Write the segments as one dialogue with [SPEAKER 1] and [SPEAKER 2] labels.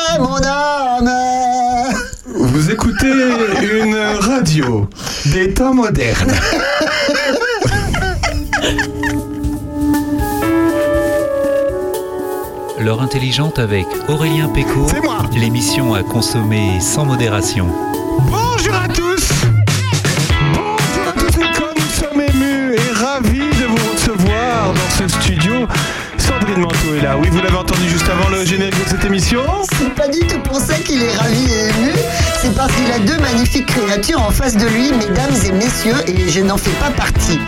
[SPEAKER 1] Ah, mon âme
[SPEAKER 2] Vous écoutez une radio des temps modernes.
[SPEAKER 3] L'heure intelligente avec Aurélien Péco.
[SPEAKER 2] C'est moi.
[SPEAKER 3] L'émission à consommer sans modération.
[SPEAKER 2] Bonjour à tous Bonjour à tous les cons, nous sommes émus et ravis de vous recevoir dans ce studio. Sandrine Manteau est là, oui vous l'avez entendu juste avant le générique de cette émission.
[SPEAKER 1] C'est pas du tout pour ça qu'il est ravi et ému, c'est parce qu'il a deux magnifiques créatures en face de lui, mesdames et messieurs, et je n'en fais pas partie.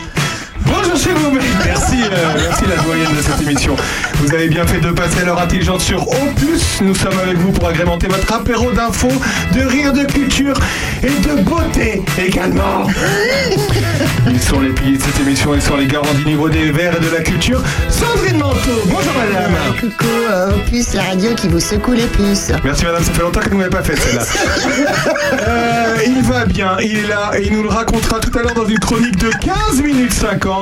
[SPEAKER 2] Bonjour chez vous, mais- merci, euh, merci la doyenne de cette émission. Vous avez bien fait de passer l'heure intelligente sur Opus. Nous sommes avec vous pour agrémenter votre apéro d'infos, de rire, de culture et de beauté également. Ils sont les piliers de cette émission, ils sont les garants du niveau des verts et de la culture. Sandrine Manteau, bonjour madame.
[SPEAKER 1] Euh, coucou, euh, Opus, la radio qui vous secoue les puces.
[SPEAKER 2] Merci madame, ça fait longtemps que vous n'avez pas fait celle-là. Euh, il va bien, il est là et il nous le racontera tout à l'heure dans une chronique de 15 minutes 50.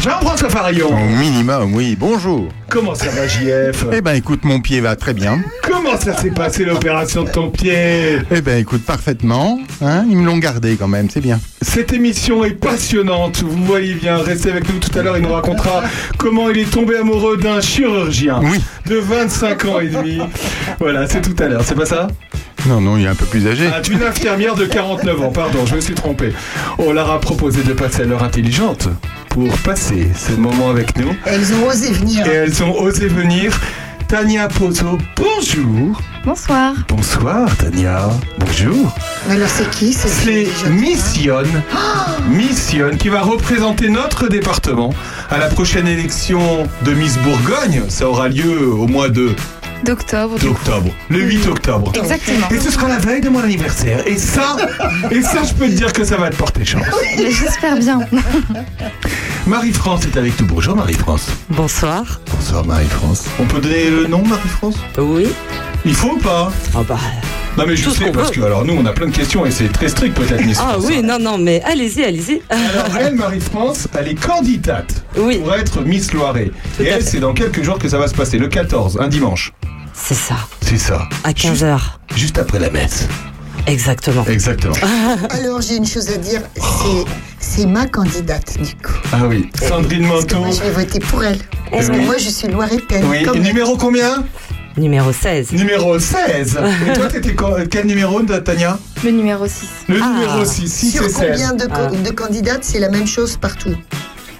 [SPEAKER 2] Jean-François Farillon.
[SPEAKER 4] Au minimum, oui. Bonjour.
[SPEAKER 2] Comment ça va JF
[SPEAKER 4] Eh ben écoute, mon pied va très bien.
[SPEAKER 2] Comment ça s'est passé l'opération de ton pied
[SPEAKER 4] Eh ben écoute, parfaitement. Hein, ils me l'ont gardé quand même, c'est bien.
[SPEAKER 2] Cette émission est passionnante, vous voyez bien, restez avec nous tout à l'heure, il nous racontera comment il est tombé amoureux d'un chirurgien
[SPEAKER 4] Oui.
[SPEAKER 2] de 25 ans et demi. Voilà, c'est tout à l'heure, c'est pas ça
[SPEAKER 4] Non, non, il est un peu plus âgé.
[SPEAKER 2] Ah, D'une infirmière de 49 ans, pardon, je me suis trompé. On leur a proposé de passer à l'heure intelligente pour passer ce moment avec nous.
[SPEAKER 1] Elles ont osé venir.
[SPEAKER 2] Et elles ont osé venir. Tania Poto, bonjour
[SPEAKER 5] Bonsoir.
[SPEAKER 2] Bonsoir Tania, bonjour
[SPEAKER 1] Mais alors c'est qui ce
[SPEAKER 2] C'est Missionne,
[SPEAKER 1] Hein
[SPEAKER 2] Missionne qui va représenter notre département à la prochaine élection de Miss Bourgogne. Ça aura lieu au mois de
[SPEAKER 5] D'octobre. du coup.
[SPEAKER 2] d'octobre, le 8 octobre.
[SPEAKER 5] Exactement.
[SPEAKER 2] Et ce sera la veille de mon anniversaire. Et ça, et ça, je peux te dire que ça va te porter chance.
[SPEAKER 5] J'espère bien.
[SPEAKER 2] Marie-France est avec nous. Bonjour Marie-France.
[SPEAKER 6] Bonsoir.
[SPEAKER 2] Bonsoir Marie-France. On peut donner le nom Marie-France
[SPEAKER 6] Oui.
[SPEAKER 2] Il faut ou pas
[SPEAKER 6] Ah bah.
[SPEAKER 2] Non mais je
[SPEAKER 6] Tout ce
[SPEAKER 2] sais
[SPEAKER 6] qu'on
[SPEAKER 2] parce
[SPEAKER 6] veut.
[SPEAKER 2] que alors nous on a plein de questions et c'est très strict peut-être Miss
[SPEAKER 6] Ah
[SPEAKER 2] France.
[SPEAKER 6] oui, non, non, mais allez-y, allez-y.
[SPEAKER 2] Alors elle, Marie-France, elle est candidate
[SPEAKER 6] Oui,
[SPEAKER 2] pour être Miss Loiret.
[SPEAKER 6] Tout
[SPEAKER 2] Et
[SPEAKER 6] à
[SPEAKER 2] elle,
[SPEAKER 6] fait.
[SPEAKER 2] c'est dans quelques jours que ça va se passer, le 14, un dimanche.
[SPEAKER 6] c'est ça.
[SPEAKER 2] C'est ça,
[SPEAKER 6] À 15h.
[SPEAKER 2] juste après la messe.
[SPEAKER 6] Exactement.
[SPEAKER 2] Exactement.
[SPEAKER 1] Alors j'ai une chose à dire, c'est c'est ma candidate du coup.
[SPEAKER 2] Ah oui, Sandrine
[SPEAKER 1] Parce que
[SPEAKER 2] Manteau.
[SPEAKER 1] moi je vais voter pour elle. Parce que
[SPEAKER 2] Oui.
[SPEAKER 1] moi je suis Loirétaine.
[SPEAKER 2] Oui,
[SPEAKER 1] comme
[SPEAKER 2] et
[SPEAKER 1] elle.
[SPEAKER 2] numéro combien
[SPEAKER 6] Numéro 16.
[SPEAKER 2] Numéro 16. Et toi, t'étais quoi- quel numéro, Tania
[SPEAKER 5] Le numéro 6.
[SPEAKER 2] Le
[SPEAKER 6] Ah.
[SPEAKER 2] numéro 6, 6
[SPEAKER 1] Sur
[SPEAKER 2] et 16.
[SPEAKER 1] combien de, co-
[SPEAKER 6] Ah.
[SPEAKER 1] de candidates, c'est la même chose partout.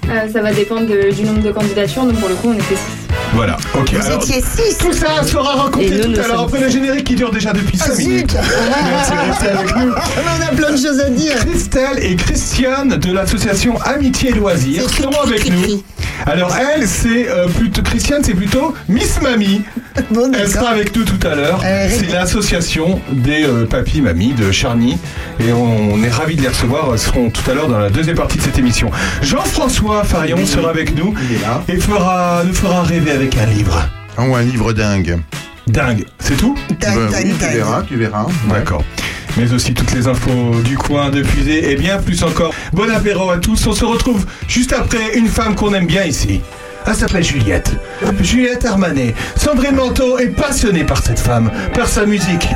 [SPEAKER 5] Euh, ça va dépendre de- du nombre de candidatures, donc pour le coup on était 6.
[SPEAKER 2] Voilà, ok.
[SPEAKER 1] Vous
[SPEAKER 2] Alors,
[SPEAKER 1] étiez six.
[SPEAKER 2] tout ça sera
[SPEAKER 6] Et
[SPEAKER 2] raconté
[SPEAKER 6] nous,
[SPEAKER 2] tout
[SPEAKER 6] nous
[SPEAKER 2] à l'heure
[SPEAKER 6] sommes
[SPEAKER 2] après le générique qui dure déjà depuis
[SPEAKER 1] Ah,
[SPEAKER 2] 5 minutes.
[SPEAKER 1] zut
[SPEAKER 2] Merci, restez avec nous.
[SPEAKER 1] Ah, On a plein de choses à dire.
[SPEAKER 2] Christelle et Christiane de l'association Amitié et Loisirs
[SPEAKER 1] C'est
[SPEAKER 2] seront
[SPEAKER 1] cri,
[SPEAKER 2] avec
[SPEAKER 1] cri,
[SPEAKER 2] nous.
[SPEAKER 1] cri.
[SPEAKER 2] Alors elle, c'est euh, plutôt Christiane, c'est plutôt Miss Mamie.
[SPEAKER 1] Bon,
[SPEAKER 2] Elle sera
[SPEAKER 1] d'accord.
[SPEAKER 2] avec nous tout à l'heure.
[SPEAKER 1] Euh,
[SPEAKER 2] C'est
[SPEAKER 1] régale.
[SPEAKER 2] l'association des euh, papis mamies de Charny et on est ravis de les recevoir. Elles seront tout à l'heure dans la deuxième partie de cette émission. Jean-François Farion sera avec nous
[SPEAKER 4] Il est là. Ah,
[SPEAKER 2] et fera, nous fera rêver avec un livre.
[SPEAKER 4] Ou un livre dingue.
[SPEAKER 2] Dingue, c'est tout
[SPEAKER 1] Tac,
[SPEAKER 4] Ben
[SPEAKER 1] tac,
[SPEAKER 4] oui, tu
[SPEAKER 1] tac.
[SPEAKER 4] verras, tu verras. Ouais.
[SPEAKER 2] D'accord. Mais aussi toutes les infos du coin, de puiser et bien plus encore. Bon apéro à tous. On se retrouve juste après une femme qu'on aime bien ici. Elle s'appelle Juliette. Juliette Armanet. Sandrine Manteau est passionnée par cette femme, par sa musique.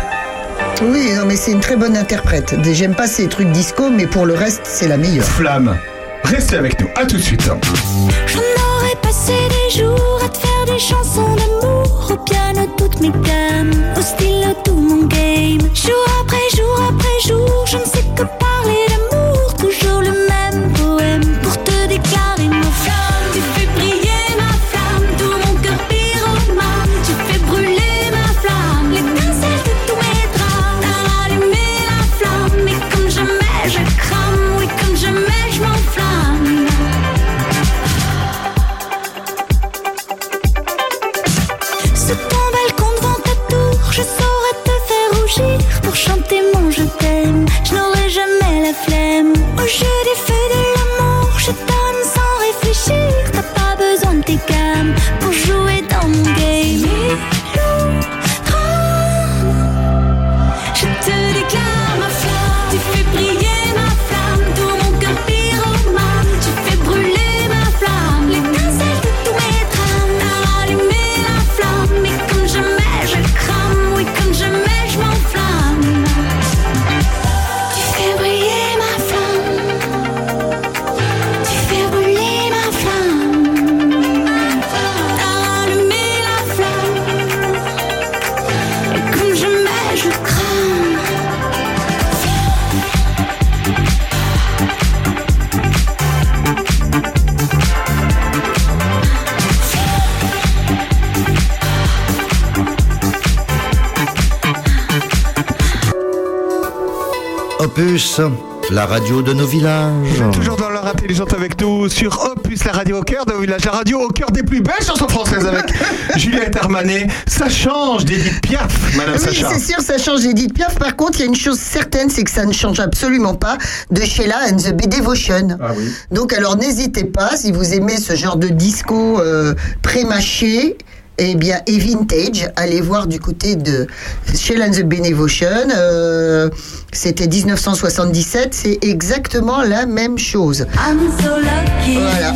[SPEAKER 1] Oui, non, mais c'est une très bonne interprète. J'aime pas ces trucs disco, mais pour le reste, c'est la meilleure.
[SPEAKER 2] Flamme. Restez avec nous. À tout de suite.
[SPEAKER 7] Je n'aurais passé des jours à te faire des chansons d'amour Au piano toutes mes gammes, au stylo tout mon game Jour après jour après jour, je ne sais que parler d'amour Toujours le même poème pour te déclarer ma flamme Tu fais briller ma flamme, tout mon cœur pyromane Tu fais brûler ma flamme, l'étincelle de tous mes drames T'as allumé la flamme, mais comme jamais je crame Oui, comme jamais je m'enflamme Sous ton balcon devant ta tour, je saurais
[SPEAKER 3] Opus, la radio de nos villages.
[SPEAKER 2] Toujours dans l'heure intelligente avec nous sur Opus, la radio au cœur de Village, la radio au cœur des plus belles chansons françaises avec Juliette Armanet. Ça change d'Edith Piaf, Madame
[SPEAKER 1] Oui,
[SPEAKER 2] Sacha.
[SPEAKER 1] c'est sûr, ça change Edith Piaf. Par contre, il y a une chose certaine, c'est que ça ne change absolument pas de Sheila and the Bee Devotion.
[SPEAKER 2] Ah oui.
[SPEAKER 1] Donc, alors, n'hésitez pas, si vous aimez ce genre de disco euh, très mâché, eh bien, et vintage, allez voir du côté de Sheila and the Bee Devotion. Euh, C'était 1977, c'est exactement la même chose.
[SPEAKER 7] I'm so lucky.
[SPEAKER 1] Ah, Voilà.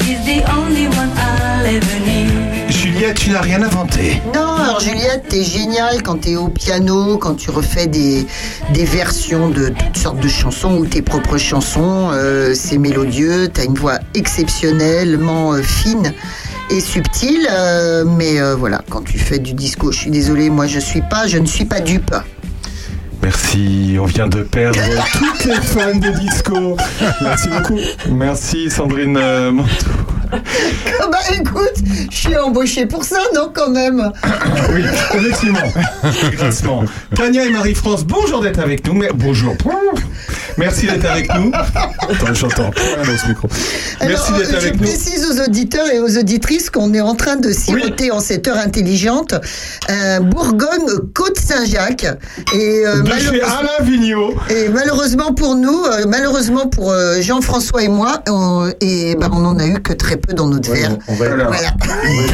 [SPEAKER 7] He's the only one I'll ever need.
[SPEAKER 2] Juliette, tu n'as rien inventé.
[SPEAKER 1] Non, alors Juliette, t'es géniale quand t'es au piano, quand tu refais des, des versions de toutes sortes de chansons ou tes propres chansons. euh, c'est mélodieux, t'as une voix exceptionnellement euh, fine et subtile. euh, mais euh, voilà, quand tu fais du disco, je suis désolée, moi je suis pas, je ne suis pas dupe.
[SPEAKER 2] Merci, on vient de perdre toutes les fans de disco. Merci beaucoup. Merci Sandrine euh, Manteau.
[SPEAKER 1] Ah bah écoute, je suis embauchée pour ça, non quand même
[SPEAKER 2] Oui, effectivement. Effectivement. Tania et Marie-France, bonjour d'être avec nous. Mais bonjour. Merci d'être avec nous. Attends, j'entends rien dans ce micro. Merci
[SPEAKER 1] Alors,
[SPEAKER 2] d'être
[SPEAKER 1] euh,
[SPEAKER 2] avec
[SPEAKER 1] je
[SPEAKER 2] nous.
[SPEAKER 1] précise aux auditeurs et aux auditrices qu'on est en train de siroter en cette heure intelligente un Bourgogne-Côte-Saint-Jacques. Et, euh,
[SPEAKER 2] De
[SPEAKER 1] malheure-
[SPEAKER 2] chez Alain Vigneault.
[SPEAKER 1] et malheureusement pour nous, euh, malheureusement pour euh, Jean-François et moi, on, et, ben, on en a eu que très peu dans notre verre.
[SPEAKER 4] on va
[SPEAKER 2] Voilà.
[SPEAKER 1] Voilà.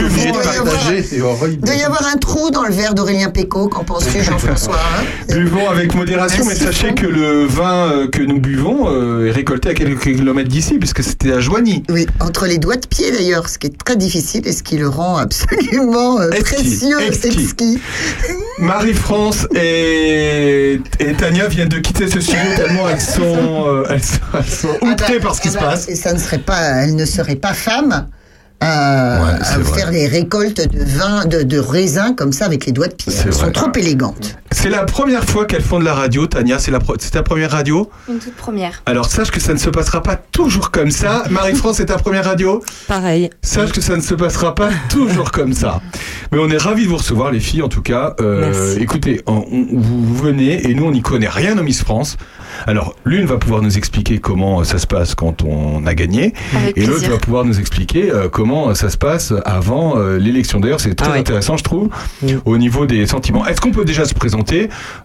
[SPEAKER 2] obligé
[SPEAKER 1] Il
[SPEAKER 2] de
[SPEAKER 1] doit y avoir-
[SPEAKER 4] partager et on va y-
[SPEAKER 1] il doit y avoir un trou dans le verre d'Aurélien Pécaud, qu'en penses-tu Jean-François hein
[SPEAKER 2] Buvons avec modération, mais
[SPEAKER 1] Merci.
[SPEAKER 2] sachez que le vin euh, que nous buvons euh, est récolté à quelques kilomètres d'ici, puisque c'était à Joigny.
[SPEAKER 1] Oui, entre les doigts de pied d'ailleurs, ce qui est très difficile et ce qui le rend absolument euh,
[SPEAKER 2] Exquis,
[SPEAKER 1] précieux,
[SPEAKER 2] exquis.
[SPEAKER 1] exquis.
[SPEAKER 2] Marie-France et... et Tania viennent de quitter ce studio tellement elles sont, euh, elles sont, elles sont
[SPEAKER 1] Ah
[SPEAKER 2] outrées
[SPEAKER 1] bah,
[SPEAKER 2] par ce qui
[SPEAKER 1] ah
[SPEAKER 2] se
[SPEAKER 1] bah,
[SPEAKER 2] passe.
[SPEAKER 1] Et ça ne serait pas, elle ne serait pas femme euh, à,
[SPEAKER 2] Ouais, c'est
[SPEAKER 1] à
[SPEAKER 2] vrai.
[SPEAKER 1] faire les récoltes de vin, de, de raisins comme ça avec les doigts de pied.
[SPEAKER 2] C'est
[SPEAKER 1] Elles
[SPEAKER 2] vrai.
[SPEAKER 1] sont trop élégantes.
[SPEAKER 2] C'est la première fois qu'elles font de la radio, Tania. C'est la pro- c'est ta première radio.
[SPEAKER 5] Une toute première.
[SPEAKER 2] Alors sache que ça ne se passera pas toujours comme ça. Marie-France, c'est ta première radio.
[SPEAKER 6] Pareil.
[SPEAKER 2] Sache que ça ne se passera pas toujours comme ça. Mais on est ravis de vous recevoir, les filles, en tout cas. Euh,
[SPEAKER 6] Merci.
[SPEAKER 2] écoutez, on- on- vous venez et nous, on n'y connaît rien aux Miss France. Alors, l'une va pouvoir nous expliquer comment euh, ça se passe quand on a gagné.
[SPEAKER 5] Avec
[SPEAKER 2] et l'autre
[SPEAKER 5] plaisir.
[SPEAKER 2] va pouvoir nous expliquer euh, comment euh, ça se passe avant euh, l'élection. D'ailleurs, c'est très
[SPEAKER 6] Ah Mm. oui.
[SPEAKER 2] intéressant, je trouve,
[SPEAKER 6] Oui.
[SPEAKER 2] au niveau des sentiments. Est-ce qu'on peut déjà se présenter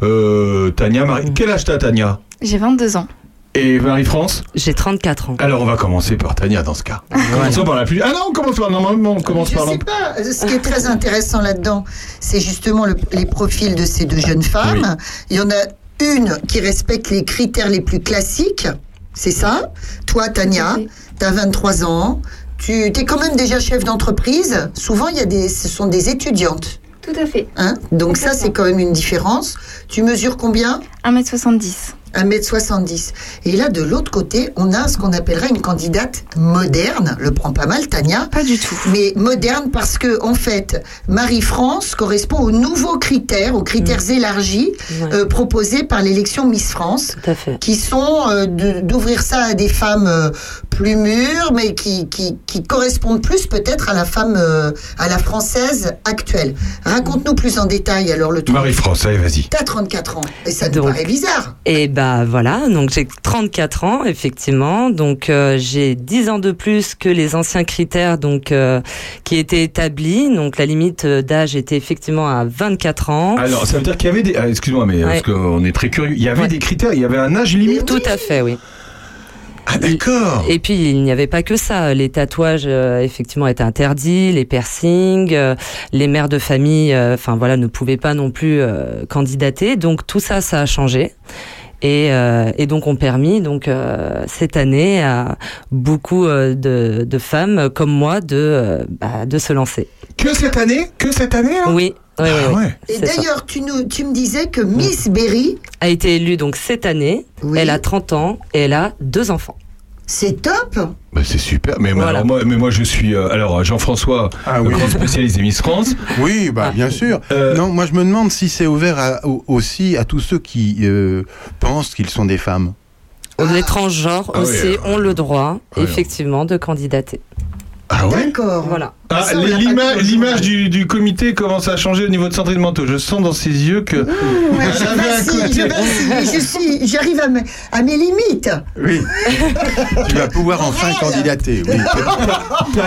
[SPEAKER 2] Euh, Tania,
[SPEAKER 6] Mm.
[SPEAKER 2] Marie... Quel âge t'as, Tania
[SPEAKER 5] J'ai 22 ans.
[SPEAKER 2] Et Marie-France
[SPEAKER 6] J'ai 34 ans.
[SPEAKER 2] Alors, on va commencer par Tania, dans ce cas. Commençons par la plus... Ah non, on commence par... Normalement, on commence
[SPEAKER 1] Je
[SPEAKER 2] par...
[SPEAKER 1] sais pas. euh, Ce qui est très intéressant là-dedans, c'est justement le- les profils de ces deux jeunes femmes. Il y en a une qui respecte les critères les plus classiques. C'est ça. Toi, Tania,
[SPEAKER 5] Tout à fait.
[SPEAKER 1] t'as 23 ans. Tu es quand même déjà chef d'entreprise. Souvent, il y a des, ce sont des étudiantes.
[SPEAKER 5] Tout à fait.
[SPEAKER 1] Hein Donc ça, c'est quand même une différence. Tu mesures combien
[SPEAKER 5] 1m70.
[SPEAKER 1] 1m70. Et là, de l'autre côté, on a ce qu'on appellera une candidate moderne. Le prend pas mal, Tania.
[SPEAKER 5] Pas du tout.
[SPEAKER 1] Mais moderne parce que, en fait, Marie-France correspond aux nouveaux critères, aux critères élargis
[SPEAKER 6] Mm. Ouais.
[SPEAKER 1] euh, proposés par l'élection Miss France
[SPEAKER 6] Tout à fait.
[SPEAKER 1] qui sont euh, de- d'ouvrir ça à des femmes euh, plus mûres, mais qui, qui, qui correspondent plus peut-être à la femme, euh, à la française actuelle. Raconte-nous plus en détail alors le truc.
[SPEAKER 2] Marie-France, allez, vas-y.
[SPEAKER 1] T'as 34 ans, et ça te
[SPEAKER 6] Donc.
[SPEAKER 1] paraît bizarre.
[SPEAKER 6] Et bah voilà, donc j'ai 34 ans effectivement, donc euh, j'ai 10 ans de plus que les anciens critères donc euh, qui étaient établis, donc la limite euh, d'âge était effectivement à 24 ans.
[SPEAKER 2] Alors, ça veut dire qu'il y avait des. ah, Excuse-moi, mais euh,
[SPEAKER 6] Ouais.
[SPEAKER 2] parce qu'on est très curieux. Il y avait
[SPEAKER 6] Ouais.
[SPEAKER 2] des critères, il y avait un âge limite.
[SPEAKER 6] Tout à fait, oui.
[SPEAKER 2] Ah, d'accord.
[SPEAKER 6] Et puis il n'y avait pas que ça. Les tatouages euh, effectivement étaient interdits, les piercings, euh, les mères de famille, euh, enfin voilà, ne pouvaient pas non plus euh, candidater. Donc tout ça, ça a changé. Et, euh, et donc ont permis donc euh, cette année à beaucoup euh, de, de femmes euh, comme moi de euh, bah, de se lancer.
[SPEAKER 2] Que cette année Que cette année là
[SPEAKER 6] Oui, oui, oui,
[SPEAKER 2] Ah
[SPEAKER 6] oui.
[SPEAKER 2] ouais.
[SPEAKER 1] Et
[SPEAKER 6] C'est ça.
[SPEAKER 1] d'ailleurs, tu, nous, tu me disais que Miss Berry,
[SPEAKER 6] a été élue donc cette année.
[SPEAKER 1] Oui.
[SPEAKER 6] Elle a 30 ans et elle a deux enfants.
[SPEAKER 1] c'est top.
[SPEAKER 2] Bah, c'est super. Mais,
[SPEAKER 6] Voilà.
[SPEAKER 2] alors, moi, mais moi, je suis. euh, alors, Jean-François,
[SPEAKER 4] Ah
[SPEAKER 2] le
[SPEAKER 4] oui.
[SPEAKER 2] grand spécialiste des Miss France.
[SPEAKER 4] Oui,
[SPEAKER 1] Ah.
[SPEAKER 4] bah, bien sûr.
[SPEAKER 2] Euh,
[SPEAKER 4] non, moi je me demande si c'est ouvert à- au- aussi à tous ceux qui euh, pensent qu'ils sont des femmes.
[SPEAKER 6] Les transgenres
[SPEAKER 2] Ah oui,
[SPEAKER 6] aussi
[SPEAKER 2] euh,
[SPEAKER 6] ont le droit
[SPEAKER 2] oui,
[SPEAKER 6] effectivement de candidater.
[SPEAKER 2] Ah ouais
[SPEAKER 1] D'accord.
[SPEAKER 6] Voilà.
[SPEAKER 2] Ah,
[SPEAKER 1] Ça, on l'a pas
[SPEAKER 2] l'ima-
[SPEAKER 1] dit au
[SPEAKER 2] L'image
[SPEAKER 1] journal.
[SPEAKER 2] du, du comité commence à changer au niveau de Sandrine Manteau. Je sens dans ses yeux que.
[SPEAKER 1] Ouais,
[SPEAKER 2] Elle
[SPEAKER 1] je
[SPEAKER 2] avait un côté.
[SPEAKER 1] vacille, je vacille, je suis, j'arrive à, mes- à mes limites.
[SPEAKER 4] Oui. tu vas pouvoir enfin candidater. Oui.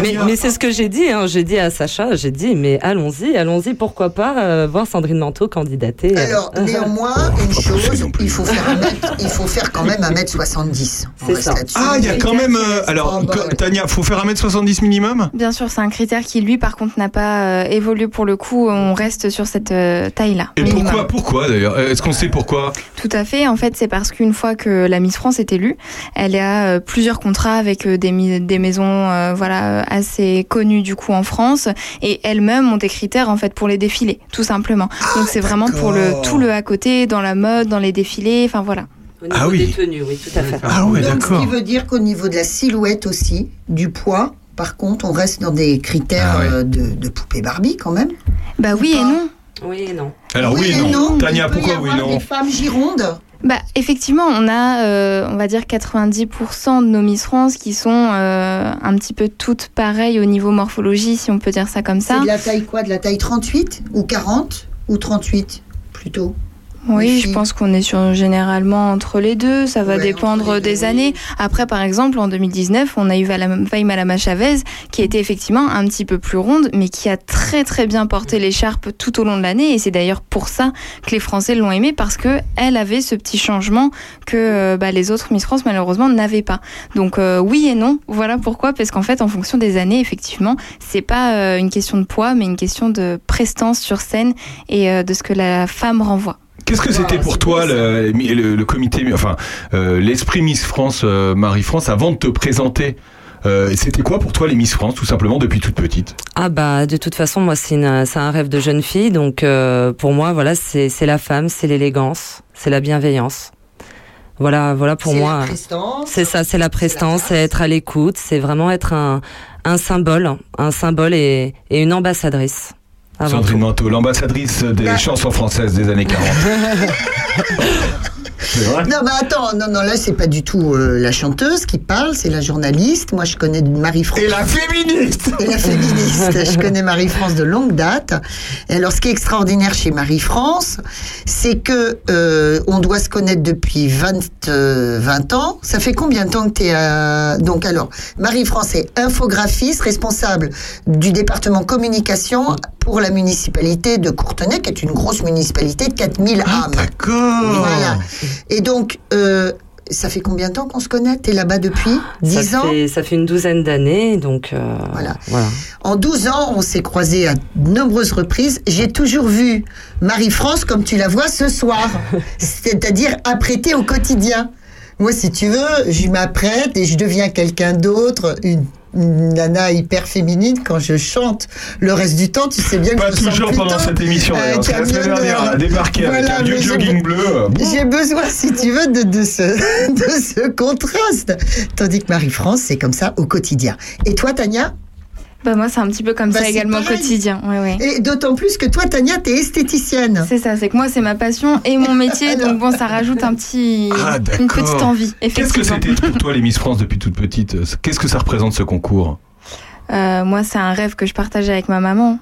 [SPEAKER 6] Mais, mais c'est ce que j'ai dit, hein. j'ai dit à Sacha, j'ai dit, mais allons-y, allons-y, pourquoi pas euh, voir Sandrine Manteau candidater. euh.
[SPEAKER 5] Ah,
[SPEAKER 1] Alors, néanmoins, une chose, il faut faire, un mètre- il faut faire quand même 1m70. On
[SPEAKER 6] C'est
[SPEAKER 1] reste
[SPEAKER 6] ça.
[SPEAKER 1] là-dessus.
[SPEAKER 2] Ah, il y a quand même. euh, alors,
[SPEAKER 1] Ah, bah
[SPEAKER 2] co-
[SPEAKER 1] ouais.
[SPEAKER 2] Tania, faut faire 1m70 minimum
[SPEAKER 5] Bien sûr, c'est un critère qui, lui, par contre, n'a pas euh, évolué pour le coup. On reste sur cette euh, taille-là.
[SPEAKER 2] Et
[SPEAKER 5] minimum.
[SPEAKER 2] pourquoi Pourquoi d'ailleurs Euh, Est-ce qu'on sait pourquoi
[SPEAKER 5] Tout à fait. En fait, c'est parce qu'une fois que la Miss France est élue, elle a euh, plusieurs contrats avec euh, des, mi- des maisons euh, voilà euh, assez connues du coup en France, et elles-mêmes ont des critères en fait pour les défilés, tout simplement.
[SPEAKER 1] Ah,
[SPEAKER 5] Donc c'est vraiment pour le
[SPEAKER 2] d'accord.
[SPEAKER 5] tout le à côté, dans la mode, dans les défilés, enfin voilà.
[SPEAKER 6] Au
[SPEAKER 2] Ah oui.
[SPEAKER 6] des tenues, oui, tout à fait.
[SPEAKER 2] Ah ouais,
[SPEAKER 1] Donc, ce qui veut dire qu'au niveau de la silhouette aussi, du poids, par contre, on reste dans des critères
[SPEAKER 2] Ah ouais.
[SPEAKER 1] euh, de, de poupée Barbie quand même.
[SPEAKER 5] Bah oui et
[SPEAKER 1] Pas.
[SPEAKER 5] non.
[SPEAKER 6] Oui, non.
[SPEAKER 2] Alors, oui,
[SPEAKER 1] et
[SPEAKER 2] non. Tania,
[SPEAKER 1] il peut y
[SPEAKER 2] pourquoi oui,
[SPEAKER 1] avoir
[SPEAKER 2] non
[SPEAKER 1] Des femmes girondes.
[SPEAKER 5] Bah effectivement, on a, euh, on va dire 90% de nos Miss France qui sont euh, un petit peu toutes pareilles au niveau morphologie, si on peut dire ça comme
[SPEAKER 1] C'est
[SPEAKER 5] ça.
[SPEAKER 1] de la taille quoi De la taille 38 ou 40 ou 38 plutôt les
[SPEAKER 5] Oui, je
[SPEAKER 1] filles.
[SPEAKER 5] pense qu'on est sur généralement entre les deux. Ça va
[SPEAKER 1] Ouais, entre
[SPEAKER 5] dépendre
[SPEAKER 1] les deux,
[SPEAKER 5] des
[SPEAKER 1] oui.
[SPEAKER 5] années. Après, par exemple, en 2019, on a eu Vala- Faima Lama Chavez, qui était effectivement un petit peu plus ronde, mais qui a très très bien porté l'écharpe tout au long de l'année. Et c'est d'ailleurs pour ça que les Français l'ont aimée, parce que elle avait ce petit changement que euh, bah, les autres Miss France malheureusement n'avaient pas. Donc euh, oui et non. Voilà pourquoi, parce qu'en fait, en fonction des années, effectivement, c'est pas euh, une question de poids, mais une question de prestance sur scène et euh, de ce que la femme renvoie.
[SPEAKER 2] Qu'est-ce que c'était pour toi le, le- le comité, enfin euh, l'esprit Miss France, euh, Marie-France, avant de te présenter euh, C'était quoi pour toi les Miss France, tout simplement depuis toute petite
[SPEAKER 6] Ah bah de toute façon moi c'est une- c'est un rêve de jeune fille donc euh, pour moi voilà c'est c'est la femme, c'est l'élégance, c'est la bienveillance. Voilà voilà pour
[SPEAKER 1] C'est la
[SPEAKER 6] moi.
[SPEAKER 1] prestance.
[SPEAKER 6] C'est ça, c'est la prestance,
[SPEAKER 1] classe.
[SPEAKER 6] c'est être à l'écoute, c'est vraiment être un, un symbole, un symbole et, et une ambassadrice. Ah avant
[SPEAKER 2] Sandrine
[SPEAKER 6] tout.
[SPEAKER 2] Manteau, l'ambassadrice des
[SPEAKER 1] Bah.
[SPEAKER 2] chansons françaises des années 40. C'est vrai
[SPEAKER 1] Non, mais attends, non, non, là, c'est pas du tout euh, la chanteuse qui parle, c'est la journaliste. Moi, je connais Marie-France.
[SPEAKER 2] Et la féministe
[SPEAKER 1] Et la féministe. Je connais Marie-France de longue date. Et alors, ce qui est extraordinaire chez Marie-France, c'est que euh, on doit se connaître depuis 20, euh, 20 ans. Ça fait combien de temps que tu es à... Donc, alors, Marie-France est infographiste, responsable du département communication pour la municipalité de Courtenay, qui est une grosse municipalité de 4000 âmes.
[SPEAKER 2] Ah, D'accord
[SPEAKER 1] Voilà. Et donc, euh, ça fait combien de temps qu'on se connaît T'es là-bas depuis 10
[SPEAKER 6] ça
[SPEAKER 1] ans
[SPEAKER 6] fait, ça fait une douzaine d'années donc euh,
[SPEAKER 1] Voilà.
[SPEAKER 6] voilà.
[SPEAKER 1] En 12 ans, on s'est croisés à de nombreuses reprises. J'ai toujours vu Marie-France comme tu la vois ce soir, c'est-à-dire apprêtée au quotidien. Moi, si tu veux, je m'apprête et je deviens quelqu'un d'autre, une, une nana hyper féminine quand je chante. Le reste du temps, tu sais bien que
[SPEAKER 2] Pas
[SPEAKER 1] je me sens
[SPEAKER 2] toujours pendant
[SPEAKER 1] plutôt,
[SPEAKER 2] cette émission,
[SPEAKER 1] euh,
[SPEAKER 2] d'ailleurs. C'est la semaine
[SPEAKER 1] camionneur.
[SPEAKER 2] dernière, elle a débarqué avec
[SPEAKER 1] Voilà,
[SPEAKER 2] un vieux
[SPEAKER 1] mais je-
[SPEAKER 2] jogging bleu.
[SPEAKER 8] Ah
[SPEAKER 2] euh,
[SPEAKER 1] j'ai besoin, si tu veux, de, de, ce, de ce contraste. Tandis que Marie-France, c'est comme ça au quotidien. Et toi, Tania
[SPEAKER 5] Bah moi c'est un petit peu comme
[SPEAKER 1] Bah,
[SPEAKER 5] ça
[SPEAKER 1] c'est
[SPEAKER 5] également au
[SPEAKER 1] pareil.
[SPEAKER 5] quotidien. Ouais, ouais.
[SPEAKER 1] Et d'autant plus que toi, Tania, t'es esthéticienne.
[SPEAKER 5] C'est ça, c'est que moi c'est ma passion et mon métier, donc bon ça rajoute un petit,
[SPEAKER 2] Ah,
[SPEAKER 5] une
[SPEAKER 2] d'accord.
[SPEAKER 5] petite envie.
[SPEAKER 2] Qu'est-ce que
[SPEAKER 5] effectivement.
[SPEAKER 2] c'était pour toi les Miss France depuis toute petite euh, Qu'est-ce que ça représente ce concours
[SPEAKER 5] Euh, Moi c'est un rêve que je partageais avec ma maman.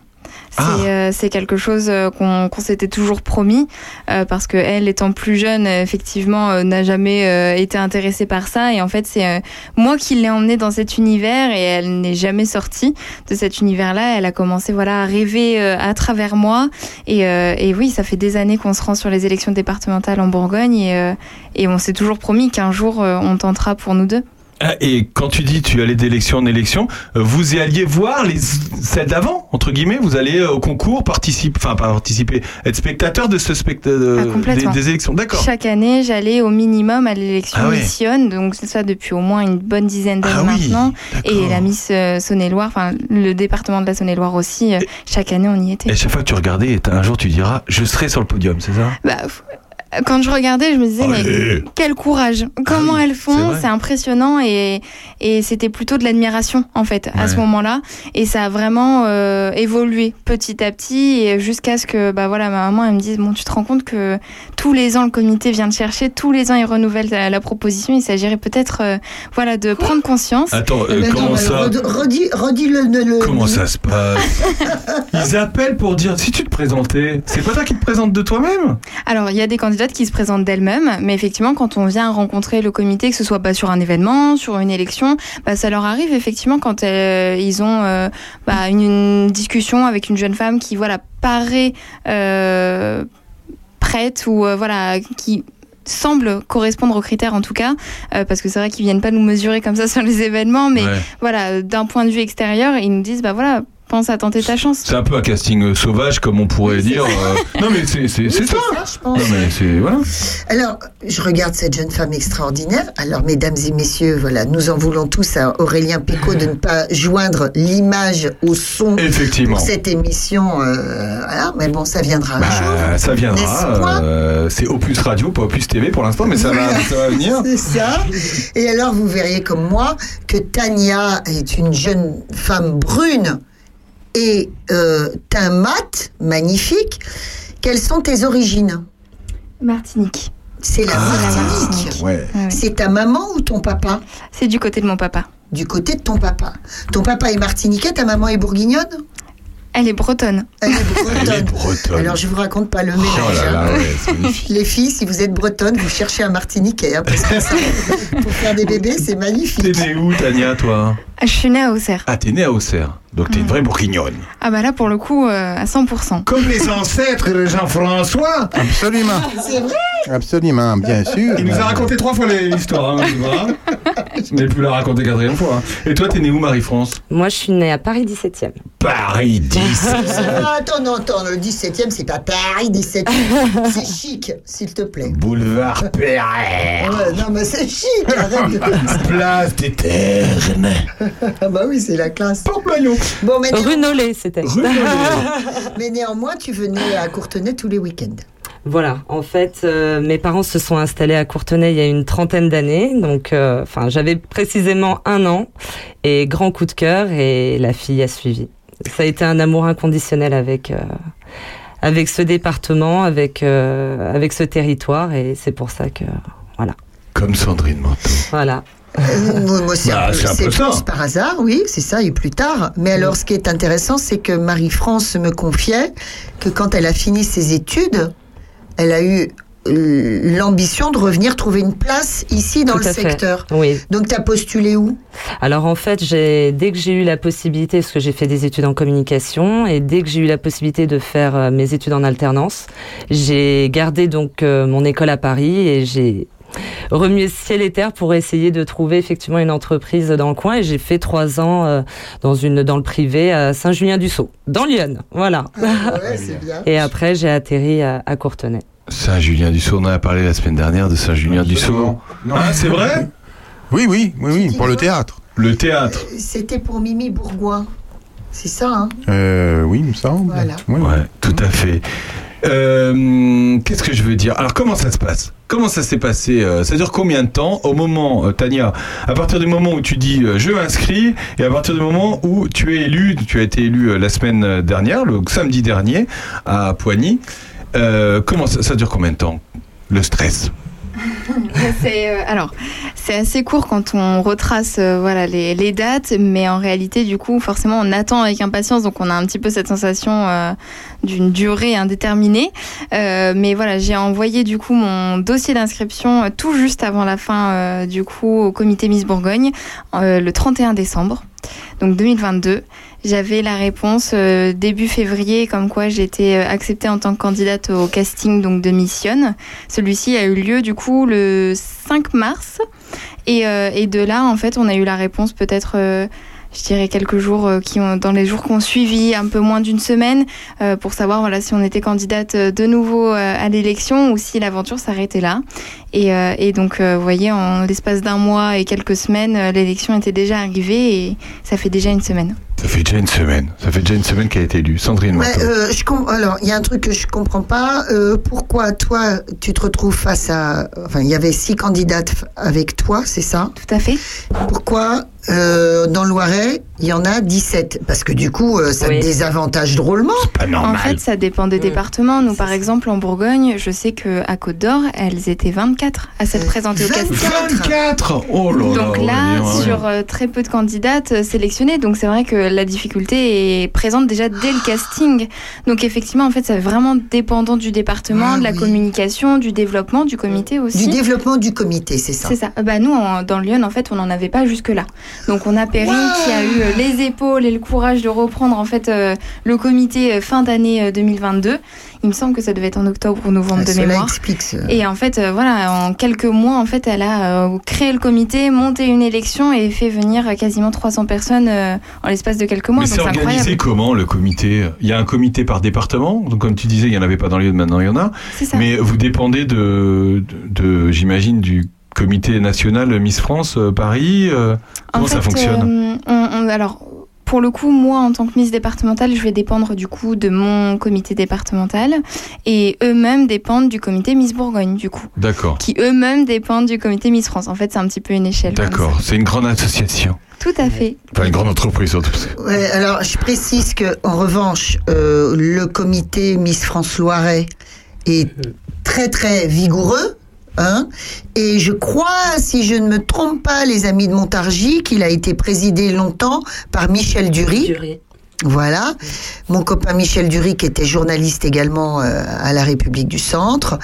[SPEAKER 5] C'est
[SPEAKER 2] Ah.
[SPEAKER 5] euh, c'est quelque chose euh, qu'on qu'on s'était toujours promis euh, parce que elle étant plus jeune euh, effectivement euh, n'a jamais euh, été intéressée par ça et en fait c'est euh, moi qui l'ai emmenée dans cet univers et elle n'est jamais sortie de cet univers là elle a commencé voilà à rêver euh, à travers moi et, euh, et oui ça fait des années qu'on se rend sur les élections départementales en Bourgogne et, euh, et on s'est toujours promis qu'un jour euh, on tentera pour nous deux
[SPEAKER 2] Ah, et quand tu dis tu allais d'élection en élection, euh, vous y alliez voir les celles d'avant entre guillemets, vous allez euh, au concours participer, enfin pas participer, être spectateur de ce spectacle
[SPEAKER 5] Ah, complètement.
[SPEAKER 2] des, des élections. D'accord.
[SPEAKER 5] Chaque année, j'allais au minimum à l'élection
[SPEAKER 2] Ah ouais.
[SPEAKER 5] Miss Yonne, donc c'est ça depuis au moins une bonne dizaine d'années
[SPEAKER 2] Ah oui.
[SPEAKER 5] maintenant.
[SPEAKER 2] d'accord.
[SPEAKER 5] Et la Miss euh, Saône-et-Loire, enfin le département de la Saône-et-Loire aussi, euh, chaque année on y était.
[SPEAKER 2] Et chaque fois que tu regardais, t'as- un jour tu diras, je serai sur le podium, c'est ça
[SPEAKER 5] Bah, f- Quand je regardais, je me disais, mais quel courage Comment elles font
[SPEAKER 2] Ah vrai.
[SPEAKER 5] C'est impressionnant et, et c'était plutôt de l'admiration en fait à ce
[SPEAKER 2] Ouais.
[SPEAKER 5] moment-là. Et ça a vraiment euh, évolué petit à petit et jusqu'à ce que bah voilà ma maman elle me dise bon tu te rends compte que tous les ans le comité vient te chercher, tous les ans il renouvelle la, la proposition. Il s'agirait peut-être euh, voilà de prendre conscience.
[SPEAKER 2] Attends, euh,
[SPEAKER 1] Mais attends,
[SPEAKER 2] comment
[SPEAKER 1] bah,
[SPEAKER 2] ça
[SPEAKER 1] redis- Redis, redis le, le- le-
[SPEAKER 2] Comment ça se passe
[SPEAKER 8] Ils appellent pour dire si tu te présentais, c'est pas toi qui te présentes de toi-même
[SPEAKER 5] Alors, il y a des candidates qui se présentent d'elles-mêmes, mais effectivement, quand on vient rencontrer le comité, que ce soit bah, sur un événement, sur une élection, bah, ça leur arrive effectivement quand euh, ils ont euh, bah, une, une discussion avec une jeune femme qui voilà paraît euh, prête ou euh, voilà qui semble correspondre aux critères en tout cas, euh, parce que c'est vrai qu'ils viennent pas nous mesurer comme ça sur les événements, mais
[SPEAKER 2] Ouais.
[SPEAKER 5] voilà, d'un point de vue extérieur, ils nous disent bah voilà, pense à tenter ta chance.
[SPEAKER 2] C'est un peu un casting euh, sauvage, comme on pourrait dire. euh, Non, mais c'est c'est- c'est ça.
[SPEAKER 1] ça, je pense.
[SPEAKER 2] Non, mais c'est. Voilà.
[SPEAKER 1] Alors, je regarde cette jeune femme extraordinaire. Alors, mesdames et messieurs, voilà, nous en voulons tous à Aurélien Picot de ne pas joindre l'image au son
[SPEAKER 8] Effectivement.
[SPEAKER 1] pour cette émission. euh, voilà, mais bon, ça viendra un jour.
[SPEAKER 8] Bah, ça
[SPEAKER 1] N'est-ce
[SPEAKER 8] viendra.
[SPEAKER 1] point
[SPEAKER 8] euh, c'est Opus Radio, pas Opus TV pour l'instant, mais ça va, ça va venir.
[SPEAKER 1] C'est ça. Et alors, vous verriez comme moi que Tania est une jeune femme brune et euh, teint mat, magnifique. Quelles sont tes origines
[SPEAKER 5] Martinique.
[SPEAKER 1] C'est la Martinique.
[SPEAKER 8] Ah, Ouais.
[SPEAKER 5] Ah oui.
[SPEAKER 1] C'est ta maman ou ton papa
[SPEAKER 5] C'est du côté de mon papa.
[SPEAKER 1] Du côté de ton papa. Ton papa est martiniquais, ta maman est bourguignonne
[SPEAKER 5] Elle est bretonne.
[SPEAKER 1] Elle est
[SPEAKER 2] Elle est
[SPEAKER 1] bretonne.
[SPEAKER 2] bretonne.
[SPEAKER 1] Alors je vous raconte pas le
[SPEAKER 2] Oh
[SPEAKER 1] mélange.
[SPEAKER 2] là
[SPEAKER 1] hein.
[SPEAKER 9] Ah
[SPEAKER 2] là, ouais, c'est magnifique.
[SPEAKER 1] Les filles, si vous êtes bretonne, vous cherchez un martiniquais. hein, parce que ça, pour faire des bébés, c'est
[SPEAKER 8] T'es
[SPEAKER 1] magnifique.
[SPEAKER 8] né où, Tania, toi
[SPEAKER 5] Je suis née à Auxerre.
[SPEAKER 2] Ah, t'es né à Auxerre, donc t'es une vraie bourguignonne.
[SPEAKER 5] Ah bah là pour le coup euh, à 100%.
[SPEAKER 8] Comme les ancêtres de Jean-François
[SPEAKER 4] Absolument.
[SPEAKER 1] C'est vrai
[SPEAKER 4] Absolument, bien sûr.
[SPEAKER 8] Il nous a raconté trois fois les- l'histoire, hein, tu vois. Mais plus la raconter quatrième fois. hein. Et toi, t'es né où, Marie-France
[SPEAKER 6] Moi, je suis née à Paris 17e.
[SPEAKER 2] Paris 10.
[SPEAKER 1] Ah, attends, non, attends, le 17e, c'est pas Paris 17e. C'est chic, s'il te plaît.
[SPEAKER 2] Boulevard Perret.
[SPEAKER 1] Ouais, non, mais c'est chic, arrête de...
[SPEAKER 2] Place des Ternes.
[SPEAKER 1] Ah bah oui, c'est la classe.
[SPEAKER 8] Porte-Maillot.
[SPEAKER 1] Bon, mais, néanmo-
[SPEAKER 6] Rue Nollet, c'était.
[SPEAKER 8] Rue Nollet.
[SPEAKER 1] mais néanmoins, tu venais à Courtenay tous les week-ends.
[SPEAKER 6] Voilà, en fait, euh, mes parents se sont installés à Courtenay il y a une trentaine d'années, donc euh, enfin j'avais précisément un an et grand coup de cœur et la fille a suivi. Ça a été un amour inconditionnel avec euh, avec ce département, avec euh, avec ce territoire et c'est pour ça que
[SPEAKER 2] Comme Sandrine Manteau.
[SPEAKER 6] voilà.
[SPEAKER 1] Euh, moi, moi, c'est
[SPEAKER 2] Bah,
[SPEAKER 1] un peu-
[SPEAKER 2] c'est un
[SPEAKER 1] c'est
[SPEAKER 2] peu ça. Mm.
[SPEAKER 1] plus par hasard, oui, c'est ça, et plus tard. Mais alors, ce qui est intéressant, c'est que Marie-France me confiait que quand elle a fini ses études, elle a eu euh, l'ambition de revenir trouver une place ici dans
[SPEAKER 6] Tout
[SPEAKER 1] le
[SPEAKER 6] à fait.
[SPEAKER 1] secteur.
[SPEAKER 6] Oui.
[SPEAKER 1] Donc, tu as postulé où
[SPEAKER 6] Alors en fait, j'ai dès que j'ai eu la possibilité, parce que j'ai fait des études en communication, et dès que j'ai eu la possibilité de faire euh, mes études en alternance, j'ai gardé donc euh, mon école à Paris et j'ai remué ciel et terre pour essayer de trouver effectivement une entreprise dans le coin. Et j'ai fait trois ans euh, dans une dans le privé à Saint-Julien-du-Sault, dans Lyon. Voilà.
[SPEAKER 1] Ah, Ouais, c'est bien.
[SPEAKER 6] Et après, j'ai atterri à, à Courtenay.
[SPEAKER 2] Saint-Julien-du-Sault, on en a parlé la semaine dernière de Saint-Julien-du-Sault.
[SPEAKER 4] Non.
[SPEAKER 8] Ah, c'est vrai
[SPEAKER 4] Oui, oui, oui, oui, pour le théâtre.
[SPEAKER 8] Le théâtre.
[SPEAKER 1] C'était pour Mimi Bourgoin. C'est ça, hein
[SPEAKER 4] Euh, oui, il me semble.
[SPEAKER 1] Voilà.
[SPEAKER 4] Oui, oui.
[SPEAKER 2] Ouais, tout à fait. Euh, Qu'est-ce que je veux dire Alors, comment ça se passe Comment ça s'est passé euh, Ça dure combien de temps Au moment, euh, Tania, à partir du moment où tu dis euh, je m'inscris, et à partir du moment où tu es élu, tu as été élu euh, la semaine dernière, le samedi dernier, à Poigny, euh, comment ça, ça dure combien de temps Le stress.
[SPEAKER 5] C'est euh, alors c'est assez court quand on retrace euh, voilà les, les dates, mais en réalité du coup forcément on attend avec impatience, donc on a un petit peu cette sensation euh, d'une durée indéterminée. Euh, mais voilà j'ai envoyé du coup mon dossier d'inscription euh, tout juste avant la fin euh, du coup au comité Miss Bourgogne euh, le 31 décembre donc 2022. J'avais la réponse euh, début février, comme quoi j'étais euh, acceptée en tant que candidate au casting donc de Missionne. Celui-ci a eu lieu du coup le 5 mars. Et, euh, et de là, en fait, on a eu la réponse peut-être, euh, je dirais, quelques jours, euh, qui ont, dans les jours qu'on suivi, un peu moins d'une semaine, euh, pour savoir voilà, si on était candidate euh, de nouveau euh, à l'élection ou si l'aventure s'arrêtait là. Et, euh, et donc, euh, vous voyez, en l'espace d'un mois et quelques semaines, euh, l'élection était déjà arrivée et ça fait déjà une semaine.
[SPEAKER 2] Ça fait déjà une semaine. Ça fait déjà une semaine qu'elle a été élue. Sandrine
[SPEAKER 1] Ouais,
[SPEAKER 2] Manteau.
[SPEAKER 1] euh, je com- alors, il y a un truc que je comprends pas. Euh, pourquoi, toi, tu te retrouves face à. Enfin, il y avait six candidates f- avec toi, c'est ça
[SPEAKER 5] Tout à fait.
[SPEAKER 1] Pourquoi, euh, dans le Loiret, il y en a 17 Parce que du coup, euh, ça
[SPEAKER 5] Oui.
[SPEAKER 1] te désavantage drôlement.
[SPEAKER 2] Pas
[SPEAKER 5] En fait, ça dépend des départements. Nous, par exemple, en Bourgogne, je sais que à Côte d'Or, elles étaient 24 à
[SPEAKER 1] Euh,
[SPEAKER 5] s'être présentées au casting.
[SPEAKER 2] 24 Oh là là
[SPEAKER 5] Donc là,
[SPEAKER 2] oh là là.
[SPEAKER 5] sur euh, très peu de candidates euh, sélectionnées, donc c'est vrai que la difficulté est présente déjà dès le casting. Donc effectivement, en fait, ça est vraiment dépendant du département, de la communication, du développement, du comité aussi.
[SPEAKER 1] Ah Euh, Du développement du comité, c'est ça
[SPEAKER 5] C'est ça. Euh, Bah nous, en- dans Lyon, en fait, on n'en avait pas jusque-là. Donc on a Perrine qui a eu euh, les épaules et le courage de reprendre en fait euh, le comité euh, fin d'année euh, 2022. Il me semble que ça devait être en octobre ou novembre
[SPEAKER 1] Ah,
[SPEAKER 5] de
[SPEAKER 1] cela
[SPEAKER 5] mémoire.
[SPEAKER 1] explique ce-
[SPEAKER 5] Et en fait, euh, voilà, en quelques mois, en fait, elle a euh, créé le comité, monté une élection et fait venir euh, quasiment 300 personnes euh, en l'espace de quelques mois.
[SPEAKER 2] Mais
[SPEAKER 5] donc
[SPEAKER 2] c'est
[SPEAKER 5] c'est
[SPEAKER 2] organisé
[SPEAKER 5] incroyable.
[SPEAKER 2] comment le comité Il y a un comité par département, donc comme tu disais, il n'y en avait pas dans Lyon, maintenant il y en a.
[SPEAKER 5] C'est ça.
[SPEAKER 2] Mais vous dépendez de, de, de- j'imagine, du comité national Miss France euh, Paris. euh,
[SPEAKER 5] En
[SPEAKER 2] comment ça
[SPEAKER 5] fait,
[SPEAKER 2] fonctionne
[SPEAKER 5] euh, on- on- alors, pour le coup, moi, en tant que Miss départementale, je vais dépendre du coup de mon comité départemental et eux-mêmes dépendent du comité Miss Bourgogne, du coup,
[SPEAKER 2] D'accord.
[SPEAKER 5] qui eux-mêmes dépendent du comité Miss France. En fait, c'est un petit peu une échelle. comme ça.
[SPEAKER 2] D'accord. C'est une grande association.
[SPEAKER 5] Tout à fait.
[SPEAKER 2] Enfin, une grande entreprise surtout.
[SPEAKER 1] Ouais, alors je précise que en revanche, euh, le comité Miss France Loiret est très très vigoureux. Hein et je crois, si je ne me trompe pas, les amis de Montargis, qu'il a été présidé longtemps par Michel Dury. Voilà. Mon copain Michel Dury, qui était journaliste également euh, à La République du Centre,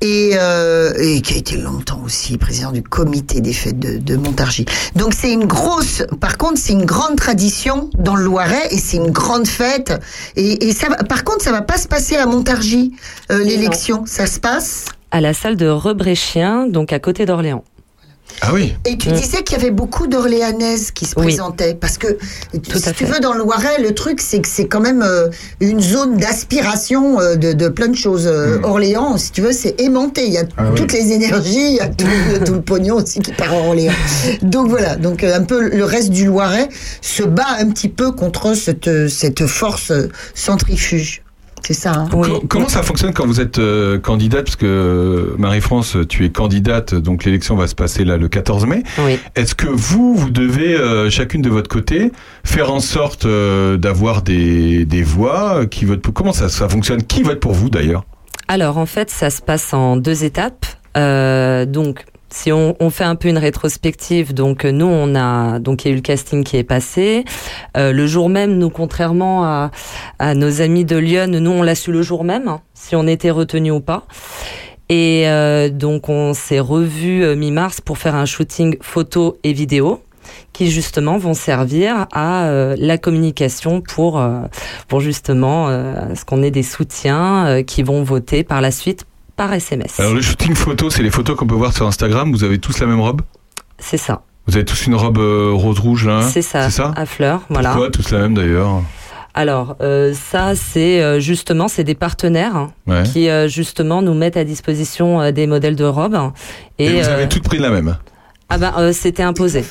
[SPEAKER 1] et, euh, et qui a été longtemps aussi président du comité des fêtes de, de Montargis. Donc c'est une grosse, par contre, c'est une grande tradition dans le Loiret, et c'est une grande fête. Et, et ça, va- par contre, ça va pas se passer à Montargis, euh, l'élection. Ça se passe
[SPEAKER 6] À la salle de Rebréchien, donc à côté d'Orléans.
[SPEAKER 2] Ah oui.
[SPEAKER 1] Et tu
[SPEAKER 6] Mm.
[SPEAKER 1] disais qu'il y avait beaucoup d'Orléanaises qui se
[SPEAKER 6] Oui.
[SPEAKER 1] présentaient. Parce que, si
[SPEAKER 6] à fait.
[SPEAKER 1] tu veux, dans le Loiret, le truc, c'est que c'est quand même euh, une zone d'aspiration euh, de, de plein de choses.
[SPEAKER 2] Mm.
[SPEAKER 1] Euh, Orléans, si tu veux, c'est aimanté. Il y a
[SPEAKER 2] Ah
[SPEAKER 1] toutes les énergies, il y a tout, le- tout le pognon aussi qui part à Orléans. Donc voilà, donc euh, un peu le reste du Loiret se bat un petit peu contre cette, cette force euh, centrifuge. C'est ça, hein
[SPEAKER 2] Co- Comment ça fonctionne quand vous êtes euh, candidate Parce que euh, Marie-France, tu es candidate, donc l'élection va se passer là le 14 mai.
[SPEAKER 6] Oui.
[SPEAKER 2] Est-ce que vous, vous devez euh, chacune de votre côté faire en sorte euh, d'avoir des, des voix qui votent pour Comment ça, ça fonctionne Qui vote pour vous d'ailleurs
[SPEAKER 6] Alors en fait, ça se passe en deux étapes. Euh, donc si on, on fait un peu une rétrospective, donc euh, nous on a donc il y a eu le casting qui est passé Euh, le jour même. Nous contrairement à, à nos amis de Lyon, nous on l'a su le jour même hein, si on était retenu ou pas. Et euh, donc on s'est revu mi-mars pour faire un shooting photo et vidéo qui justement vont servir à euh, la communication pour euh, pour justement euh, ce qu'on ait des soutiens euh, qui vont voter par la suite par SMS.
[SPEAKER 2] Alors le shooting photo, c'est les photos qu'on peut voir sur Instagram. Vous avez tous la même robe
[SPEAKER 6] C'est ça,
[SPEAKER 2] Vous avez tous une robe euh, rose rouge là hein
[SPEAKER 6] c'est ça,
[SPEAKER 2] C'est ça
[SPEAKER 6] à fleurs, voilà.
[SPEAKER 2] Pourquoi tous la même d'ailleurs
[SPEAKER 6] Alors euh, ça, c'est euh, justement, c'est des partenaires hein,
[SPEAKER 2] Ouais.
[SPEAKER 6] qui euh, justement nous mettent à disposition euh, des modèles de robes hein,
[SPEAKER 2] Et,
[SPEAKER 6] et,
[SPEAKER 2] vous
[SPEAKER 6] euh,
[SPEAKER 2] avez toutes pris la même
[SPEAKER 6] ah ben euh, c'était imposé.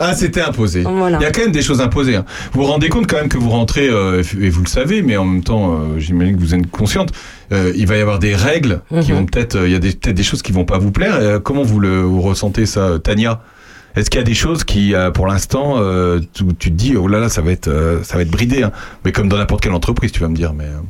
[SPEAKER 2] Ah, c'était imposé.
[SPEAKER 6] Voilà.
[SPEAKER 2] Il y a quand même des choses imposées. hein. Vous vous rendez compte quand même que vous rentrez, euh, et vous le savez, mais en même temps, euh, j'imagine que vous êtes consciente, euh, il va y avoir des règles qui
[SPEAKER 6] Mhm.
[SPEAKER 2] vont peut-être, euh, il y a des- peut-être des choses qui vont pas vous plaire. Euh, comment vous le vous ressentez ça, euh, Tania Est-ce qu'il y a des choses qui, euh, pour l'instant, euh, tu, tu te dis, oh là là, ça va être, euh, ça va être bridé, hein. mais comme dans n'importe quelle entreprise, tu vas me dire, mais euh,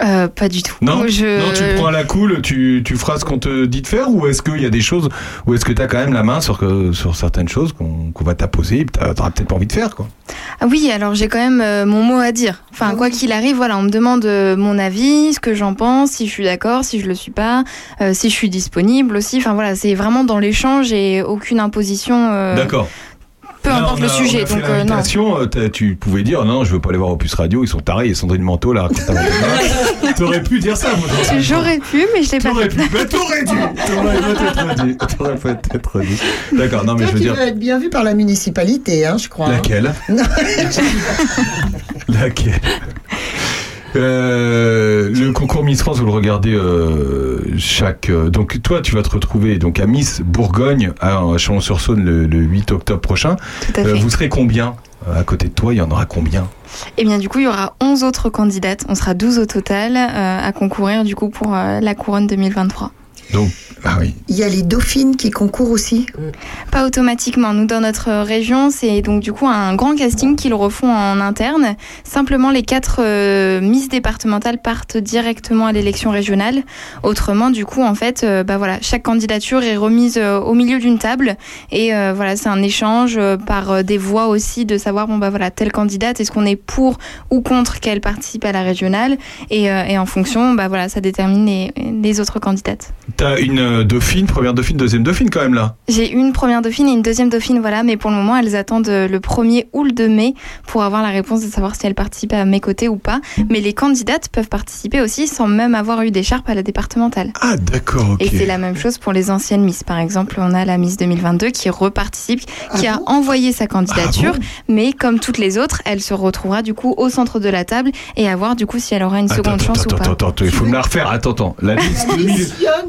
[SPEAKER 5] Euh, pas du tout.
[SPEAKER 2] non,
[SPEAKER 5] Moi, je-
[SPEAKER 2] non, tu le prends à la cool, tu, tu feras ce qu'on te dit de faire, ou est-ce qu'il y a des choses, ou est-ce que tu as quand même la main sur que- sur certaines choses qu'on qu'on va t'apposer, et t'as- t'auras peut-être pas envie de faire, quoi.
[SPEAKER 5] Ah oui, alors j'ai quand même euh, mon mot à dire.
[SPEAKER 1] Ah
[SPEAKER 5] Enfin, quoi qu'il arrive, voilà, on me demande euh, mon avis, ce que j'en pense, si je suis d'accord, si je le suis pas, euh, si je suis disponible aussi. Enfin voilà, c'est vraiment dans l'échange et aucune imposition. euh,
[SPEAKER 2] D'accord.
[SPEAKER 5] peu
[SPEAKER 2] Là,
[SPEAKER 5] importe
[SPEAKER 2] on a-
[SPEAKER 5] le
[SPEAKER 2] on
[SPEAKER 5] sujet.
[SPEAKER 2] a fait
[SPEAKER 5] Donc euh, non.
[SPEAKER 2] l'invitation, euh, t'as- tu pouvais dire non, je veux pas aller voir Opus Radio, ils sont tarés, et Sandrine Manteau là. raconte un bonheur. T'aurais pu dire ça, moi. t'aurais-
[SPEAKER 5] J'aurais pu, mais je l'ai pas
[SPEAKER 2] T'aurais
[SPEAKER 5] fait.
[SPEAKER 2] pu, mais t'aurais dû, t'aurais peut-être dit, t'aurais peut-être dit. D'accord, non mais
[SPEAKER 1] Toi,
[SPEAKER 2] je veux
[SPEAKER 1] tu
[SPEAKER 2] dire,
[SPEAKER 1] vas être bien vu par la municipalité, hein, je crois. hein.
[SPEAKER 2] laquelle,
[SPEAKER 1] Non.
[SPEAKER 2] laquelle. Euh, le concours Miss France, vous le regardez euh, chaque. euh, donc toi, tu vas te retrouver donc à Miss Bourgogne à, à Chalon-sur-Saône le, le 8 octobre prochain.
[SPEAKER 5] Tout à
[SPEAKER 2] Euh,
[SPEAKER 5] fait.
[SPEAKER 2] vous serez combien Euh, à côté de toi, il y en aura combien
[SPEAKER 5] Et Eh bien du coup, il y aura 11 autres candidates. On sera 12 au total euh, à concourir du coup pour euh, la couronne 2023.
[SPEAKER 2] Donc, ah oui.
[SPEAKER 1] Il y a les dauphines qui concourent aussi
[SPEAKER 5] Pas automatiquement. Nous, dans notre région, c'est donc du coup un grand casting qu'ils refont en interne. Simplement, les quatre euh, Miss départementales partent directement à l'élection régionale. Autrement, du coup, en fait, euh, bah voilà, chaque candidature est remise euh, au milieu d'une table et euh, voilà, c'est un échange euh, par euh, des voix aussi de savoir bon bah voilà, telle candidate, est-ce qu'on est pour ou contre qu'elle participe à la régionale et, euh, et en fonction, bah voilà, ça détermine les- les autres candidates.
[SPEAKER 2] T'as une euh, dauphine, première dauphine, deuxième dauphine quand même là.
[SPEAKER 5] J'ai une première dauphine et une deuxième dauphine, voilà, mais pour le moment, elles attendent euh, le 1er ou le 2 mai pour avoir la réponse de savoir si elles participent à mes côtés ou pas. Mais les candidates peuvent participer aussi sans même avoir eu d'écharpe à la départementale.
[SPEAKER 2] Ah d'accord, ok.
[SPEAKER 5] Et c'est la même chose pour les anciennes Miss. Par exemple, on a la Miss 2022 qui reparticipe,
[SPEAKER 2] Ah
[SPEAKER 5] qui a envoyé sa candidature, mais comme toutes les autres, elle se retrouvera du coup au centre de la table et à voir du coup si elle aura une
[SPEAKER 2] Attends,
[SPEAKER 5] seconde
[SPEAKER 2] attends,
[SPEAKER 5] chance
[SPEAKER 2] attends,
[SPEAKER 5] ou pas.
[SPEAKER 2] attends, attends, il faut me la refaire. Attends, attends. La Miss,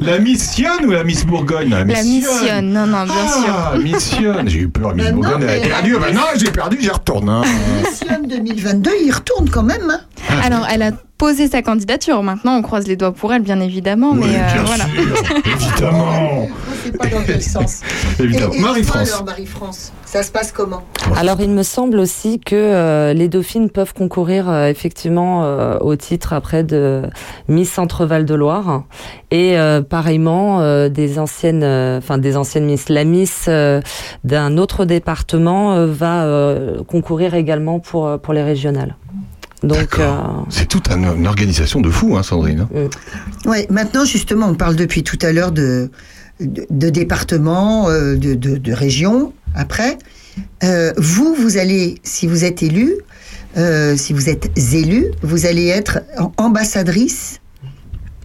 [SPEAKER 2] la Miss Sionne ou la Miss Bourgogne
[SPEAKER 5] La
[SPEAKER 2] Sionne.
[SPEAKER 5] missionne, non, non, bien sûr.
[SPEAKER 2] Ah, Miss Sionne. J'ai eu peur, Miss
[SPEAKER 1] Bah non,
[SPEAKER 2] Bourgogne, elle a
[SPEAKER 1] mais-
[SPEAKER 2] perdu. Bah non, j'ai perdu, j'y retourne. hein.
[SPEAKER 1] Mission 2022, il retourne quand même. hein.
[SPEAKER 5] Alors, elle a posé sa candidature. Maintenant, on croise les doigts pour elle, bien évidemment.
[SPEAKER 2] Oui,
[SPEAKER 5] mais euh,
[SPEAKER 2] bien
[SPEAKER 5] voilà.
[SPEAKER 2] sûr, évidemment.
[SPEAKER 1] On sait pas dans quel sens.
[SPEAKER 2] évidemment.
[SPEAKER 1] Et- et toi,
[SPEAKER 2] Marie-France.
[SPEAKER 1] alors, Marie-France, ça se passe comment
[SPEAKER 6] Alors, il me semble aussi que euh, les dauphines peuvent concourir euh, effectivement euh, au titre après de Miss Centre-Val de Loire et euh, pareillement euh, des anciennes, euh, enfin des anciennes Miss. La Miss euh, d'un autre département euh, va euh, concourir également pour euh, pour les régionales. Donc,
[SPEAKER 2] D'accord. C'est toute un- une organisation de fou, hein, Sandrine. hein.
[SPEAKER 1] Ouais, maintenant justement, on parle depuis tout à l'heure de, de, de département, euh, de, de, de région. Après, Euh, vous, vous allez, si vous êtes élu, euh, si vous êtes élu, vous allez être en- ambassadrice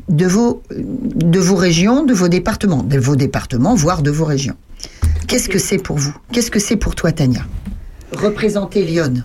[SPEAKER 1] de vos, de vos régions, de vos départements, de vos départements, voire de vos régions. Qu'est-ce que c'est pour vous Qu'est-ce que c'est pour toi, Tania Représenter Lyon.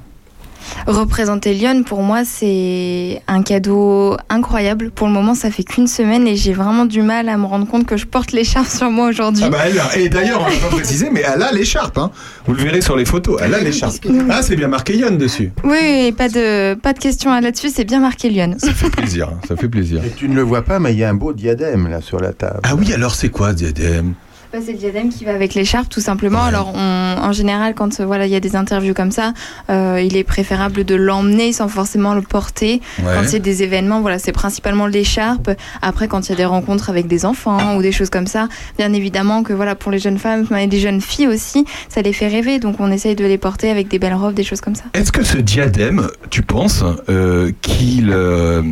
[SPEAKER 5] Représenter Lyon, pour moi, c'est un cadeau incroyable. Pour le moment, ça fait qu'une semaine et j'ai vraiment du mal à me rendre compte que je porte l'écharpe sur moi aujourd'hui.
[SPEAKER 2] Ah bah elle a- et d'ailleurs, on va pas préciser, mais elle a l'écharpe. Hein. Vous le verrez sur les photos, elle a l'écharpe. Ah, c'est bien marqué Yonne dessus.
[SPEAKER 5] Oui, oui, pas de, pas de question hein, là-dessus, c'est bien marqué Lyon.
[SPEAKER 2] Ça fait plaisir, hein, ça fait plaisir.
[SPEAKER 4] Et tu ne le vois pas, mais il y a un beau diadème là sur la table.
[SPEAKER 2] Ah oui, alors c'est quoi, diadème
[SPEAKER 5] Bah, c'est le diadème qui va avec l'écharpe, tout simplement. Alors, on- en général, quand euh, voilà, il y a des interviews comme ça, euh, il est préférable de l'emmener sans forcément le porter. Quand c'est des événements, voilà, c'est principalement l'écharpe. Après, quand il y a des rencontres avec des enfants ou des choses comme ça, bien évidemment que voilà, pour les jeunes femmes et les jeunes filles aussi, ça les fait rêver. Donc, on essaye de les porter avec des belles robes, des choses comme ça.
[SPEAKER 2] Est-ce que ce diadème, tu penses euh, qu'il euh,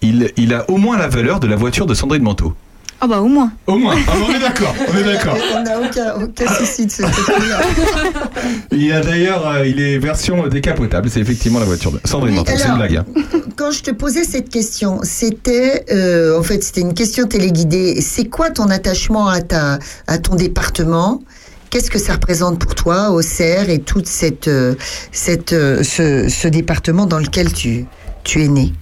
[SPEAKER 2] il, il a au moins la valeur de la voiture de Sandrine Manteau
[SPEAKER 5] Ah bah au moins.
[SPEAKER 2] Au moins, Ah, on est d'accord, on est d'accord.
[SPEAKER 1] On n'a aucun, aucun souci de ce
[SPEAKER 5] Ah,
[SPEAKER 1] côté-là.
[SPEAKER 2] Il a d'ailleurs, euh, il est version décapotable, c'est effectivement la voiture de Sandrine
[SPEAKER 1] Mais
[SPEAKER 2] Manteau, c'est une
[SPEAKER 1] alors-
[SPEAKER 2] blague. hein.
[SPEAKER 1] Quand je te posais cette question, c'était euh, en fait c'était une question téléguidée. C'est quoi ton attachement à ta à ton département Qu'est-ce que ça représente pour toi, Auxerre et toute cette euh, cette euh, ce, ce département dans lequel tu tu es né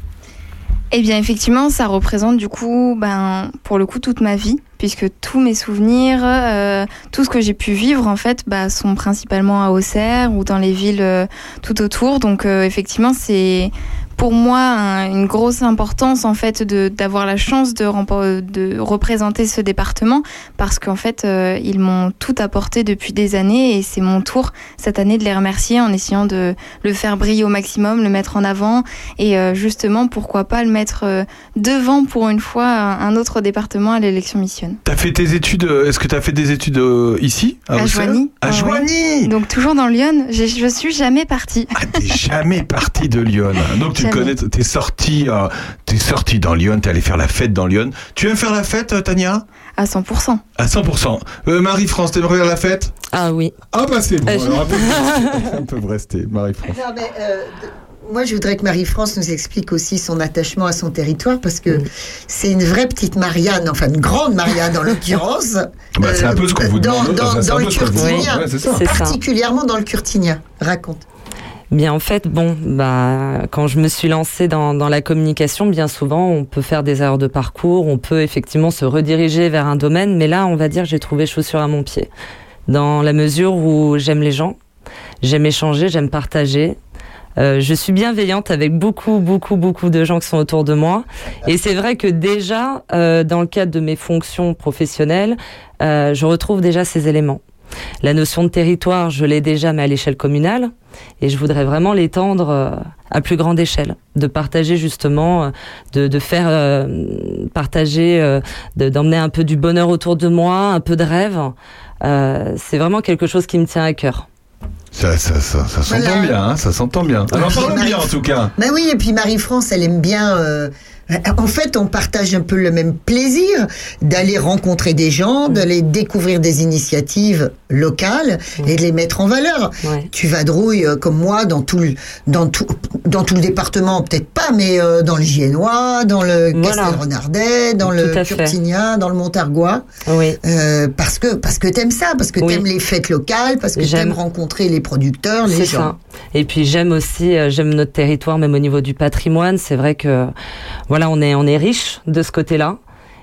[SPEAKER 5] Eh bien, effectivement, ça représente du coup, ben, pour le coup, toute ma vie, puisque tous mes souvenirs, euh, tout ce que j'ai pu vivre, en fait, bah, sont principalement à Auxerre ou dans les villes euh, tout autour. Donc, euh, effectivement, c'est pour moi un- une grosse importance, en fait, de- d'avoir la chance de, rempo- de représenter ce département, parce qu'en fait, euh, ils m'ont tout apporté depuis des années, et c'est mon tour cette année de les remercier en essayant de le faire briller au maximum, le mettre en avant, et euh, justement, pourquoi pas le mettre euh, devant pour une fois un un autre département à l'élection missionne.
[SPEAKER 2] T'as fait tes études, euh, est-ce que t'as fait des études euh, ici
[SPEAKER 5] À
[SPEAKER 2] Auxerre
[SPEAKER 5] Joigny. Ah
[SPEAKER 2] À
[SPEAKER 5] ouais.
[SPEAKER 2] Joigny
[SPEAKER 5] Donc toujours dans Lyon, j'ai- je suis jamais partie.
[SPEAKER 2] Ah, t'es jamais parti de Lyon. Donc tu
[SPEAKER 5] Jamais.
[SPEAKER 2] connais, t'es sorti, euh, t'es sorti dans Lyon, t'es allé faire la fête dans Lyon. Tu aimes faire la fête, euh, Tania
[SPEAKER 5] À 100%.
[SPEAKER 2] À 100%. Euh, Marie-France, t'aimes faire la fête
[SPEAKER 6] ah oui.
[SPEAKER 2] Ah bah c'est bon,
[SPEAKER 6] Euh, je-
[SPEAKER 2] alors, elle peut rester. Elle peut rester, Marie-France.
[SPEAKER 1] Non, mais, euh, de- moi, je voudrais que Marie-France nous explique aussi son attachement à son territoire parce que c'est une vraie petite Marianne, enfin une grande Marianne en l'occurrence.
[SPEAKER 2] Bah, c'est un
[SPEAKER 1] Euh,
[SPEAKER 2] peu ce qu'on vous
[SPEAKER 1] dans-
[SPEAKER 2] demande.
[SPEAKER 1] dans-
[SPEAKER 2] enfin, c'est
[SPEAKER 1] dans
[SPEAKER 2] un
[SPEAKER 1] le
[SPEAKER 2] peu ce qu'on vous demande.
[SPEAKER 1] Curtinien.
[SPEAKER 2] Ouais, c'est ça.
[SPEAKER 6] C'est ça.
[SPEAKER 1] Particulièrement dans le Curtinien. Raconte.
[SPEAKER 6] Bien, en fait, bon, bah, quand je me suis lancée dans, dans la communication, bien souvent, on peut faire des erreurs de parcours, on peut effectivement se rediriger vers un domaine, mais là, on va dire, j'ai trouvé chaussure à mon pied. Dans la mesure où j'aime les gens, J'aime échanger, j'aime partager. Euh, je suis bienveillante avec beaucoup, beaucoup, beaucoup de gens qui sont autour de moi. Et c'est vrai que déjà, euh, dans le cadre de mes fonctions professionnelles, euh, je retrouve déjà ces éléments. La notion de territoire, je l'ai déjà, mais à l'échelle communale. Et je voudrais vraiment l'étendre euh, à plus grande échelle, de partager justement, euh, de, de faire euh, partager, euh, de- d'emmener un peu du bonheur autour de moi, un peu de rêve. Euh, c'est vraiment quelque chose qui me tient à cœur.
[SPEAKER 2] Ça, ça, ça, ça s'entend
[SPEAKER 1] Voilà.
[SPEAKER 2] bien, hein, ça s'entend bien. Alors, parlons bien en tout cas.
[SPEAKER 1] Ben oui, et puis Marie-France, elle aime bien. euh, en fait, on partage un peu le même plaisir d'aller rencontrer des
[SPEAKER 6] Mm.
[SPEAKER 1] gens, d'aller découvrir des initiatives locales
[SPEAKER 6] Mm.
[SPEAKER 1] et de les mettre en valeur. Tu vadrouilles euh, comme moi dans tout le, dans tout, dans tout le département, peut-être pas, mais euh, dans le Giennois, dans le Castel-Renardais, dans le
[SPEAKER 6] Tout à fait.
[SPEAKER 1] Curtinien, dans le Montargois. Euh,
[SPEAKER 6] Oui.
[SPEAKER 1] parce que parce que t'aimes ça, parce que t'aimes les fêtes locales, parce que
[SPEAKER 6] J'aime.
[SPEAKER 1] t'aimes rencontrer les producteurs, les
[SPEAKER 6] C'est
[SPEAKER 1] gens.
[SPEAKER 6] ça. Et puis j'aime aussi, euh, j'aime notre territoire, même au niveau du patrimoine. C'est vrai que, voilà, on est, on est riche de ce côté-là.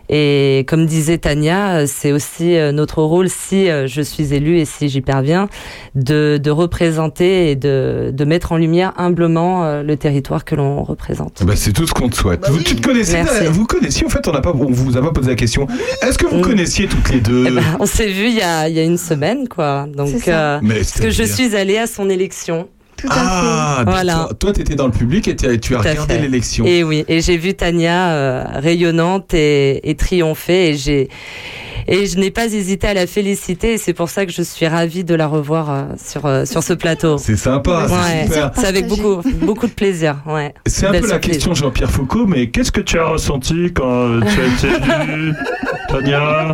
[SPEAKER 6] Et comme disait Tania, euh, c'est aussi euh, notre rôle, si euh, je suis élue et si j'y parviens, de, de représenter et de, de mettre en lumière humblement euh, le territoire que l'on représente.
[SPEAKER 2] Bah, c'est tout ce qu'on te souhaite. vous, tu te connaissez,
[SPEAKER 6] Merci. Euh.
[SPEAKER 2] vous connaissiez, en fait, on n'a pas, on vous a pas posé la question. Est-ce que vous connaissiez toutes les deux
[SPEAKER 6] On s'est vu il y a, il y a une semaine, quoi.
[SPEAKER 2] C'est
[SPEAKER 6] Donc, euh,
[SPEAKER 2] ça. Mais
[SPEAKER 6] parce que je
[SPEAKER 2] c'est-à-dire
[SPEAKER 6] suis allée à son élection.
[SPEAKER 2] Ah,
[SPEAKER 6] Voilà.
[SPEAKER 2] putain, toi, t'étais dans le public et t'as- tu as
[SPEAKER 6] Tout à
[SPEAKER 2] regardé
[SPEAKER 6] fait.
[SPEAKER 2] l'élection.
[SPEAKER 6] Et oui, et j'ai vu Tania euh, rayonnante et, et triomphée, et j'ai et je n'ai pas hésité à la féliciter. Et c'est pour ça que je suis ravie de la revoir euh, sur euh, sur ce plateau.
[SPEAKER 2] C'est sympa, c'est
[SPEAKER 6] Ouais,
[SPEAKER 2] super.
[SPEAKER 6] C'est avec beaucoup beaucoup de plaisir. Ouais.
[SPEAKER 2] C'est un
[SPEAKER 6] Belle
[SPEAKER 2] peu la
[SPEAKER 6] surprise.
[SPEAKER 2] question Jean-Pierre Foucault, mais qu'est-ce que tu as ressenti quand euh, tu as été élu, Tania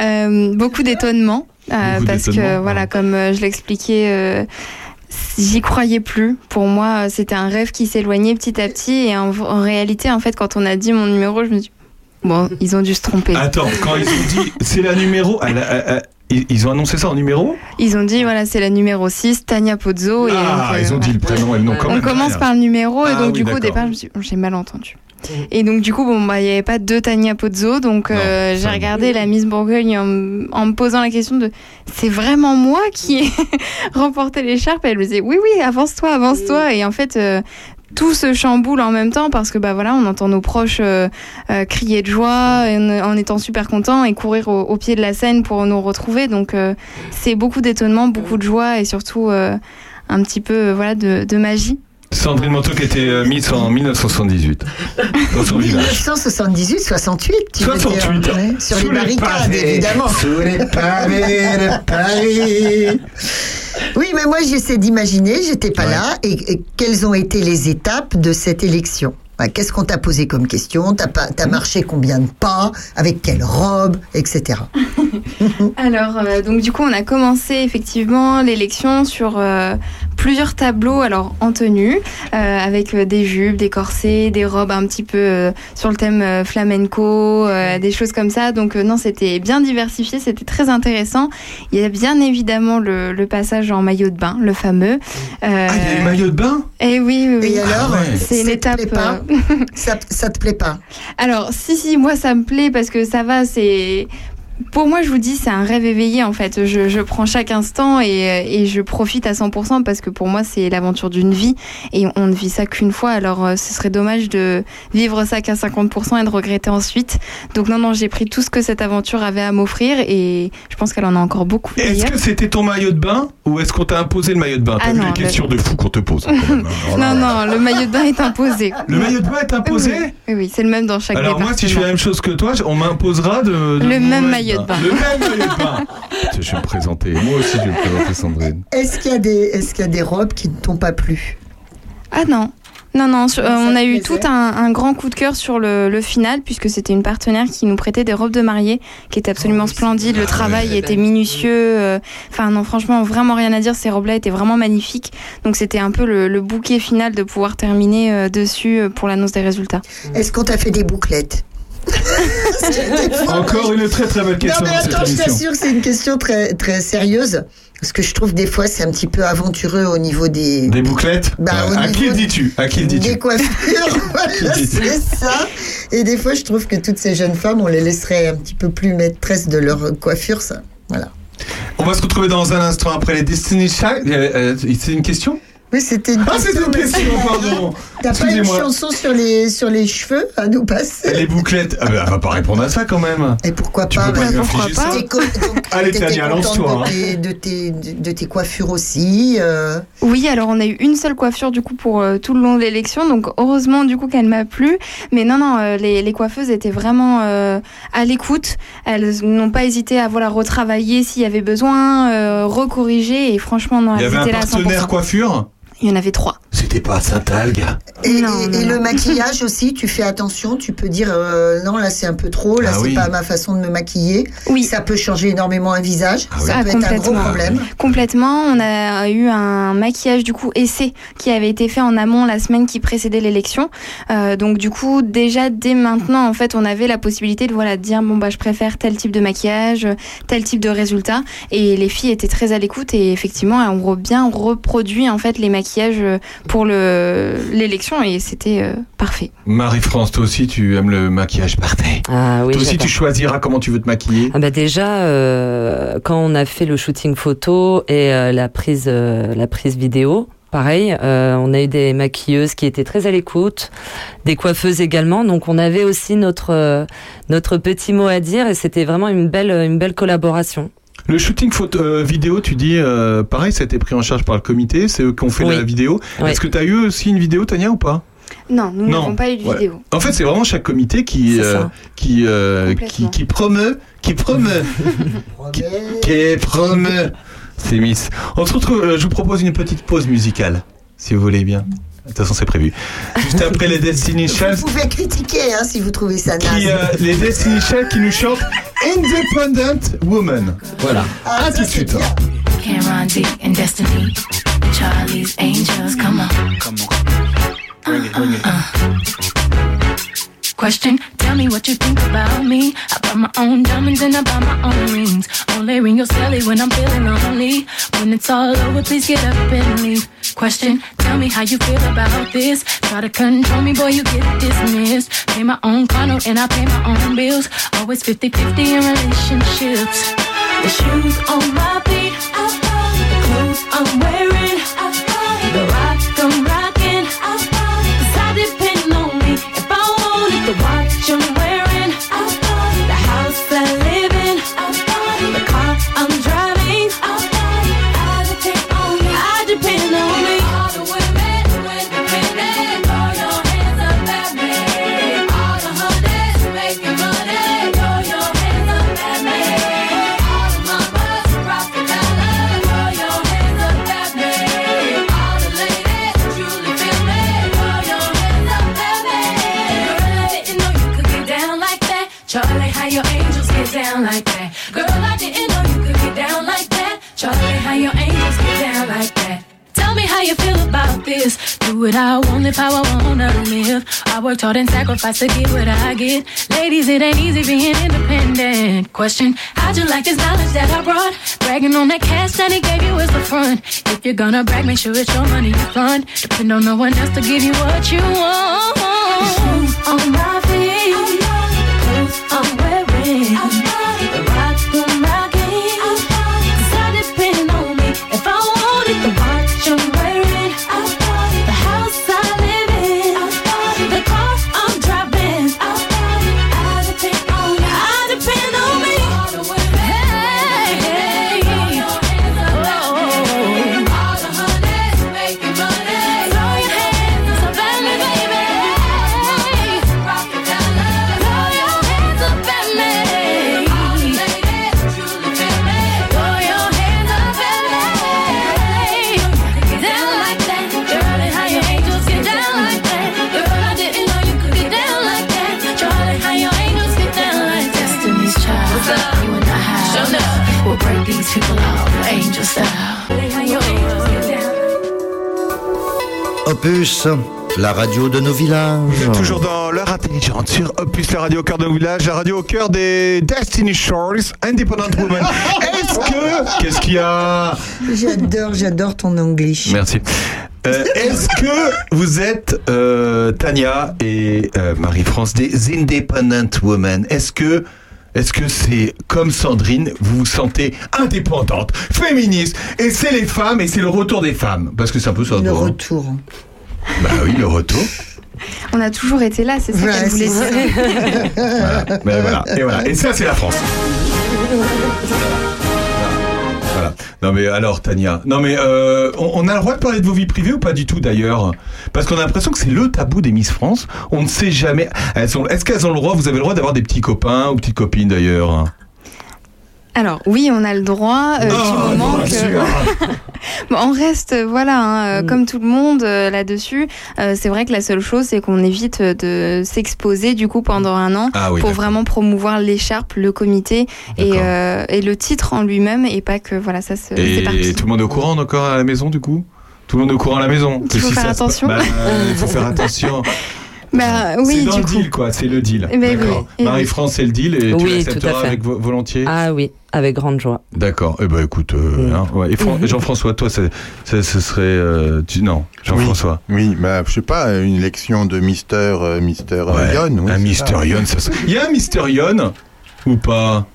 [SPEAKER 5] Euh, beaucoup d'étonnement euh,
[SPEAKER 2] Beaucoup
[SPEAKER 5] parce
[SPEAKER 2] d'étonnement,
[SPEAKER 5] que voilà comme euh, je l'expliquais euh, j'y croyais plus pour moi euh, c'était un rêve qui s'éloignait petit à petit et en, en réalité en fait quand on a dit mon numéro je me suis bon ils ont dû se tromper
[SPEAKER 2] Attends, quand ils ont dit c'est la numéro, elle a- elle a- ils ils ont annoncé ça en numéro
[SPEAKER 5] ils ont dit voilà c'est la numéro 6 Tania Pozzo et
[SPEAKER 2] Ah,
[SPEAKER 5] donc, euh,
[SPEAKER 2] ils ont dit le prénom et le nom quand
[SPEAKER 5] on
[SPEAKER 2] même.
[SPEAKER 5] commence
[SPEAKER 2] derrière.
[SPEAKER 5] par le numéro et
[SPEAKER 2] Ah
[SPEAKER 5] donc
[SPEAKER 2] oui,
[SPEAKER 5] du coup au départ
[SPEAKER 2] d'accord.
[SPEAKER 5] je me suis dit, oh, j'ai mal entendu et donc du coup bon bah il n'y avait pas deux Tania Pozzo donc euh, j'ai regardé la Miss Bourgogne en, en me posant la question de c'est vraiment moi qui ai remporté l'écharpe Et elle me disait oui oui avance-toi avance-toi et en fait euh, tout se chamboule en même temps parce que bah voilà on entend nos proches euh, euh, crier de joie en, en étant super contents et courir au, au pied de la scène pour nous retrouver donc euh, c'est beaucoup d'étonnement beaucoup de joie et surtout euh, un petit peu euh, voilà de, de magie
[SPEAKER 2] Sandrine Manteau qui était euh, Miss en 1978 dans son village.
[SPEAKER 1] 1978, 68, tu veux dire.
[SPEAKER 2] 68, hein.
[SPEAKER 1] Ouais, sur
[SPEAKER 2] Sous
[SPEAKER 1] les
[SPEAKER 2] les
[SPEAKER 1] barricades,
[SPEAKER 2] pavés,
[SPEAKER 1] évidemment.
[SPEAKER 2] sous les pavés de Paris.
[SPEAKER 1] Oui, mais moi j'essaie d'imaginer, j'étais pas là, et, et quelles ont été les étapes de cette élection Ouais, Qu'est-ce qu'on t'a posé comme question T'as pas- t'as marché combien de pas Avec quelle robe Etc.
[SPEAKER 5] Alors, euh, donc du coup, on a commencé effectivement l'élection sur euh, plusieurs tableaux, alors en tenue, euh, avec euh, des jupes, des corsets, des robes un petit peu euh, sur le thème euh, flamenco, euh, des choses comme ça. Donc euh, non, c'était bien diversifié, c'était très intéressant. Il y a bien évidemment le, le passage en maillot de bain, le fameux. ah, il y a
[SPEAKER 2] les maillots de bain
[SPEAKER 5] Eh oui, oui, oui.
[SPEAKER 1] Et alors,
[SPEAKER 2] ouais.
[SPEAKER 5] c'est une étape. euh,
[SPEAKER 1] ça, ça te plaît pas
[SPEAKER 5] Alors, si, si, moi, ça me plaît parce que ça va, c'est. Pour moi, je vous dis, c'est un rêve éveillé en fait. Je, je prends chaque instant et, euh, et je profite à 100% parce que pour moi, c'est l'aventure d'une vie et on ne vit ça qu'une fois. Alors, euh, ce serait dommage de vivre ça qu'à 50% et de regretter ensuite. Donc, non, non, j'ai pris tout ce que cette aventure avait à m'offrir et je pense qu'elle en a encore beaucoup.
[SPEAKER 2] Est-ce que c'était ton maillot de bain ou est-ce qu'on t'a imposé le maillot de bain T'as
[SPEAKER 5] Ah
[SPEAKER 2] vu
[SPEAKER 5] non,
[SPEAKER 2] les
[SPEAKER 5] le-
[SPEAKER 2] questions de fou qu'on te pose. hein, quand même, hein. Oh là
[SPEAKER 5] Non,
[SPEAKER 2] là.
[SPEAKER 5] non, le maillot de bain est imposé.
[SPEAKER 2] Le maillot de bain est imposé
[SPEAKER 5] Oui, oui, oui, c'est le même dans chaque
[SPEAKER 2] Alors moi, si je fais la même chose que toi, on m'imposera de, de
[SPEAKER 5] Le
[SPEAKER 2] mon
[SPEAKER 5] même maillot de bain.
[SPEAKER 2] Le même maillot de bain. Tiens, Je vais me présenter. Moi aussi, je vais me présenter, Sandrine.
[SPEAKER 1] Est-ce qu'il y, a des- est-ce qu'il y a des robes qui ne t'ont pas plu
[SPEAKER 5] Ah non. Non, non, sur- euh, on a eu tout un, un grand coup de cœur sur le, le final, puisque c'était une partenaire qui nous prêtait des robes de mariée, qui étaient absolument splendides, le travail était minutieux, euh, enfin non, franchement, vraiment rien à dire, ces robes-là étaient vraiment magnifiques, donc c'était un peu le, le bouquet final de pouvoir terminer euh, dessus euh, pour l'annonce des résultats.
[SPEAKER 1] Est-ce qu'on t'a fait des bouclettes
[SPEAKER 2] Encore une très très belle question
[SPEAKER 1] Non mais
[SPEAKER 2] dans cette
[SPEAKER 1] attends, je
[SPEAKER 2] émission.
[SPEAKER 1] t'assure, que c'est une question très, très sérieuse. Parce que je trouve des fois c'est un petit peu aventureux au niveau des...
[SPEAKER 2] Des bouclettes Euh,
[SPEAKER 1] Bah, au
[SPEAKER 2] À qui le
[SPEAKER 1] niveau
[SPEAKER 2] dis-tu À qui le dis-tu
[SPEAKER 1] des coiffures, voilà,
[SPEAKER 2] Qui dit-
[SPEAKER 1] c'est ça. Et des fois, je trouve que toutes ces jeunes femmes, on les laisserait un petit peu plus maîtresses de leur coiffure, ça. Voilà.
[SPEAKER 2] On va se retrouver dans un instant après les Destiny Child. Euh, euh, c'est une question
[SPEAKER 1] Oui, c'était une
[SPEAKER 2] Ah, c'est une
[SPEAKER 1] mais-
[SPEAKER 2] question, pardon.
[SPEAKER 1] T'as pas une
[SPEAKER 2] Excusez-moi.
[SPEAKER 1] chanson sur les, sur les cheveux à nous passer
[SPEAKER 2] Les bouclettes. Ah, bah, elle va pas répondre à ça quand même.
[SPEAKER 1] Et pourquoi
[SPEAKER 2] Tu
[SPEAKER 1] pas
[SPEAKER 2] peux pas
[SPEAKER 1] bah,
[SPEAKER 2] lui infliger ça.
[SPEAKER 1] T'es co- donc,
[SPEAKER 2] Allez,
[SPEAKER 1] t'étais
[SPEAKER 2] Tania,
[SPEAKER 1] contente
[SPEAKER 2] lance-toi, hein.
[SPEAKER 1] De, tes- de, tes, de tes coiffures aussi. euh,
[SPEAKER 5] Oui, alors on a eu une seule coiffure du coup pour euh, tout le long de l'élection, donc heureusement du coup qu'elle m'a plu. Mais non, non, euh, les, les coiffeuses étaient vraiment euh, à l'écoute. Elles n'ont pas hésité à voilà retravailler s'il y avait besoin, euh, recorriger et franchement non,
[SPEAKER 2] Il y
[SPEAKER 5] elles
[SPEAKER 2] avait un
[SPEAKER 5] étaient là à 100%.
[SPEAKER 2] partenaire coiffure
[SPEAKER 5] Il y en avait trois.
[SPEAKER 2] C'était pas Saint-Algue.
[SPEAKER 1] Et,
[SPEAKER 5] Non,
[SPEAKER 1] et-
[SPEAKER 5] non,
[SPEAKER 1] et le
[SPEAKER 5] non.
[SPEAKER 1] maquillage aussi, tu fais attention, tu peux dire euh, non, là c'est un peu trop, là
[SPEAKER 2] Ah
[SPEAKER 1] c'est
[SPEAKER 2] oui.
[SPEAKER 1] pas ma façon de me maquiller.
[SPEAKER 5] Oui.
[SPEAKER 1] Ça peut changer énormément un visage,
[SPEAKER 2] Ah
[SPEAKER 1] ça
[SPEAKER 5] oui.
[SPEAKER 1] peut
[SPEAKER 5] Ah,
[SPEAKER 1] être un gros
[SPEAKER 5] complètement.
[SPEAKER 1] problème.
[SPEAKER 5] Complètement, on a euh, eu un maquillage du coup essai qui avait été fait en amont la semaine qui précédait l'élection. Euh, donc du coup déjà dès maintenant en fait on avait la possibilité de voilà de dire bon bah je préfère tel type de maquillage, euh, tel type de résultat et les filles étaient très à l'écoute et effectivement on re- bien reproduit en fait les maquillages euh, pour le l'élection et c'était euh, parfait.
[SPEAKER 2] Marie-France, toi aussi, tu aimes le maquillage parfait.
[SPEAKER 6] Ah oui,
[SPEAKER 2] toi aussi,
[SPEAKER 6] j'adore.
[SPEAKER 2] tu choisiras comment tu veux te maquiller.
[SPEAKER 6] Ah bah déjà, euh, quand on a fait le shooting photo et euh, la prise, euh, la prise vidéo, pareil, euh, on a eu des maquilleuses qui étaient très à l'écoute, des coiffeuses également. Donc on avait aussi notre euh, notre petit mot à dire et c'était vraiment une belle euh, une belle collaboration.
[SPEAKER 2] Le shooting photo, euh, vidéo, tu dis, euh, pareil, ça a été pris en charge par le comité, c'est eux qui ont fait
[SPEAKER 6] Oui.
[SPEAKER 2] la vidéo.
[SPEAKER 6] Ouais.
[SPEAKER 2] Est-ce que tu as eu aussi une vidéo, Tania, ou pas
[SPEAKER 5] Non, nous
[SPEAKER 2] Non.
[SPEAKER 5] n'avons pas eu de
[SPEAKER 2] Ouais.
[SPEAKER 5] vidéo.
[SPEAKER 2] En fait, c'est vraiment chaque comité qui,
[SPEAKER 6] C'est
[SPEAKER 2] euh,
[SPEAKER 6] ça.
[SPEAKER 2] qui, euh, qui,
[SPEAKER 5] Complètement.
[SPEAKER 2] qui promeut, qui promeut, qui, qui promeut. C'est Miss. On se retrouve, euh, je vous propose une petite pause musicale, si vous voulez bien. De toute façon, c'est prévu. Juste après les Destiny Child,
[SPEAKER 1] Vous pouvez critiquer hein, si vous trouvez ça naze.
[SPEAKER 2] qui, euh, les Destiny Child qui nous chantent Independent Woman. Voilà.
[SPEAKER 1] Ah,
[SPEAKER 2] À
[SPEAKER 1] ça,
[SPEAKER 2] tout de
[SPEAKER 1] c'est
[SPEAKER 2] suite.
[SPEAKER 1] bien.
[SPEAKER 10] Cameron D and Destiny, Charlie's Angels, come on. Ah. Question, tell me what you think about me. I buy my own diamonds and I buy my own rings. Only ring your celly when I'm feeling lonely. When it's all over, please get up and leave. Question, tell me how you feel about this. Try to control me, boy, you get dismissed. Pay my own condo and I pay my own bills. Always 50 50 in relationships. The shoes on my feet, I buy the clothes I'm wearing, I buy the rock I'm rocking, I buy cause I depend on me. If I wanted the watch I'm wearing, I buy the house I live in, I buy the car I'm driving, I buy I depend on me, I depend on me. All the women with the women, throw your hands up at me. All the honeys making money, throw your hands up at me. All the mamas rock the dollar, throw your hands up at me. All the ladies truly feel me, throw your hands up at me. Girl, I didn't know you could get down like that. Charlie, how your angels get down like that. Girl, I didn't know you could get down like that. Charlie, how your angels get down like that. Tell me how you feel about this. Do what I want, live how I wanna live. I worked hard and sacrificed to get what I get. Ladies, it ain't easy being independent. Question: How'd you like this knowledge that I brought? Bragging on that cash that he gave you is the front. If you're gonna brag, make sure it's your money you fund. Depend on no one else to give you what you want. Shoes on my feet, clothes I'm wearing, the rock I'm rocking. 'Cause I depend on me if I want it. The watch I'm wearing, the house I live in, the car I'm driving. I depend on me. I depend on me. Hey, Destiny's Child, you and I have. We'll break these people off, angel style.
[SPEAKER 3] Opus, la radio de nos villages.
[SPEAKER 8] Toujours
[SPEAKER 2] Oh,
[SPEAKER 8] dans l'heure intelligente sur Opus, la radio au cœur de nos villages, la radio au cœur des Destiny Shores, Independent Woman. Est-ce que. Qu'est-ce qu'il y a
[SPEAKER 1] J'adore, j'adore ton anglais.
[SPEAKER 2] Merci. Euh, Est-ce que vous êtes euh, Tania et euh, Marie-France des Independent Women Est-ce que Est-ce que c'est comme Sandrine, vous vous sentez indépendante, féministe, et c'est les femmes, et c'est le retour des femmes Parce que c'est un peu ça.
[SPEAKER 1] Le
[SPEAKER 2] bon, hein.
[SPEAKER 1] retour.
[SPEAKER 2] Bah oui, le retour.
[SPEAKER 5] On a toujours été là, c'est ça
[SPEAKER 1] Ouais,
[SPEAKER 5] qu'elle voulait
[SPEAKER 1] c'est
[SPEAKER 5] dire.
[SPEAKER 2] Voilà. Mais Ben voilà. Et voilà. Et ça, c'est la France. Voilà. Non mais alors Tania, non mais euh, on, on a le droit de parler de vos vies privées ou pas du tout d'ailleurs Parce qu'on a l'impression que c'est le tabou des Miss France. On ne sait jamais. Elles sont. Est-ce qu'elles ont le droit Vous avez le droit d'avoir des petits copains ou petites copines d'ailleurs
[SPEAKER 5] Alors oui, on a le droit euh,
[SPEAKER 2] Ah,
[SPEAKER 5] du moment
[SPEAKER 2] bien
[SPEAKER 5] que-
[SPEAKER 2] sûr.
[SPEAKER 5] Bon, on reste, euh, voilà, hein, euh, comme tout le monde euh, là-dessus. Euh, c'est vrai que la seule chose, c'est qu'on évite euh, de s'exposer du coup pendant un an
[SPEAKER 2] Ah oui,
[SPEAKER 5] pour
[SPEAKER 2] d'accord.
[SPEAKER 5] vraiment promouvoir l'écharpe, le comité et,
[SPEAKER 2] D'accord.
[SPEAKER 5] euh, et le titre en lui-même et pas que voilà ça se
[SPEAKER 2] Et
[SPEAKER 5] s'éparpille.
[SPEAKER 2] tout le monde est au courant encore à la maison du coup Tout le monde est au courant à la maison
[SPEAKER 5] Il faut
[SPEAKER 2] Que
[SPEAKER 5] faire
[SPEAKER 2] ça se-
[SPEAKER 5] attention.
[SPEAKER 2] Bah, Il faut faire attention.
[SPEAKER 5] Bah
[SPEAKER 2] c'est
[SPEAKER 5] oui,
[SPEAKER 2] dans
[SPEAKER 5] du
[SPEAKER 2] le
[SPEAKER 5] coup.
[SPEAKER 2] deal quoi, c'est le deal.
[SPEAKER 5] Eh ben oui,
[SPEAKER 2] D'accord.
[SPEAKER 5] eh oui.
[SPEAKER 2] Marie-France, c'est le deal et tu
[SPEAKER 6] Oui, tout
[SPEAKER 2] l'accepteras
[SPEAKER 6] à fait.
[SPEAKER 2] avec vo- volontiers.
[SPEAKER 6] Ah oui, avec grande joie.
[SPEAKER 2] D'accord. Eh ben écoute, euh,
[SPEAKER 6] Mm.
[SPEAKER 2] hein, ouais. Et Fran- Jean-François, toi, c'est- c'est- ce serait euh, tu- non, Jean-François.
[SPEAKER 4] Oui, bah, je sais pas, une élection de Mister, euh, Mister
[SPEAKER 2] Ouais,
[SPEAKER 4] Lyon, oui,
[SPEAKER 2] Eh, un
[SPEAKER 4] c'est
[SPEAKER 2] Mister
[SPEAKER 4] ça.
[SPEAKER 2] Yon, ça serait- Il y a un Mister Yon ou pas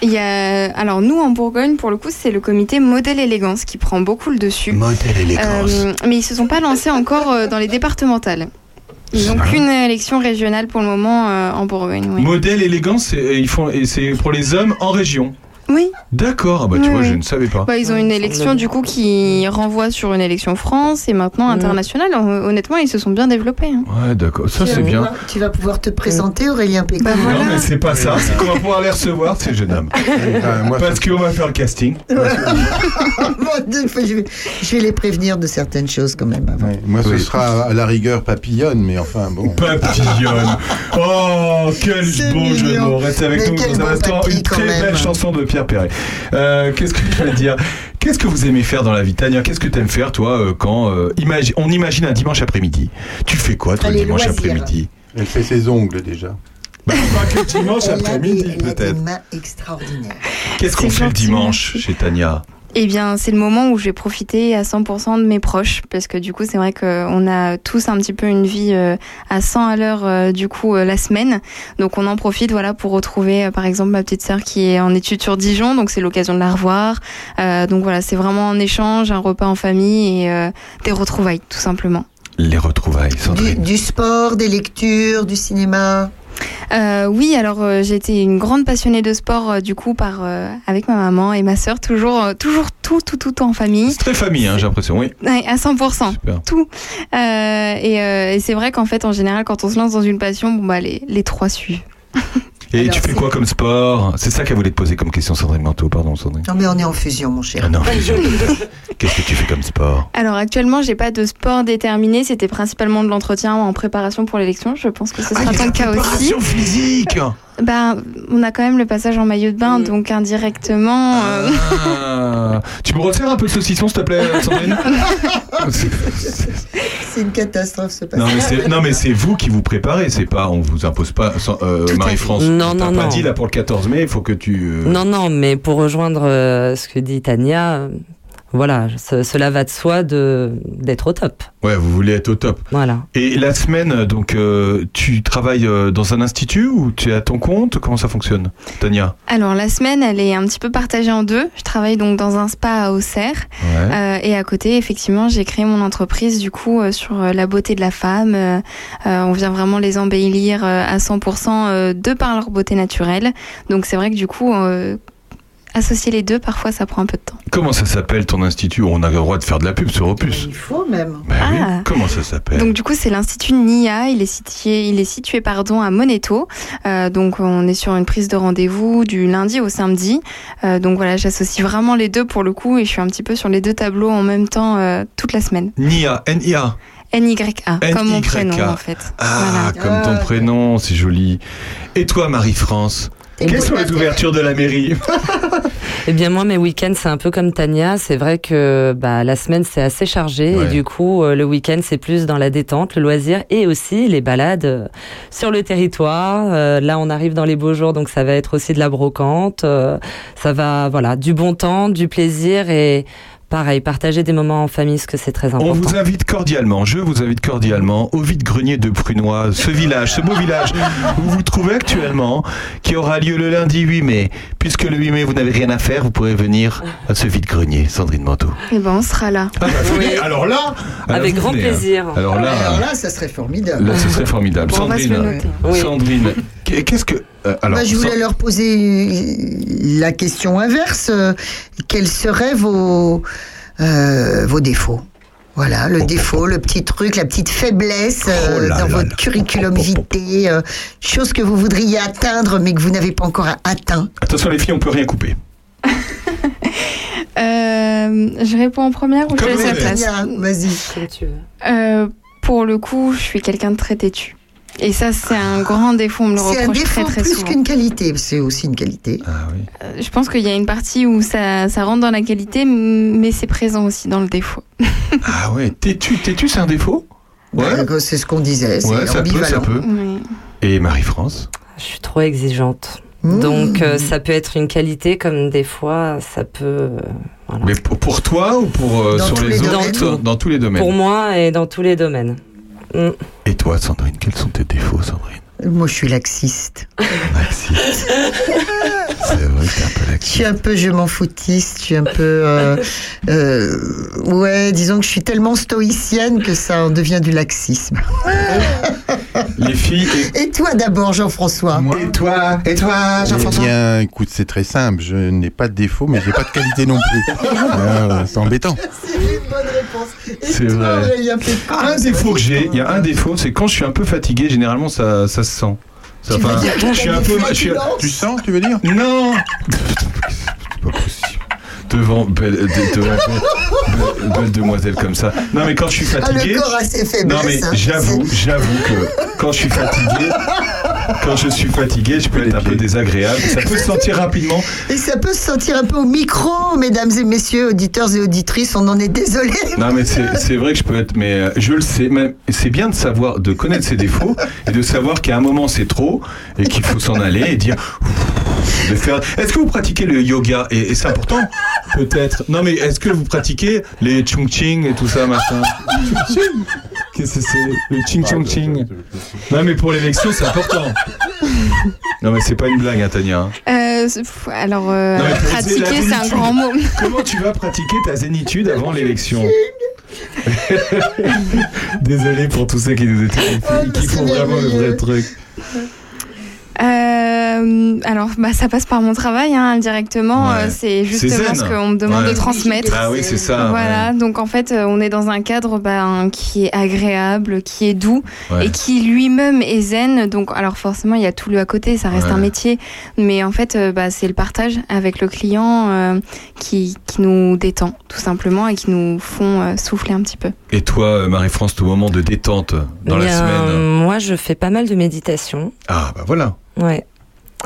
[SPEAKER 5] Il y a alors nous en Bourgogne pour le coup c'est le comité modèle élégance qui prend beaucoup le dessus.
[SPEAKER 2] Modèle élégance.
[SPEAKER 5] Euh, mais ils se sont pas lancés encore euh, dans les départementales. Ils n'ont
[SPEAKER 2] Ah.
[SPEAKER 5] qu'une élection régionale pour le moment euh, en Bourgogne. Oui.
[SPEAKER 2] Modèle élégance, c'est- et ils font, et c'est pour les hommes en région.
[SPEAKER 5] Oui.
[SPEAKER 2] D'accord. Ah bah tu
[SPEAKER 5] Oui,
[SPEAKER 2] vois, je
[SPEAKER 5] oui.
[SPEAKER 2] ne savais pas.
[SPEAKER 5] Bah, ils ont une élection du coup qui renvoie sur une élection France et maintenant
[SPEAKER 6] Mm.
[SPEAKER 5] internationale. Hon- Honnêtement, ils se sont bien développés. hein.
[SPEAKER 2] Ouais, d'accord. Ça
[SPEAKER 1] Tu
[SPEAKER 2] c'est
[SPEAKER 1] vas
[SPEAKER 2] bien.
[SPEAKER 1] pouvoir- Tu vas pouvoir te présenter, Aurélien Pécou.
[SPEAKER 5] Bah, voilà.
[SPEAKER 2] Non mais c'est pas ça. C'est qu'on va pouvoir les recevoir ces jeunes hommes.
[SPEAKER 4] Ah, moi,
[SPEAKER 2] Parce qu'on va faire le casting.
[SPEAKER 1] Mon Dieu, faut- je, vais, je vais les prévenir de certaines choses quand même avant.
[SPEAKER 4] ouais, moi, ce
[SPEAKER 2] Oui.
[SPEAKER 4] sera à la rigueur papillonne, mais enfin, bon.
[SPEAKER 2] Papillonne. Oh, quel
[SPEAKER 1] C'est
[SPEAKER 2] beau jeu de
[SPEAKER 1] mignon.
[SPEAKER 2] mots. Restez avec
[SPEAKER 1] Mais
[SPEAKER 2] nous
[SPEAKER 1] quel
[SPEAKER 2] dans un
[SPEAKER 1] beau
[SPEAKER 2] instant.
[SPEAKER 1] papy,
[SPEAKER 2] Une
[SPEAKER 1] quand
[SPEAKER 2] très
[SPEAKER 1] même.
[SPEAKER 2] belle chanson de Pierre Perret. Euh, Qu'est-ce que je veux dire Qu'est-ce que vous aimez faire dans la vie, Tania Qu'est-ce que tu aimes faire, toi, euh, quand euh, imagi- on imagine un dimanche après-midi Tu fais quoi, toi, le
[SPEAKER 1] Les
[SPEAKER 2] dimanche
[SPEAKER 1] loisirs.
[SPEAKER 2] après-midi
[SPEAKER 4] Elle fait ses ongles déjà.
[SPEAKER 2] bah, Pas que le dimanche
[SPEAKER 1] Elle a des-
[SPEAKER 2] après-midi,
[SPEAKER 1] elle a des
[SPEAKER 2] peut-être.
[SPEAKER 1] mains extraordinaires.
[SPEAKER 2] Qu'est-ce qu'on
[SPEAKER 5] C'est
[SPEAKER 2] fait le
[SPEAKER 5] gentil,
[SPEAKER 2] dimanche
[SPEAKER 5] merci.
[SPEAKER 2] chez Tania
[SPEAKER 5] Eh bien, c'est le moment où je vais profiter à 100% de mes proches, parce que du coup, c'est vrai qu'on a tous un petit peu une vie euh, à 100 à l'heure, euh, du coup, euh, la semaine. Donc, on en profite, voilà, pour retrouver, euh, par exemple, ma petite sœur qui est en études sur Dijon, donc c'est l'occasion de la revoir. Euh, donc voilà, c'est vraiment un échange, un repas en famille et euh, des retrouvailles, tout simplement.
[SPEAKER 2] Les retrouvailles,
[SPEAKER 1] Du,
[SPEAKER 2] Sandrine.
[SPEAKER 1] du sport, des lectures, du cinéma.
[SPEAKER 5] Euh, oui, alors euh, j'ai été une grande passionnée de sport, euh, du coup, par euh, avec ma maman et ma sœur, toujours, euh, toujours tout, tout, tout en famille,
[SPEAKER 2] C'est très famille, hein, j'ai l'impression. Oui,
[SPEAKER 5] Ouais, à 100%.
[SPEAKER 2] super.
[SPEAKER 5] Euh, et euh, et c'est vrai qu'en fait, en général, quand on se lance dans une passion, bon, bah, les, les trois suivent.
[SPEAKER 2] Et
[SPEAKER 1] Alors,
[SPEAKER 2] tu fais
[SPEAKER 1] c'est-
[SPEAKER 2] quoi comme sport C'est ça qu'elle voulait te poser comme question, Sandrine Manteau. Pardon, Sandrine.
[SPEAKER 1] Non mais on est en fusion, mon
[SPEAKER 2] Ah
[SPEAKER 1] cher.
[SPEAKER 2] non, fusion. Qu'est-ce que tu fais comme sport
[SPEAKER 5] Alors actuellement, j'ai pas de sport déterminé. C'était principalement de l'entretien en préparation pour l'élection. Je pense que ce sera
[SPEAKER 2] Ah, il y a
[SPEAKER 5] tant
[SPEAKER 2] la
[SPEAKER 5] le
[SPEAKER 1] Ah,
[SPEAKER 5] cas aussi.
[SPEAKER 2] préparation physique
[SPEAKER 5] Bah, on a quand même le passage en maillot de bain, donc indirectement. euh,
[SPEAKER 2] Ah. Tu me resserres un peu de saucisson, s'il te plaît, Sandrine
[SPEAKER 1] C'est une catastrophe ce passage.
[SPEAKER 2] non, mais c'est- non, mais c'est vous qui vous préparez, c'est pas, on vous impose pas. sans- euh,
[SPEAKER 1] Tout à
[SPEAKER 2] Marie-France,
[SPEAKER 6] fait. Non,
[SPEAKER 2] tu t'as
[SPEAKER 6] non,
[SPEAKER 2] pas
[SPEAKER 6] non.
[SPEAKER 2] dit là pour le 14 mai, il faut que tu. euh,
[SPEAKER 6] Non, non, mais pour rejoindre euh, ce que dit Tania, euh, voilà, ce- cela va de soi de d'être au top.
[SPEAKER 2] Ouais, vous voulez être au top.
[SPEAKER 6] Voilà.
[SPEAKER 2] Et la semaine, donc, euh, tu travailles euh, dans un institut ou tu es à ton compte Comment ça fonctionne, Tania
[SPEAKER 5] Alors la semaine, elle est un petit peu partagée en deux. Je travaille donc dans un spa à Auxerre.
[SPEAKER 2] Ouais.
[SPEAKER 5] Euh, et à côté, effectivement, j'ai créé mon entreprise du coup euh, sur euh, la beauté de la femme. Euh, euh, on vient vraiment les embellir euh, à 100% euh, de par leur beauté naturelle. Donc c'est vrai que du coup, euh, associer les deux, parfois, ça prend un peu de temps.
[SPEAKER 2] Comment ça s'appelle ton institut On a le droit de faire de la pub sur Opus.
[SPEAKER 1] Il faut même.
[SPEAKER 2] Bah oui.
[SPEAKER 5] Ah.
[SPEAKER 2] Comment ça s'appelle
[SPEAKER 5] Donc du coup, c'est l'institut NIA. Il est situé, il est situé pardon à Moneto. Euh, donc on est sur une prise de rendez-vous du lundi au samedi. Euh, donc voilà, j'associe vraiment les deux pour le coup et je suis un petit peu sur les deux tableaux en même temps euh, toute la semaine.
[SPEAKER 2] Nia, N-I-A.
[SPEAKER 5] N-Y-A, comme mon prénom
[SPEAKER 2] NYA.
[SPEAKER 5] en fait.
[SPEAKER 2] Ah, comme ton
[SPEAKER 1] Ah, ok.
[SPEAKER 2] prénom, c'est joli. Et toi, Marie-France
[SPEAKER 1] Et
[SPEAKER 2] Quelles
[SPEAKER 1] pour
[SPEAKER 2] sont
[SPEAKER 1] la
[SPEAKER 2] les ouvertures de la mairie
[SPEAKER 6] Eh bien moi mes week-ends c'est un peu comme Tania, c'est vrai que bah, la semaine c'est assez chargé
[SPEAKER 2] Ouais.
[SPEAKER 6] et du coup euh, le week-end c'est plus dans la détente, le loisir et aussi les balades euh, sur le territoire. Euh, là on arrive dans les beaux jours donc ça va être aussi de la brocante, Euh, ça va voilà du bon temps, du plaisir et Pareil, partager des moments en famille, parce que c'est très important.
[SPEAKER 2] On vous invite cordialement, je vous invite cordialement au vide-grenier de Prunois, ce village, ce beau village où vous vous trouvez actuellement, qui aura lieu le lundi 8 mai. Puisque le 8 mai, vous n'avez rien à faire, vous pourrez venir à ce vide-grenier, Sandrine Manteau.
[SPEAKER 5] Et ben on sera là.
[SPEAKER 2] Ah bah, venez, alors là alors
[SPEAKER 6] Avec
[SPEAKER 2] vous
[SPEAKER 6] grand
[SPEAKER 2] venez, hein.
[SPEAKER 6] plaisir.
[SPEAKER 2] Alors là,
[SPEAKER 1] Alors là, ça serait formidable.
[SPEAKER 2] là, ce serait formidable.
[SPEAKER 5] Bon, on va se
[SPEAKER 2] Sandrine,
[SPEAKER 5] le noter.
[SPEAKER 6] Oui.
[SPEAKER 2] Sandrine, qu'est- qu'est-ce que... euh, alors,
[SPEAKER 1] Bah, je voulais
[SPEAKER 2] Sa-
[SPEAKER 1] leur poser la question inverse. Euh, Quels seraient vos, euh, vos défauts voilà, le défaut, le petit truc, la petite faiblesse euh,
[SPEAKER 2] Oh là
[SPEAKER 1] dans
[SPEAKER 2] là Oh,
[SPEAKER 1] votre
[SPEAKER 2] là.
[SPEAKER 1] curriculum vitae, euh, chose que vous voudriez atteindre mais que vous n'avez pas encore a- atteint.
[SPEAKER 2] Attention les filles, on peut rien couper.
[SPEAKER 5] Euh, je réponds en première ou je
[SPEAKER 2] Comme
[SPEAKER 5] laisse
[SPEAKER 2] vous
[SPEAKER 5] la
[SPEAKER 2] voulez.
[SPEAKER 5] place
[SPEAKER 1] Tania, Vas-y.
[SPEAKER 6] Comme tu veux.
[SPEAKER 5] Euh, Pour le coup, je suis quelqu'un de très têtu. Et ça, c'est un grand défaut, on me le
[SPEAKER 1] C'est un
[SPEAKER 5] reproche
[SPEAKER 1] défaut
[SPEAKER 5] très très
[SPEAKER 1] plus
[SPEAKER 5] souvent.
[SPEAKER 1] qu'une qualité, c'est aussi une qualité.
[SPEAKER 2] Ah oui.
[SPEAKER 5] Euh, Je pense qu'il y a une partie où ça, ça rentre dans la qualité, mais c'est présent aussi dans le défaut.
[SPEAKER 2] Ah ouais, têtu, têtu, c'est un défaut Ouais.
[SPEAKER 1] Bah, C'est ce qu'on disait, c'est
[SPEAKER 2] Ouais, ça peut, ça
[SPEAKER 1] ambivalent. Mm.
[SPEAKER 2] peut.
[SPEAKER 5] Oui.
[SPEAKER 2] Et Marie-France
[SPEAKER 6] Je suis trop exigeante.
[SPEAKER 1] Mmh.
[SPEAKER 6] Donc euh, ça peut être une qualité comme des fois ça peut euh, voilà.
[SPEAKER 2] Mais pour, pour toi ou pour euh,
[SPEAKER 1] Dans
[SPEAKER 2] sur
[SPEAKER 1] tous les
[SPEAKER 2] les, autres
[SPEAKER 1] domaines.
[SPEAKER 2] Dans, dans tous les domaines.
[SPEAKER 6] pour moi et dans tous les domaines. Mm.
[SPEAKER 2] Et toi, Sandrine, quels sont tes défauts, Sandrine
[SPEAKER 1] Moi, je suis laxiste.
[SPEAKER 2] Laxiste. C'est vrai que t'es un peu
[SPEAKER 1] Je suis
[SPEAKER 2] laxiste.
[SPEAKER 1] un peu, je m'en foutiste. Je suis un peu, euh, euh, ouais, disons que je suis tellement stoïcienne que ça en devient du laxisme.
[SPEAKER 2] Les filles, et-
[SPEAKER 1] Et toi d'abord, Jean-François.
[SPEAKER 2] et toi, et toi,
[SPEAKER 4] Eh bien, écoute, c'est très simple. Je n'ai pas de défaut, mais j'ai pas de qualité non plus. Ah, c'est embêtant.
[SPEAKER 1] C'est une bonne réponse. Et
[SPEAKER 2] C'est
[SPEAKER 1] toi,
[SPEAKER 2] vrai.
[SPEAKER 1] Aurélien Pécresse
[SPEAKER 2] Un défaut hein. que j'ai, il y a un défaut, c'est quand je suis un peu fatigué, généralement ça, ça se sent. Ça,
[SPEAKER 1] Tu veux
[SPEAKER 2] enfin,
[SPEAKER 1] dire que
[SPEAKER 2] je suis
[SPEAKER 1] t'as
[SPEAKER 2] un
[SPEAKER 1] des
[SPEAKER 2] peu. je suis-
[SPEAKER 1] flatulences
[SPEAKER 4] Tu sens, tu veux dire
[SPEAKER 2] Non C'est pas possible. Devant belle, de- devant belle- belle- belle demoiselle comme ça. Non mais quand je suis
[SPEAKER 1] Ah,
[SPEAKER 2] fatigué.
[SPEAKER 1] le corps a ses
[SPEAKER 2] Non
[SPEAKER 1] faiblesses.
[SPEAKER 2] mais
[SPEAKER 1] hein.
[SPEAKER 2] j'avoue, j'avoue que quand je suis fatigué, quand je suis fatigué, je peux être un peu désagréable. Ça peut se sentir rapidement.
[SPEAKER 1] C'est- Et ça peut se sentir un peu au micro, mesdames et messieurs, auditeurs et auditrices, on en est désolé.
[SPEAKER 2] Non mais c'est c'est vrai que je peux être, mais euh, je le sais. Même c'est bien de savoir, de connaître ses défauts et de savoir qu'à un moment c'est trop et qu'il faut s'en aller et dire. ouf, de faire. Est-ce que vous pratiquez le yoga et, et c'est important peut-être. Non mais est-ce que vous pratiquez les chung ching et tout ça machin Qu'est-ce que c'est le ching chung ching Non mais pour l'élection c'est important. Non mais c'est pas une blague, hein, Tania. hein.
[SPEAKER 5] Euh, c'est- pff, alors, euh,
[SPEAKER 2] Non, mais pour essayer la
[SPEAKER 5] pratiquer, c'est un
[SPEAKER 2] zénitude.
[SPEAKER 5] grand mot.
[SPEAKER 2] Comment tu vas pratiquer ta zénitude avant l'élection Désolé pour tous ceux qui nous étaient
[SPEAKER 5] Oh,
[SPEAKER 2] qui font
[SPEAKER 1] c'est
[SPEAKER 2] vraiment le vrai
[SPEAKER 1] merveilleux.
[SPEAKER 2] truc.
[SPEAKER 5] Euh, alors, bah, ça passe par mon travail hein, directement.
[SPEAKER 2] Ouais.
[SPEAKER 5] euh, c'est
[SPEAKER 2] C'est
[SPEAKER 5] justement
[SPEAKER 2] zen.
[SPEAKER 5] ce qu'on me demande
[SPEAKER 2] Ouais.
[SPEAKER 5] de transmettre.
[SPEAKER 2] Ah oui, c'est ça.
[SPEAKER 5] Voilà, donc en fait, euh, on est dans un cadre ben, qui est agréable, qui est doux
[SPEAKER 2] ouais.
[SPEAKER 5] et qui lui-même est zen. Donc, alors forcément, il y a tout le à côté, ça reste
[SPEAKER 2] Ouais.
[SPEAKER 5] un métier, mais en fait, euh, bah, c'est le partage avec le client euh, qui, qui nous détend tout simplement et qui nous font euh, souffler un petit peu.
[SPEAKER 2] Et toi, euh, Marie-France, ton moment de détente euh, dans
[SPEAKER 5] Eh
[SPEAKER 2] la
[SPEAKER 6] Eh Bien,
[SPEAKER 5] euh,
[SPEAKER 2] semaine
[SPEAKER 6] Moi je fais pas mal de méditation.
[SPEAKER 2] Ah, bah voilà.
[SPEAKER 6] Ouais.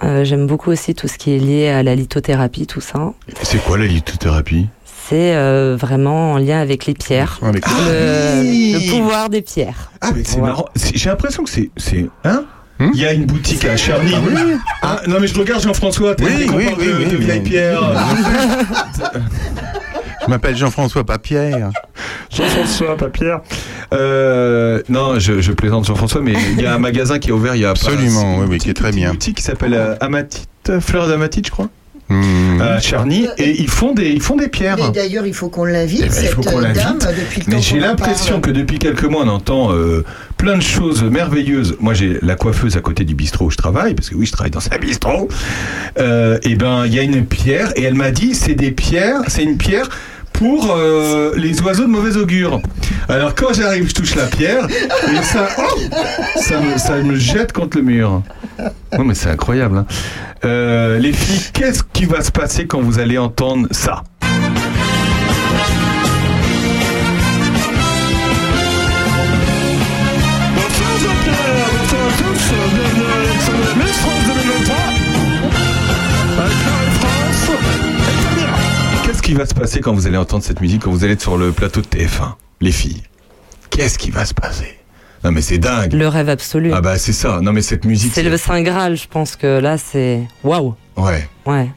[SPEAKER 6] Euh, j'aime beaucoup aussi tout ce qui est lié à la lithothérapie, tout ça.
[SPEAKER 2] C'est quoi la lithothérapie
[SPEAKER 6] C'est euh, vraiment en lien avec les pierres.
[SPEAKER 2] Ah,
[SPEAKER 4] Ouais, mais écoute,
[SPEAKER 6] le,
[SPEAKER 2] oui.
[SPEAKER 6] le pouvoir des pierres.
[SPEAKER 2] Ah, mais c'est
[SPEAKER 6] Ouais.
[SPEAKER 2] marrant. C'est- J'ai l'impression que c'est. c'est- Hein
[SPEAKER 4] Hmm
[SPEAKER 2] Il y a une boutique à Charny. Ah, non, mais je regarde Jean-François, t'es
[SPEAKER 4] Oui,
[SPEAKER 2] dès qu'on
[SPEAKER 4] oui,
[SPEAKER 2] parle
[SPEAKER 4] oui,
[SPEAKER 2] de,
[SPEAKER 4] oui,
[SPEAKER 2] de
[SPEAKER 4] mais-
[SPEAKER 2] vieille pierre.
[SPEAKER 4] Je m'appelle Jean-François Papierre.
[SPEAKER 2] Jean-François, pas Pierre. Euh, non, je, je plaisante Jean-François, mais il y a un magasin qui est ouvert il y a
[SPEAKER 4] Absolument, oui, oui, qui est très bien.
[SPEAKER 2] Un petit qui s'appelle euh, Amatite, Fleur d'Amatite, je crois,
[SPEAKER 4] Hmm.
[SPEAKER 2] à Charny, et ils font des, ils font des pierres.
[SPEAKER 1] Mais d'ailleurs, il faut qu'on
[SPEAKER 2] Eh
[SPEAKER 1] l'invite,
[SPEAKER 2] ben, il
[SPEAKER 1] cette
[SPEAKER 2] faut qu'on l'invite.
[SPEAKER 1] dame, depuis le temps
[SPEAKER 2] Mais j'ai
[SPEAKER 1] qu'on en
[SPEAKER 2] l'impression
[SPEAKER 1] parle.
[SPEAKER 2] que depuis quelques mois, on entend euh, plein de choses merveilleuses. Moi, j'ai la coiffeuse à côté du bistrot où je travaille, parce que oui, je travaille dans un bistrot. Euh, et ben, il y a une pierre, et elle m'a dit, c'est des pierres, c'est une pierre pour euh, les oiseaux de mauvais augure. Alors quand j'arrive, je touche la pierre, et ça, oh, ça, me, ça me jette contre le mur. Non, mais c'est incroyable. hein. Euh, les filles, qu'est-ce qui va se passer quand vous allez entendre ça Qu'est-ce qui va se passer quand vous allez entendre cette musique, quand vous allez être sur le plateau de TF1 Les filles, qu'est-ce qui va se passer Non mais c'est dingue
[SPEAKER 6] Le rêve absolu.
[SPEAKER 2] Ah bah c'est ça, non mais cette musique...
[SPEAKER 6] c'est le Saint Graal, je pense que là c'est. Waouh!
[SPEAKER 2] Ouais.
[SPEAKER 6] Ouais. Mm.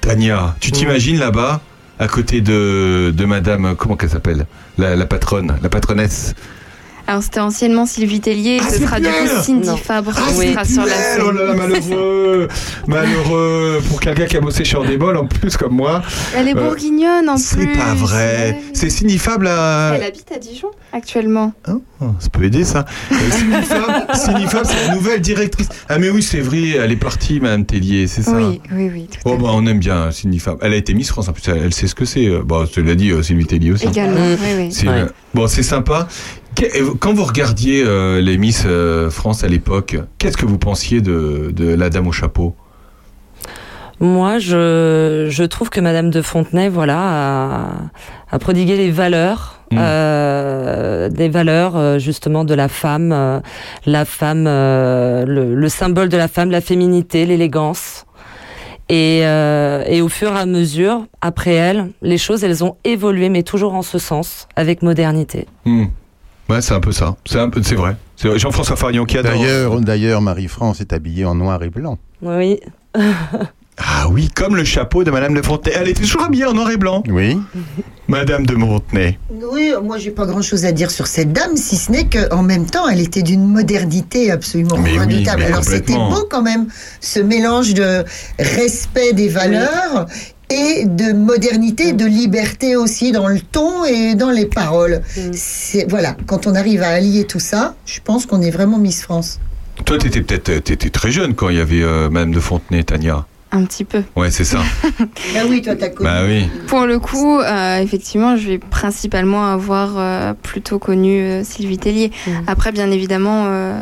[SPEAKER 2] Tania, tu t'imagines là-bas à côté de, de madame, comment qu'elle s'appelle la, la patronne, la patronesse.
[SPEAKER 5] Alors c'était anciennement Sylvie Tellier,
[SPEAKER 2] Ah,
[SPEAKER 5] ce
[SPEAKER 2] c'est
[SPEAKER 5] sera du
[SPEAKER 2] plus
[SPEAKER 5] coup
[SPEAKER 2] elle
[SPEAKER 5] Cindy
[SPEAKER 2] Non.
[SPEAKER 5] Fabre
[SPEAKER 2] Ah,
[SPEAKER 5] qui
[SPEAKER 2] c'est
[SPEAKER 5] sera sur la
[SPEAKER 2] Puel,
[SPEAKER 5] scène.
[SPEAKER 2] oh là là, malheureux, malheureux pour quelqu'un qui a bossé sur des bols en plus comme moi.
[SPEAKER 5] Elle est
[SPEAKER 2] Euh,
[SPEAKER 5] bourguignonne en plus.
[SPEAKER 2] C'est pas vrai. C'est signifable à.
[SPEAKER 5] Elle habite à Dijon actuellement.
[SPEAKER 2] Oh, ça peut aider ça. Euh, Signifable, signifable, c'est la nouvelle directrice. Ah mais oui, c'est vrai, elle est partie, Madame Tellier, c'est ça.
[SPEAKER 5] Oui, oui, oui. tout
[SPEAKER 2] Oh bah on aime bien Cindy Fabre. Elle a été Miss France en plus, elle, elle sait ce que c'est. Euh, Bah tu l'as dit, euh, Sylvie Tellier aussi.
[SPEAKER 5] Également, oui, oui.
[SPEAKER 2] C'est, euh, Bon, c'est sympa. Que- Quand vous regardiez euh, les Miss euh, France à l'époque, qu'est-ce que vous pensiez de, de la dame au chapeau
[SPEAKER 6] Moi, je, je trouve que Madame de Fontenay, voilà, a, a prodigué les valeurs, euh, des valeurs euh, justement de la femme, euh, la femme, euh, le, le symbole de la femme, la féminité, l'élégance. Et, euh, et au fur et à mesure, après elle, les choses, elles ont évolué, mais toujours en ce sens, avec modernité.
[SPEAKER 2] Hmm. Ouais, c'est un peu ça. C'est un peu, c'est vrai. C'est vrai. Jean-François Farion qui adore.
[SPEAKER 4] D'ailleurs, d'ailleurs, Marie-France est habillée en noir et blanc.
[SPEAKER 6] Oui.
[SPEAKER 2] Ah oui, comme le chapeau de Madame de Fontenay. Elle était toujours habillée en noir et blanc.
[SPEAKER 4] Oui.
[SPEAKER 2] Madame de Fontenay.
[SPEAKER 1] Oui, moi j'ai pas grand chose à dire sur cette dame, si ce n'est qu'en même temps elle était d'une modernité absolument
[SPEAKER 2] Mais oui,
[SPEAKER 1] redoutable.
[SPEAKER 2] mais
[SPEAKER 1] Alors c'était
[SPEAKER 2] complètement.
[SPEAKER 1] beau quand même ce mélange de respect des valeurs et de modernité, de liberté aussi dans le ton et dans les paroles.
[SPEAKER 5] Mm.
[SPEAKER 1] C'est Voilà, quand on arrive à allier tout ça, je pense qu'on est vraiment Miss France.
[SPEAKER 2] Toi, t'étais peut-être, euh, t'étais très jeune quand il y avait euh, Madame de Fontenay, Tania.
[SPEAKER 5] Un petit peu.
[SPEAKER 2] Ouais, c'est ça.
[SPEAKER 1] Bah oui, toi t'as connu.
[SPEAKER 2] bah oui.
[SPEAKER 5] Pour le coup, euh, effectivement, je vais principalement avoir euh, plutôt connu euh, Sylvie Tellier.
[SPEAKER 2] Mmh.
[SPEAKER 5] Après, bien évidemment, euh,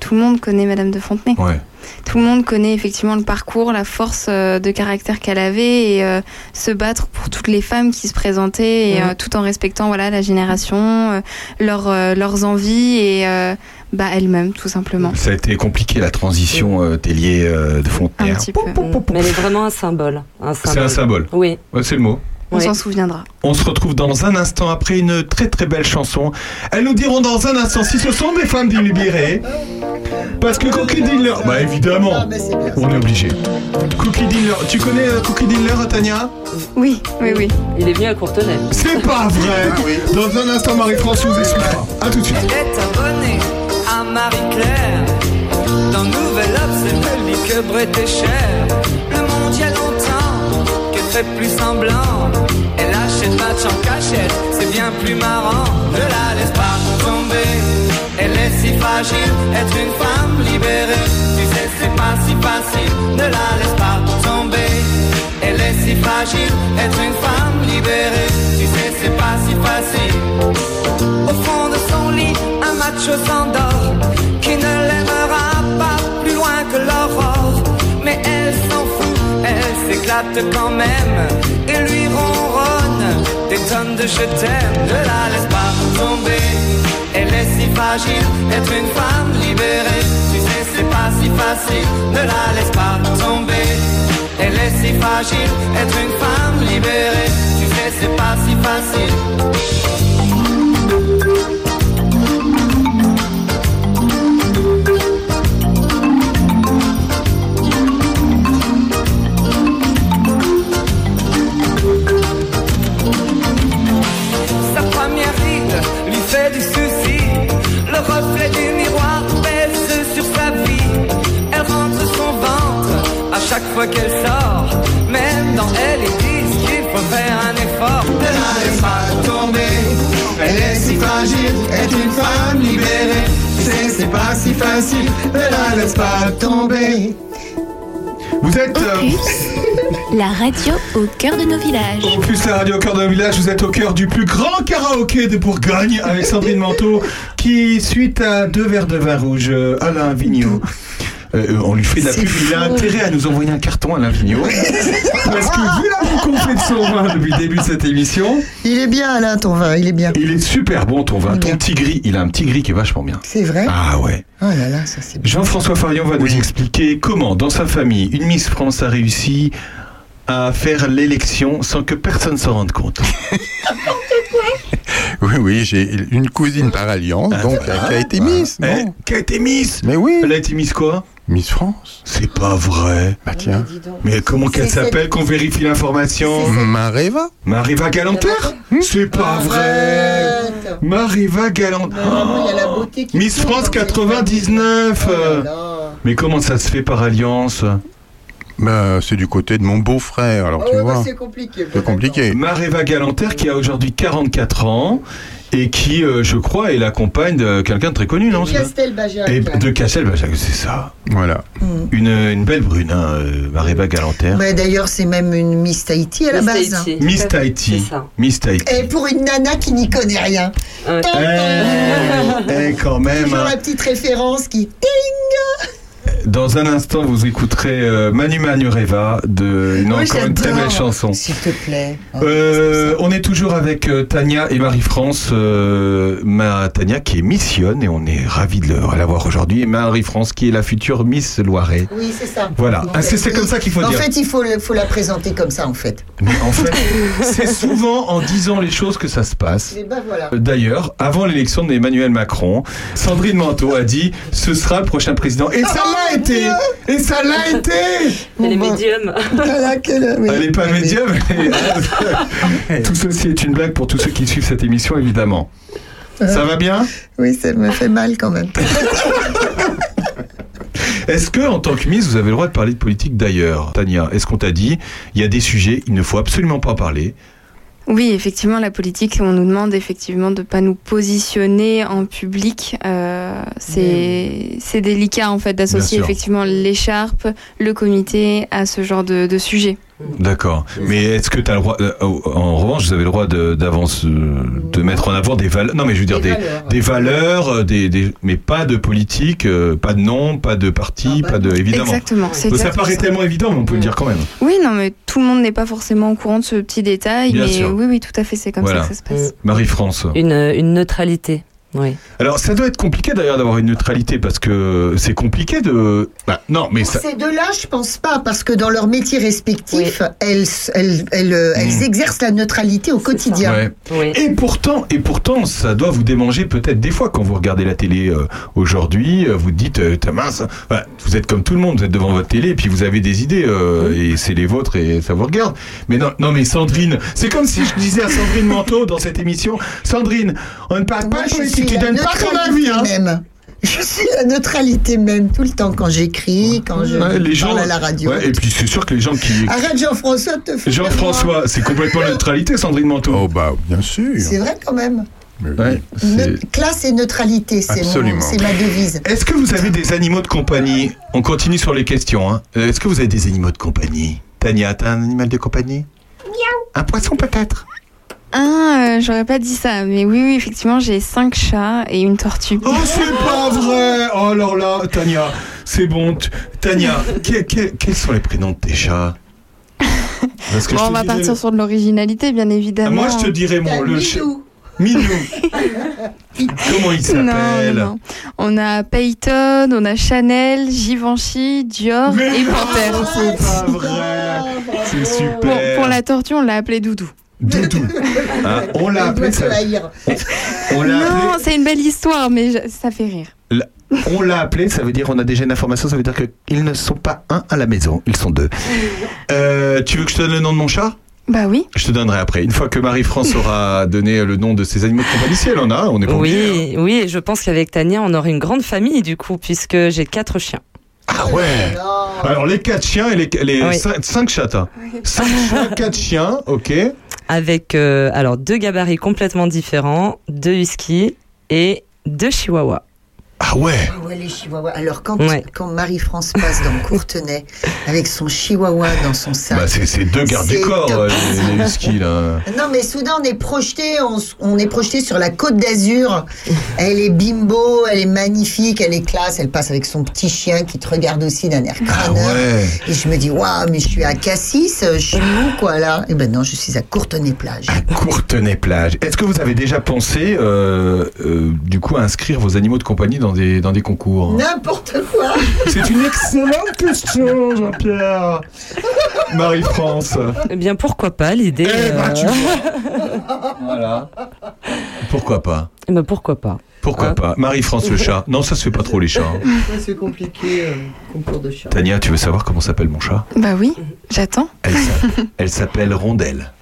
[SPEAKER 5] tout le monde connaît Madame de Fontenay.
[SPEAKER 2] Ouais.
[SPEAKER 5] Tout le monde connaît effectivement le parcours, la force euh, de caractère qu'elle avait et euh, se battre pour toutes les femmes qui se présentaient, et,
[SPEAKER 6] Mhm.
[SPEAKER 5] euh, tout en respectant voilà la génération, euh, leurs euh, leurs envies et euh, bah elle-même tout simplement.
[SPEAKER 2] Ça a été compliqué la transition euh, Tellier euh, de
[SPEAKER 5] Un
[SPEAKER 2] Fontenay.
[SPEAKER 5] petit peu.
[SPEAKER 6] Mm. Mais elle est vraiment un symbole. Un symbole.
[SPEAKER 2] C'est un symbole.
[SPEAKER 6] Oui.
[SPEAKER 2] Ouais, c'est le mot.
[SPEAKER 5] On
[SPEAKER 6] oui.
[SPEAKER 5] s'en souviendra.
[SPEAKER 2] On se retrouve dans un instant après une très très belle chanson. Elles nous diront dans un instant si ce sont des femmes délibérées. Parce que Cookie Dealer. Bah évidemment,
[SPEAKER 1] Ah, bah, c'est bien.
[SPEAKER 2] on est obligé. Cookie Dealer, tu connais euh, Cookie Dealer, Tania
[SPEAKER 5] Oui, oui, oui.
[SPEAKER 6] Il est venu à Courtenay.
[SPEAKER 2] C'est pas vrai
[SPEAKER 1] Ah
[SPEAKER 2] Dans un instant, Marie-France nous expliquera. A tout de suite.
[SPEAKER 7] est abonné à Marie-Claire. Dans Nouvelle Obs, c'est Belly que Brett est cher. Le monde y a longtemps que fait plus semblant. Elle achète match en cachette, c'est bien plus marrant. Ne la laisse pas tomber, elle est si fragile. Être une femme libérée, tu sais, c'est pas si facile. Ne la laisse pas tomber, elle est si fragile. Être une femme libérée, tu sais, c'est pas si facile. Au fond de son lit, un macho s'endort Qui ne l'aimera pas plus loin que l'aurore Mais elle s'en fout, elle s'éclate quand même Et lui ronronne des tonnes de je t'aime Ne la laisse pas tomber Elle est si fragile, être une femme libérée Tu sais c'est pas si facile, ne la laisse pas tomber Elle est si fragile, être une femme libérée Tu sais c'est pas si facile Sa première ride lui fait du souci. Le reflet du miroir pèse sur sa vie. Elle rentre son ventre à chaque fois qu'elle sort. Même dans elle, ils disent qu'il faut faire un effort. Ne la laisse pas tomber. Elle est si fragile, est une femme libérée. C'est, c'est pas si facile. Ne la laisse pas tomber.
[SPEAKER 2] Vous êtes. euh,
[SPEAKER 11] La radio au cœur de nos villages.
[SPEAKER 2] Opus la radio au cœur d'un village, vous êtes au cœur du plus grand karaoké de Bourgogne avec Sandrine Manteau qui, suite à deux verres de vin rouge, euh, Alain Vigneault. euh, on lui fait de la
[SPEAKER 1] C'est
[SPEAKER 2] pub, il a
[SPEAKER 1] fou.
[SPEAKER 2] intérêt à nous envoyer un carton Alain Vigneault. Parce que vu la qu'on fait de son vin depuis le début de cette émission,
[SPEAKER 1] Il est bien Alain ton vin, il est bien.
[SPEAKER 2] il est super bon ton vin.
[SPEAKER 1] Il est
[SPEAKER 2] Ton
[SPEAKER 1] bien.
[SPEAKER 2] petit gris, il a un petit gris qui est vachement bien.
[SPEAKER 1] C'est vrai
[SPEAKER 2] Ah ouais.
[SPEAKER 1] Oh là là, ça c'est bien.
[SPEAKER 2] Jean-François Farion va nous expliquer comment, dans sa famille, une Miss France a réussi à faire l'élection sans que personne s'en rende compte.
[SPEAKER 4] Oui, oui, j'ai
[SPEAKER 2] Hein,
[SPEAKER 4] une cousine par alliance, donc euh, qui a été Miss.
[SPEAKER 2] Ah, Eh,
[SPEAKER 4] Bon.
[SPEAKER 2] qui a été Miss
[SPEAKER 4] Mais oui.
[SPEAKER 2] Elle a été Miss quoi
[SPEAKER 4] Miss France
[SPEAKER 2] C'est pas vrai.
[SPEAKER 4] Bah tiens.
[SPEAKER 2] Mais comment qu'elle
[SPEAKER 4] C'est
[SPEAKER 2] s'appelle
[SPEAKER 4] cette-
[SPEAKER 2] Qu'on vérifie l'information
[SPEAKER 4] Mareva
[SPEAKER 2] Mariva Galanterre
[SPEAKER 4] Hmm
[SPEAKER 2] C'est pas vrai Mariva Galanterre Miss France 99 euh. Mais comment ça se fait par alliance
[SPEAKER 4] Bah, c'est du côté de mon beau-frère, alors
[SPEAKER 7] Oh, ben,
[SPEAKER 2] Oh,
[SPEAKER 4] tu vois.
[SPEAKER 1] compliqué.
[SPEAKER 4] C'est compliqué.
[SPEAKER 2] Mareva Galanterre qui a aujourd'hui 44 ans et qui, euh, je crois, est la compagne de quelqu'un de très connu, non c'est- Eh ben.
[SPEAKER 1] Castelbajac.
[SPEAKER 2] Et de Castelbajac, c'est ça.
[SPEAKER 4] Voilà.
[SPEAKER 1] Mm.
[SPEAKER 2] Une, une belle brune, hein, euh, Mariva Galanterre.
[SPEAKER 1] Bah, D'ailleurs, c'est même une Miss Tahiti à la
[SPEAKER 6] Miss
[SPEAKER 1] base.
[SPEAKER 6] Tahiti.
[SPEAKER 1] hein.
[SPEAKER 2] Miss Tahiti. Miss Tahiti.
[SPEAKER 1] Et pour une nana qui n'y connaît rien. Tant, tant.
[SPEAKER 2] Eh, eh, quand même.
[SPEAKER 1] Toujours
[SPEAKER 2] hein.
[SPEAKER 1] la petite référence qui ding
[SPEAKER 2] Dans un instant, vous écouterez euh, Manu Manu Reva de une,
[SPEAKER 1] Oui,
[SPEAKER 2] encore une très
[SPEAKER 1] j'adore.
[SPEAKER 2] belle chanson.
[SPEAKER 1] S'il te plaît.
[SPEAKER 2] Euh, on est toujours avec euh, Tania et Marie-France. euh, ma Tania qui est missionne et on est ravis de le- l'avoir aujourd'hui. Et Marie-France qui est la future Miss Loiret.
[SPEAKER 1] Oui, c'est ça.
[SPEAKER 2] Voilà.
[SPEAKER 1] En
[SPEAKER 2] Ah, c'est-
[SPEAKER 1] fait,
[SPEAKER 2] c'est
[SPEAKER 1] oui.
[SPEAKER 2] comme ça qu'il faut
[SPEAKER 1] en
[SPEAKER 2] dire.
[SPEAKER 1] En fait, il faut, le- faut la présenter comme ça, en fait.
[SPEAKER 2] Mais en fait, c'est souvent en disant les choses que ça se passe. Euh,
[SPEAKER 1] Et ben voilà.
[SPEAKER 2] D'ailleurs, avant l'élection d'Emmanuel Macron, Sandrine Manteau a dit ce sera le prochain président. Et ça l'a été Et ça l'a été
[SPEAKER 6] Elle est médium.
[SPEAKER 2] Elle n'est pas médium. mais- euh, Tout ceci est une blague pour tous ceux qui suivent cette émission, évidemment. Ça va bien
[SPEAKER 1] Euh. Oui, ça me fait mal quand même.
[SPEAKER 2] Est-ce que, en tant que Miss, vous avez le droit de parler de politique d'ailleurs, Tania Est-ce qu'on t'a dit il y a des sujets, il ne faut absolument pas en parler
[SPEAKER 5] Oui, effectivement, la politique, on nous demande effectivement de pas nous positionner en public. Euh, c'est c'est délicat en fait d'associer
[SPEAKER 2] Bien sûr.
[SPEAKER 5] effectivement l'écharpe, le comité à ce genre de, de sujet.
[SPEAKER 2] D'accord. Mais est-ce que tu as le droit. euh, En revanche, vous avez le droit de, d'avance, euh, de mettre en avant des valeurs. Non, mais je veux dire des,
[SPEAKER 1] Des
[SPEAKER 2] des
[SPEAKER 1] valeurs,
[SPEAKER 2] valeurs,
[SPEAKER 1] ouais.
[SPEAKER 2] euh, des, des- mais pas de politique, euh, pas de nom, pas de parti, pas de. Évidemment.
[SPEAKER 5] Exactement, c'est
[SPEAKER 2] Ça
[SPEAKER 5] exactement
[SPEAKER 2] paraît
[SPEAKER 5] ça.
[SPEAKER 2] tellement évident, mais on peut le dire quand même.
[SPEAKER 5] Oui, non, mais tout le monde n'est pas forcément au courant de ce petit détail,
[SPEAKER 2] Bien
[SPEAKER 5] mais
[SPEAKER 2] sûr.
[SPEAKER 5] oui, oui, tout à fait, c'est comme ça que ça se
[SPEAKER 2] Mm.
[SPEAKER 5] passe.
[SPEAKER 2] Marie-France.
[SPEAKER 6] Une, euh, une neutralité. Oui.
[SPEAKER 2] Alors, ça doit être compliqué d'ailleurs d'avoir une neutralité parce que euh, c'est compliqué de. Bah, non, mais ça.
[SPEAKER 1] Ces deux-là, je pense pas, parce que dans leur métier respectif, elles, elles, elles, elles exercent la neutralité au quotidien.
[SPEAKER 2] Hmm. Ouais.
[SPEAKER 6] Oui.
[SPEAKER 2] Et pourtant, et pourtant, ça doit vous démanger peut-être des fois quand vous regardez la télé euh, aujourd'hui. euh, vous dites, euh, Tain, mince, Voilà, vous êtes comme tout le monde, vous êtes devant votre télé, et puis vous avez des idées euh, et c'est les vôtres et ça vous regarde. Mais non, non, mais Sandrine, c'est comme si je disais à Sandrine Manteau dans cette émission, Sandrine, on ne parle pas de
[SPEAKER 1] Je suis
[SPEAKER 2] politique, tu
[SPEAKER 1] la
[SPEAKER 2] donnes pas ton avis.
[SPEAKER 1] neutralité
[SPEAKER 2] Hein.
[SPEAKER 1] même. Je suis la neutralité même tout le temps quand j'écris, quand je
[SPEAKER 2] Ouais, les gens,
[SPEAKER 1] parle à la radio.
[SPEAKER 2] Ouais, et puis c'est sûr que les gens qui
[SPEAKER 1] Arrête Jean-François de te foutre de moi.
[SPEAKER 2] Jean-François, c'est complètement neutralité, Sandrine Manteau.
[SPEAKER 4] Oh bah bien sûr.
[SPEAKER 1] C'est vrai quand même.
[SPEAKER 2] Ouais, c'est-
[SPEAKER 1] Ne- Classe et neutralité, c'est mon-
[SPEAKER 2] Absolument.
[SPEAKER 1] c'est ma devise.
[SPEAKER 2] Est-ce que vous avez des animaux de compagnie On continue sur les questions. hein. Euh, Est-ce que vous avez des animaux de compagnie Tania, t'as un animal de compagnie Un poisson peut-être
[SPEAKER 5] Ah, euh, j'aurais pas dit ça, mais oui, oui, effectivement, j'ai cinq chats et une tortue.
[SPEAKER 2] Oh, c'est pas vrai Oh, alors là, Tania, c'est bon. tu- Tania, que- que- quels sont les prénoms de tes chats Parce
[SPEAKER 5] Bon,
[SPEAKER 2] je te
[SPEAKER 5] on va
[SPEAKER 2] dirais-
[SPEAKER 5] partir sur de l'originalité, bien
[SPEAKER 2] Ah,
[SPEAKER 5] évidemment.
[SPEAKER 2] Moi, je te dirais mon. Le chat- Minou. Comment il
[SPEAKER 5] Non, non,
[SPEAKER 2] s'appelle
[SPEAKER 5] non. On a Payton, on a Chanel, Givenchy, Dior
[SPEAKER 2] Mais
[SPEAKER 5] et
[SPEAKER 2] non,
[SPEAKER 5] Panther.
[SPEAKER 2] C'est pas vrai C'est super
[SPEAKER 5] Pour, pour la tortue, on l'a appelée Doudou.
[SPEAKER 2] Doudou. Hein, on l'a appelé ça. On l'a appelé-
[SPEAKER 5] Non, c'est une belle histoire, mais je- ça fait rire.
[SPEAKER 2] La- On l'a appelé, ça veut dire on a déjà une information, ça veut dire qu'ils ne sont pas un à la maison, ils sont deux. Euh, tu veux que je te donne le nom de mon chat
[SPEAKER 5] Bah oui.
[SPEAKER 2] Je te donnerai après. Une fois que Marie-France aura donné euh, le nom de ses animaux de compagnie, si elle en a, on est pas obligé. hein.
[SPEAKER 6] Oui, oui, et je pense qu'avec Tania, on aurait une grande famille du coup, puisque j'ai quatre chiens.
[SPEAKER 2] Ah ouais Alors les quatre chiens et les, les
[SPEAKER 6] Oui.
[SPEAKER 2] cin- cinq chats. hein. Cinq chats, quatre chiens, ok.
[SPEAKER 6] Avec euh, alors deux gabarits complètement différents, deux huskies et deux chihuahuas.
[SPEAKER 2] Ah ouais
[SPEAKER 1] Ah ouais, les chihuahuas. Alors, quand,
[SPEAKER 6] Ouais.
[SPEAKER 1] quand Marie-France passe dans Courtenay avec son chihuahua dans son sac.
[SPEAKER 2] Bah c'est c'est deux gardes du
[SPEAKER 1] C'est
[SPEAKER 2] corps,
[SPEAKER 1] top.
[SPEAKER 2] euh, les, les huskies là.
[SPEAKER 1] Non, mais soudain, on est projeté, on, s- on est projeté sur la côte d'Azur. Elle est bimbo, elle est magnifique, elle est classe, elle passe avec son petit chien qui te regarde aussi d'un air
[SPEAKER 2] Ah
[SPEAKER 1] crâneur.
[SPEAKER 2] ouais
[SPEAKER 1] Et je me dis, waouh, mais je suis à Cassis, euh, je suis où, quoi, là Et ben non, je suis à Courtenay-Plage.
[SPEAKER 2] Courtenay plage. Est-ce que vous avez déjà pensé, euh, euh, du coup, à inscrire vos animaux de compagnie dans des, dans des concours
[SPEAKER 1] N'importe quoi
[SPEAKER 2] C'est une excellente question, Jean-Pierre. Marie-France.
[SPEAKER 6] Eh bien pourquoi pas l'idée
[SPEAKER 2] Eh ben,
[SPEAKER 6] euh,
[SPEAKER 2] tu vois. Voilà. Pourquoi pas
[SPEAKER 6] Eh ben, pourquoi pas
[SPEAKER 2] Pourquoi
[SPEAKER 6] Hein
[SPEAKER 2] pas Marie-France le chat. Non, ça se fait pas trop les chats. hein.
[SPEAKER 1] Ça, c'est compliqué, euh, concours de chat.
[SPEAKER 2] Tania, tu veux savoir comment s'appelle mon chat
[SPEAKER 5] Bah oui, j'attends.
[SPEAKER 2] Elle s'appelle Rondelle.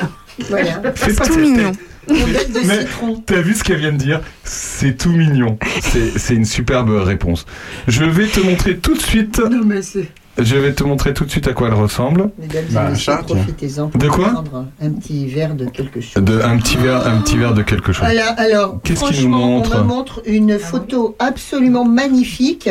[SPEAKER 1] Voilà.
[SPEAKER 2] Fais pas
[SPEAKER 5] tout
[SPEAKER 2] cette
[SPEAKER 5] mignon.
[SPEAKER 1] Rondelle de
[SPEAKER 2] Mais
[SPEAKER 1] citron.
[SPEAKER 2] t'as vu ce qu'elle vient de dire C'est tout mignon. C'est c'est une superbe réponse. Je vais te montrer tout de suite.
[SPEAKER 1] Non, mais c'est.
[SPEAKER 2] Je vais te montrer tout de suite à quoi elle ressemble.
[SPEAKER 1] Mesdames
[SPEAKER 2] Bah,
[SPEAKER 1] et
[SPEAKER 2] un
[SPEAKER 1] messieurs,
[SPEAKER 2] chat, tiens.
[SPEAKER 1] profitez-en pour
[SPEAKER 2] De quoi
[SPEAKER 1] prendre un petit verre de quelque chose.
[SPEAKER 2] De un petit verre, un petit verre de quelque chose.
[SPEAKER 1] Voilà, alors,
[SPEAKER 2] Qu'est-ce qu'il nous
[SPEAKER 1] franchement,
[SPEAKER 2] montre
[SPEAKER 1] on me montre une photo absolument magnifique.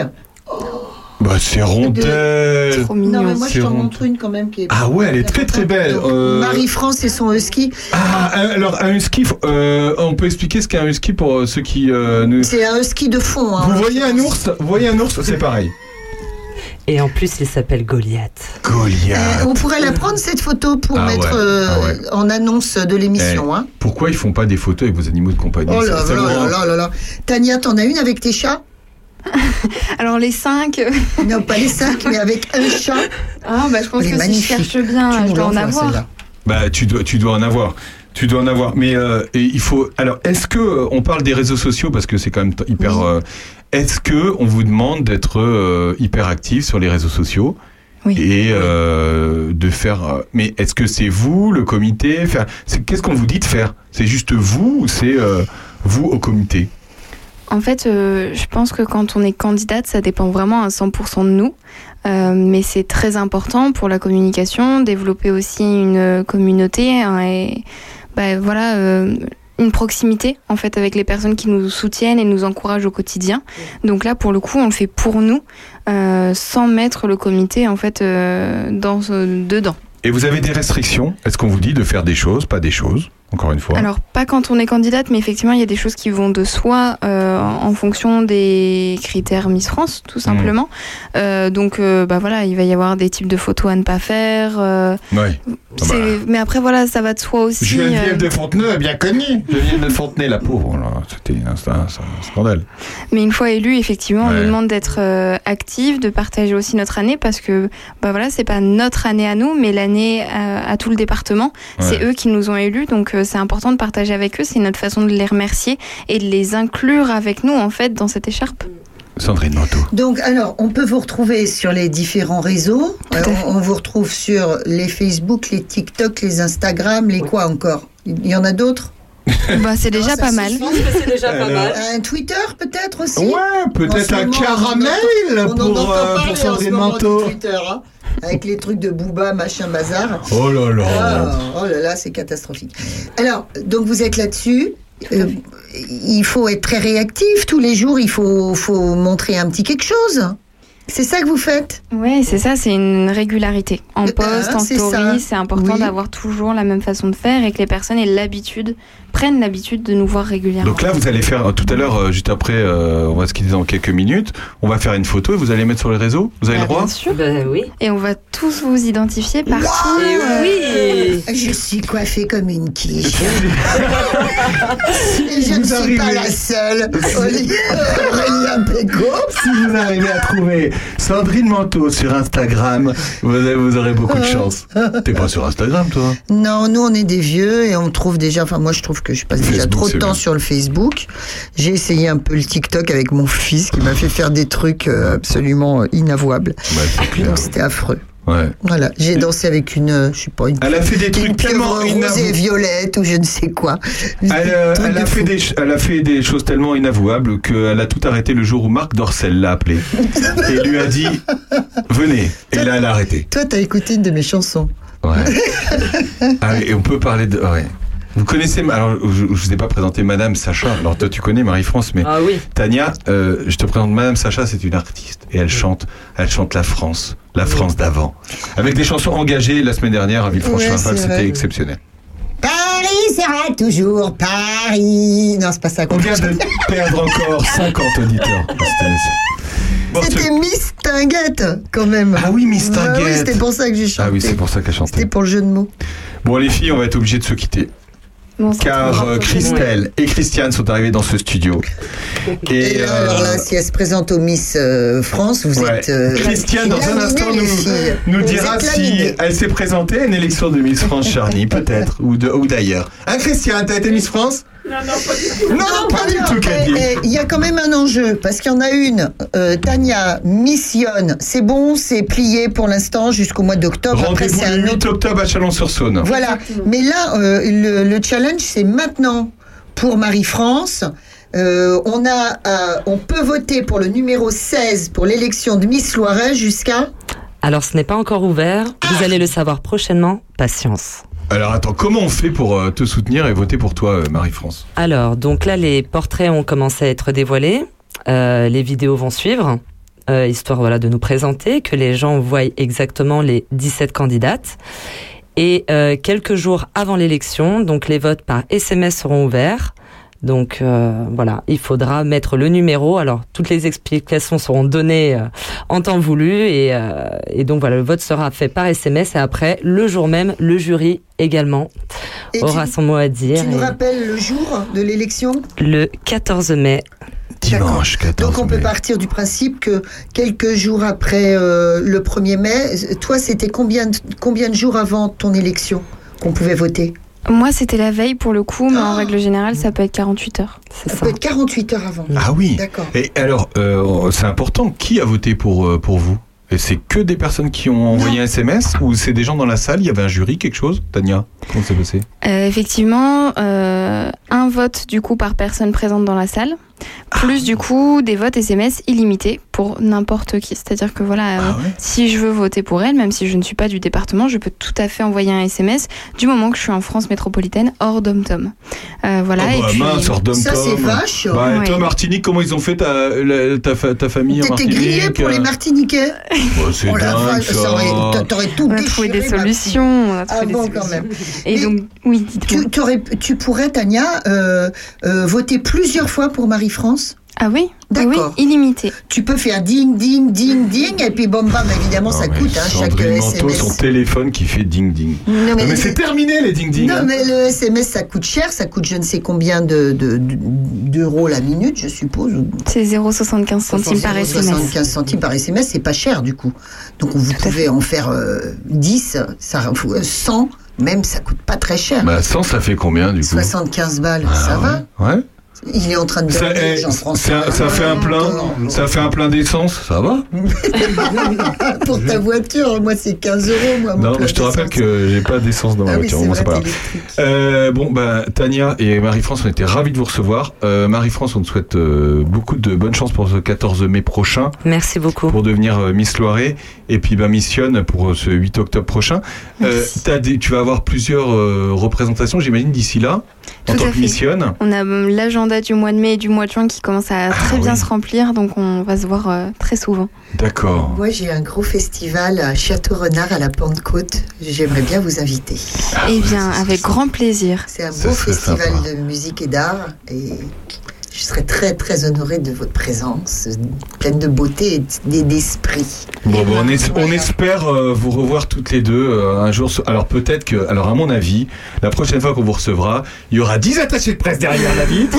[SPEAKER 2] Bah c'est
[SPEAKER 1] de-
[SPEAKER 2] Rondelle.
[SPEAKER 1] Non, mais moi,
[SPEAKER 2] Euh, C'est
[SPEAKER 1] je t'en
[SPEAKER 2] Rondelle.
[SPEAKER 1] montre une quand même qui est.
[SPEAKER 2] Ah ouais, elle est très très belle. Euh,
[SPEAKER 1] Marie-France et son husky.
[SPEAKER 2] Ah, un- alors un husky, euh, on peut expliquer ce qu'est un husky pour euh, ceux qui euh, nous.
[SPEAKER 1] C'est un husky de fond. hein.
[SPEAKER 2] Vous voyez un ours, vous voyez un ours, c'est pareil.
[SPEAKER 6] Et en plus, il s'appelle Goliath.
[SPEAKER 2] Goliath.
[SPEAKER 1] Euh, On pourrait la prendre cette photo pour
[SPEAKER 2] Ah
[SPEAKER 1] mettre
[SPEAKER 2] ouais,
[SPEAKER 1] euh,
[SPEAKER 2] ah ouais. Eh,
[SPEAKER 1] en annonce de l'émission. hein.
[SPEAKER 2] Pourquoi ils font pas des photos avec vos animaux de compagnie
[SPEAKER 1] Oh là
[SPEAKER 2] Ça-
[SPEAKER 1] là
[SPEAKER 2] ça me rend-
[SPEAKER 1] là là là là. Tania, t'en as une avec tes chats
[SPEAKER 5] Alors les cinq.
[SPEAKER 1] Non, pas les cinq, mais avec un chat.
[SPEAKER 5] Ah bah je pense
[SPEAKER 1] Elle
[SPEAKER 5] que si
[SPEAKER 1] est
[SPEAKER 5] je
[SPEAKER 1] magnifique.
[SPEAKER 5] cherche bien,
[SPEAKER 1] Tu
[SPEAKER 5] je
[SPEAKER 1] nous
[SPEAKER 5] dois en
[SPEAKER 1] l'envoies,
[SPEAKER 5] avoir.
[SPEAKER 1] celle-là.
[SPEAKER 2] Bah, tu dois, tu dois en avoir. Tu dois en avoir. Mais euh, et il faut. Alors, est-ce que euh, on parle des réseaux sociaux parce que c'est quand même t- hyper. euh, est-ce que on vous demande d'être euh, hyper actif sur les réseaux sociaux et euh, de faire. euh, mais est-ce que c'est vous, le comité faire c'est- Qu'est-ce qu'on vous dit de faire C'est juste vous ou c'est euh, vous au comité
[SPEAKER 5] En fait, euh, je pense que quand on est candidate, ça dépend vraiment à 100% de nous. Euh, mais c'est très important pour la communication, développer aussi une communauté hein, et bah, voilà, euh, une proximité en fait avec les personnes qui nous soutiennent et nous encouragent au quotidien. Donc là, pour le coup, on le fait pour nous, euh, sans mettre le comité en fait euh, dans ce- dedans.
[SPEAKER 2] Et vous avez des restrictions Est-ce qu'on vous dit de faire des choses, pas des choses Encore une fois.
[SPEAKER 5] Alors, pas quand on est candidate, mais effectivement, il y a des choses qui vont de soi euh, en fonction des critères Miss France,
[SPEAKER 2] Mm.
[SPEAKER 5] tout simplement. Euh, donc, euh, bah voilà, il va y avoir des types de photos à ne pas faire. euh,
[SPEAKER 2] Ouais. Ah bah.
[SPEAKER 5] c'est- Mais après, voilà, ça va de soi aussi. euh,
[SPEAKER 2] Geneviève de Fontenay, bien connue. Geneviève de Fontenay, la pauvre, là, c'était un, c'est un- c'est un scandale.
[SPEAKER 5] Mais une fois élu, effectivement, on
[SPEAKER 2] Ouais.
[SPEAKER 5] nous demande d'être euh, active, de partager aussi notre année parce que, bah voilà, c'est pas notre année à nous, mais l'année à, à tout le département. C'est
[SPEAKER 2] Ouais.
[SPEAKER 5] eux qui nous ont élus, donc euh, c'est important de partager avec eux. C'est notre façon de les remercier et de les inclure avec nous, en fait, dans cette écharpe.
[SPEAKER 2] Sandrine Manteau.
[SPEAKER 1] Donc, alors, on peut vous retrouver sur les différents réseaux. Euh, on, on vous retrouve sur les Facebook, les TikTok, les Instagram, les quoi encore Il y en a d'autres
[SPEAKER 5] Bah, c'est déjà pas mal.
[SPEAKER 6] C'est déjà
[SPEAKER 2] pas Alors. mal.
[SPEAKER 1] Un Twitter peut-être Euh, aussi
[SPEAKER 2] Ouais, peut-être
[SPEAKER 1] En ce
[SPEAKER 2] un
[SPEAKER 1] moment,
[SPEAKER 2] caramel
[SPEAKER 1] on entend-
[SPEAKER 2] pour,
[SPEAKER 1] on entend
[SPEAKER 2] euh,
[SPEAKER 1] parler
[SPEAKER 2] pour
[SPEAKER 1] en ce
[SPEAKER 2] Sandrine
[SPEAKER 1] moment
[SPEAKER 2] Manteau.
[SPEAKER 1] du Twitter, hein, avec les trucs de Booba, machin, bazar.
[SPEAKER 2] Oh là là.
[SPEAKER 1] Ah, oh là là, c'est catastrophique. Alors, donc vous êtes là-dessus. Euh, il faut être très réactif tous les jours. Il faut, faut montrer un petit quelque chose. C'est ça que vous faites
[SPEAKER 5] Oui, c'est ça, c'est une régularité. En
[SPEAKER 1] Eh ben,
[SPEAKER 5] post, en
[SPEAKER 1] c'est ça.
[SPEAKER 5] story, c'est important
[SPEAKER 1] Oui.
[SPEAKER 5] d'avoir toujours la même façon de faire et que les personnes aient l'habitude, prennent l'habitude de nous voir régulièrement.
[SPEAKER 2] Donc là, vous allez faire euh, tout à l'heure, euh, juste après, euh, on va se quitter dans quelques minutes. On va faire une photo et vous allez mettre sur les réseaux. Vous avez le droit
[SPEAKER 6] Ben oui.
[SPEAKER 5] Bah, Et on va tous vous identifier partout. euh,
[SPEAKER 6] oui
[SPEAKER 1] Je suis coiffée comme une quiche. Et je ne suis pas la seule. Aurélien Péco.
[SPEAKER 2] Si vous arrivez à trouver Sandrine Manteau sur Instagram, vous, avez- vous aurez beaucoup de chance. T'es pas sur Instagram, toi
[SPEAKER 1] Non, nous on est des vieux et on trouve déjà. Enfin, moi je trouve que je passe déjà
[SPEAKER 2] Facebook,
[SPEAKER 1] trop de
[SPEAKER 2] c'est
[SPEAKER 1] temps
[SPEAKER 2] bien.
[SPEAKER 1] sur le Facebook. J'ai essayé un peu le TikTok avec mon fils qui m'a fait faire des trucs euh, absolument euh, inavouables. Donc c'était affreux.
[SPEAKER 2] Ouais.
[SPEAKER 1] Voilà, j'ai dansé avec une, euh, je sais pas, une.
[SPEAKER 2] Elle a fait des trucs
[SPEAKER 1] une
[SPEAKER 2] tellement
[SPEAKER 1] pieuvre rose
[SPEAKER 2] inavouables.
[SPEAKER 1] et violette ou je ne sais quoi.
[SPEAKER 2] Elle, euh,
[SPEAKER 1] Truc
[SPEAKER 2] elle
[SPEAKER 1] de
[SPEAKER 2] a fait
[SPEAKER 1] fou.
[SPEAKER 2] des, ch- elle a fait des choses tellement inavouables qu'elle a tout arrêté le jour où Marc Dorcel l'a appelé et lui a dit Venez. Et là, elle a arrêté.
[SPEAKER 1] Toi, t'as écouté une de mes chansons.
[SPEAKER 2] Ah, et on peut parler de. ouais. Vous connaissez. Alors, je, je vous ai pas présenté Madame Sacha. Alors, toi, tu connais Marie-France, mais.
[SPEAKER 6] Ah oui.
[SPEAKER 2] Tania, euh, je te présente Madame Sacha, c'est une artiste. Et elle chante. Elle chante la France. La France d'avant. Avec des chansons engagées la semaine dernière à Villefranche-Saint-Paul.
[SPEAKER 1] Ouais, c'est
[SPEAKER 2] C'était
[SPEAKER 1] vrai.
[SPEAKER 2] exceptionnel.
[SPEAKER 1] Paris sera toujours Paris. Non, c'est pas ça. qu'on
[SPEAKER 2] On vient de
[SPEAKER 1] chante.
[SPEAKER 2] perdre
[SPEAKER 1] Ah
[SPEAKER 2] encore 50 auditeurs. Ah, dans cette émission. Bon,
[SPEAKER 1] C'était
[SPEAKER 2] ce-
[SPEAKER 1] Miss Tinguette quand même. Ah
[SPEAKER 2] oui, Miss
[SPEAKER 1] oui,
[SPEAKER 2] Tinguette.
[SPEAKER 1] c'était pour ça que j'ai chanté.
[SPEAKER 2] Ah oui, c'est pour ça qu'elle chantait.
[SPEAKER 1] C'était pour le jeu de mots.
[SPEAKER 2] Bon, les filles, on va être obligé de se quitter.
[SPEAKER 5] Bon, on se
[SPEAKER 2] Car
[SPEAKER 5] retrouvera
[SPEAKER 2] euh,
[SPEAKER 5] prochainement.
[SPEAKER 2] Christelle et Christiane sont arrivées dans ce studio. Et,
[SPEAKER 1] Et là,
[SPEAKER 2] euh,
[SPEAKER 1] alors là, si elle se présente au Miss euh, France, vous
[SPEAKER 2] ouais.
[SPEAKER 1] êtes. euh,
[SPEAKER 2] Christiane, dans un
[SPEAKER 1] laminées,
[SPEAKER 2] instant,
[SPEAKER 1] les filles.
[SPEAKER 2] nous, nous
[SPEAKER 1] Vous
[SPEAKER 2] dira
[SPEAKER 1] êtes
[SPEAKER 2] si
[SPEAKER 1] laminées.
[SPEAKER 2] elle s'est présentée à une élection de Miss France Charny, peut-être, ou de- ou d'ailleurs. Hein, Christiane, t'as été Miss France
[SPEAKER 12] Non, non, pas du tout.
[SPEAKER 1] Non, pardon. Eh, eh, Il y a quand même un enjeu, parce qu'il y en a une. euh, Tania missionne. C'est bon, c'est plié pour l'instant jusqu'au mois d'octobre. Après,
[SPEAKER 2] Rendez-vous
[SPEAKER 1] c'est
[SPEAKER 2] le
[SPEAKER 1] un
[SPEAKER 2] 8 octobre à Chalon-sur-Saône.
[SPEAKER 1] Voilà. Mais là, euh, le, le challenge, c'est maintenant pour Marie-France. Euh, on, a, euh, on peut voter pour le numéro 16 pour l'élection de Miss Loiret jusqu'à.
[SPEAKER 6] Alors ce n'est pas encore ouvert,
[SPEAKER 2] Ah.
[SPEAKER 6] vous allez le savoir prochainement, patience.
[SPEAKER 2] Alors attends, comment on fait pour euh, te soutenir et voter pour toi, euh, Marie-France
[SPEAKER 6] Alors, donc là, les portraits ont commencé à être dévoilés. Euh, les vidéos vont suivre, euh, histoire voilà, de nous présenter, que les gens voient exactement les 17 candidates. Et euh, quelques jours avant l'élection, donc les votes par SMS seront ouverts. Donc euh, voilà, il faudra mettre le numéro. Alors toutes les explications seront données euh, en temps voulu et, euh, et donc voilà, le vote sera fait par SMS et après le jour même, le jury également
[SPEAKER 1] Et
[SPEAKER 6] aura
[SPEAKER 1] tu-
[SPEAKER 6] son mot à dire.
[SPEAKER 1] Tu nous
[SPEAKER 6] Et-
[SPEAKER 1] rappelles le jour de l'élection
[SPEAKER 6] le 14 mai.
[SPEAKER 2] Dimanche 14
[SPEAKER 1] Donc on peut partir du principe que quelques jours après euh, le 1er mai, toi c'était combien de, combien de jours avant ton élection qu'on pouvait voter
[SPEAKER 5] Moi, c'était la veille pour le coup, mais en règle générale, ça peut être 48 heures.
[SPEAKER 1] Oh. Ça peut être 48 heures avant.
[SPEAKER 2] Ah oui
[SPEAKER 1] Euh, D'accord.
[SPEAKER 2] Et alors, euh, c'est important, qui a voté pour, euh, pour vous Et c'est que des personnes qui ont envoyé un SMS ou c'est des gens dans la salle Il y avait un jury, quelque chose Tania, comment ça s'est passé
[SPEAKER 5] Euh, effectivement, euh, un vote du coup par personne présente dans la salle,
[SPEAKER 2] Ah
[SPEAKER 5] plus du coup des votes SMS illimités pour n'importe qui. C'est-à-dire que
[SPEAKER 2] Ah
[SPEAKER 5] voilà, euh, si je veux voter pour elle, même si je ne suis pas du département, je peux tout à fait envoyer un SMS du moment que je suis en France métropolitaine hors dom-tom. Euh, voilà.
[SPEAKER 2] Oh,
[SPEAKER 5] et
[SPEAKER 2] bah,
[SPEAKER 5] puis-
[SPEAKER 2] mince, alors, Dom Tom. Bah, et Toi, Martinique, comment ils ont fait ta, la- ta, fa- ta famille en
[SPEAKER 1] T'étais
[SPEAKER 2] Martinique
[SPEAKER 1] grillé pour les
[SPEAKER 2] euh,
[SPEAKER 1] Martiniquais
[SPEAKER 2] oh, C'est
[SPEAKER 1] Oh la
[SPEAKER 2] dingue
[SPEAKER 1] vache, ça aurait-
[SPEAKER 2] ça
[SPEAKER 1] t'a- T'aurais tout
[SPEAKER 5] On a
[SPEAKER 1] déchiré,
[SPEAKER 5] trouvé des
[SPEAKER 1] ma petite.
[SPEAKER 5] solutions. On a trouvé
[SPEAKER 1] Ah
[SPEAKER 5] des
[SPEAKER 1] bon,
[SPEAKER 5] solutions.
[SPEAKER 1] quand même.
[SPEAKER 5] Et
[SPEAKER 1] Mais
[SPEAKER 5] donc, oui,
[SPEAKER 1] tu, t'aurais- tu pourrais, Tania, euh, euh, voter plusieurs fois pour Marie-France
[SPEAKER 5] Ah oui
[SPEAKER 1] D'accord.
[SPEAKER 5] illimité.
[SPEAKER 1] Tu peux faire ding, ding, ding, ding, et puis bam, bam, évidemment, ça coûte, hein, chaque
[SPEAKER 2] Sandrine Manteau,
[SPEAKER 1] SMS.
[SPEAKER 2] son téléphone qui fait ding-ding.
[SPEAKER 1] Non, mais-
[SPEAKER 2] c'est terminé, les ding-ding.
[SPEAKER 1] Non,
[SPEAKER 2] hein.
[SPEAKER 1] mais le SMS, ça coûte cher, ça coûte je ne sais combien de- de- de- d'euros la minute, je suppose. ou-
[SPEAKER 5] C'est 0,75 centimes par SMS.
[SPEAKER 1] 75 centimes par SMS, c'est pas cher du coup. Donc vous pouvez en faire euh, 10, ça, euh, 100, même ça coûte pas très cher.
[SPEAKER 2] Bah, 100, ça fait combien du coup
[SPEAKER 1] 75 balles, ça va
[SPEAKER 2] Ah Ouais.
[SPEAKER 1] Il est en train de
[SPEAKER 2] Ça, eh,
[SPEAKER 1] devenir Jean-François.
[SPEAKER 2] ça- ça fait un plein, ça fait un plein d'essence, ça va
[SPEAKER 1] Pour ta voiture, moi c'est 15 euros. Moi, mon
[SPEAKER 2] Non,
[SPEAKER 1] plein
[SPEAKER 2] mais je te
[SPEAKER 1] d'essence.
[SPEAKER 2] rappelle que j'ai pas d'essence dans ma
[SPEAKER 1] Ah oui,
[SPEAKER 2] voiture.
[SPEAKER 1] c'est
[SPEAKER 2] bon,
[SPEAKER 1] vrai,
[SPEAKER 2] pas
[SPEAKER 1] t'es
[SPEAKER 2] grave. Euh, bon, bah, Tania et Marie-France, on était ravis de vous recevoir. Euh, Marie-France, on te souhaite euh, beaucoup de bonne chance pour ce 14 mai prochain.
[SPEAKER 6] Merci beaucoup.
[SPEAKER 2] Pour devenir euh, Miss Loiret. Et puis, bah, missionne pour euh, ce 8 octobre prochain. Euh, t'as des- tu vas avoir plusieurs euh, représentations, j'imagine, d'ici là, en
[SPEAKER 5] Tout
[SPEAKER 2] tant
[SPEAKER 5] à
[SPEAKER 2] que
[SPEAKER 5] fait.
[SPEAKER 2] missionne. Ah
[SPEAKER 5] On a euh, l'agenda du mois de mai et du mois de juin qui commence à très bien se remplir, donc on va se voir euh, très souvent.
[SPEAKER 2] D'accord.
[SPEAKER 1] Moi j'ai un gros festival à Château-Renard à la Pentecôte. J'aimerais bien vous inviter.
[SPEAKER 2] Ah
[SPEAKER 5] eh bien, avec grand plaisir.
[SPEAKER 1] C'est un beau festival de musique et d'art et je serais très très honorée de votre présence, pleine de beauté et d- d'esprit.
[SPEAKER 2] Bon, bon, on, es- on espère euh, vous revoir toutes les deux euh, un jour. sur- Alors peut-être que, alors à mon avis, la prochaine fois qu'on vous recevra, il y aura 10 attachés de presse derrière la vitre.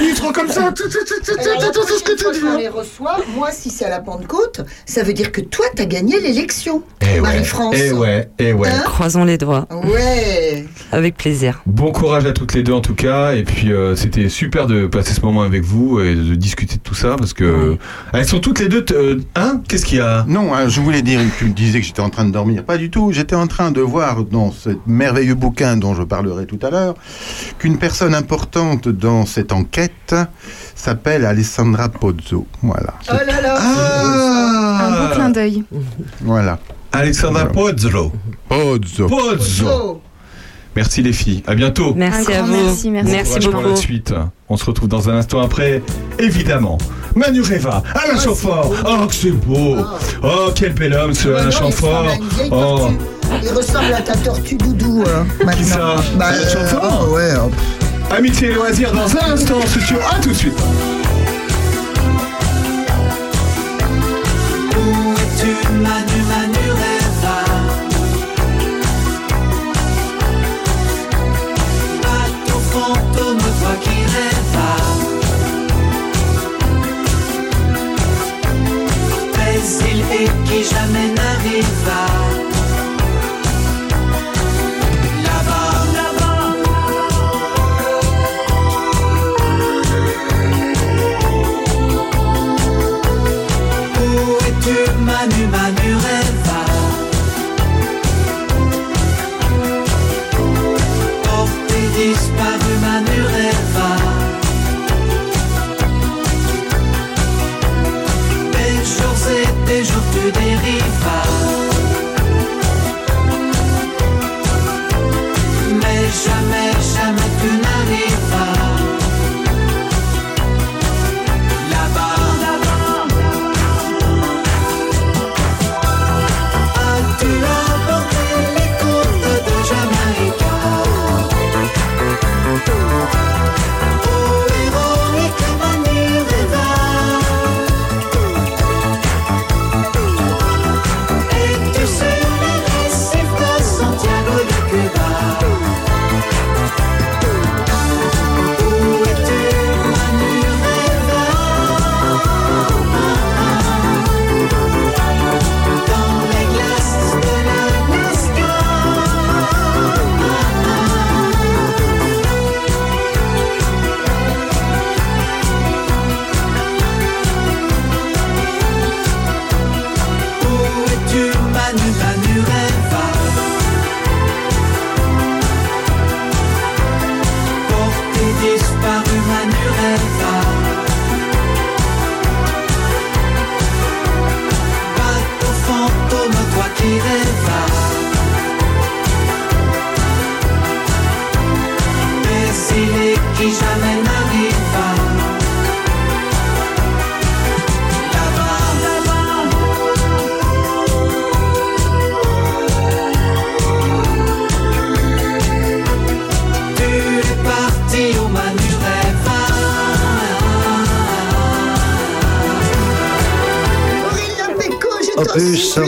[SPEAKER 2] Ils seront comme ça.
[SPEAKER 1] Alors, la prochaine fois qu'on les reçoit, moi, si c'est à la Pentecôte, ça veut dire que toi, t'as gagné l'élection,
[SPEAKER 2] Eh ouais,
[SPEAKER 1] Marie-France.
[SPEAKER 2] eh ouais, eh ouais.
[SPEAKER 6] Croisons les doigts.
[SPEAKER 1] Ouais.
[SPEAKER 6] Avec plaisir.
[SPEAKER 2] Bon courage à toutes les deux en tout cas. Et puis euh, c'était super de passer ce moment avec vous et de discuter de tout ça parce que euh, elles sont toutes les deux. t- euh, hein Qu'est-ce qu'il y a
[SPEAKER 4] Non, hein, je voulais dire, tu me disais que j'étais en train de dormir. Pas du tout. J'étais en train de voir dans ce merveilleux bouquin dont je parlerai tout à l'heure qu'une personne importante dans cette enquête s'appelle Alessandra Pozzo. Voilà.
[SPEAKER 1] Oh
[SPEAKER 2] Ah
[SPEAKER 1] là là
[SPEAKER 5] Un beau clin d'œil.
[SPEAKER 4] Voilà.
[SPEAKER 2] Alexandra Pozzo.
[SPEAKER 4] Pozzo.
[SPEAKER 2] Pozzo. Merci les filles. À bientôt.
[SPEAKER 6] Merci
[SPEAKER 5] Un
[SPEAKER 6] à
[SPEAKER 5] grand
[SPEAKER 6] vous.
[SPEAKER 5] merci, merci.
[SPEAKER 2] Bon
[SPEAKER 5] Merci
[SPEAKER 2] courage pour
[SPEAKER 5] beaucoup.
[SPEAKER 2] la suite. On se retrouve dans un instant après, évidemment. Manu Reva, Alain Chamfort.
[SPEAKER 1] Ah,
[SPEAKER 2] Oh, que c'est beau. Oh, quel bel homme ce Alain Chamfort. Oh.
[SPEAKER 1] Il ressemble à ta tortue doudou, hein, maintenant. Bah, euh, oh, ouais. oh.
[SPEAKER 2] Amitié et loisirs dans un instant, c'est sûr. À tout de suite.
[SPEAKER 7] Où es-tu, Manu, Manu, Reva À ton fantôme, toi qui rêves Tes îles et qui jamais n'arriva Là-bas, là-bas
[SPEAKER 3] Opus,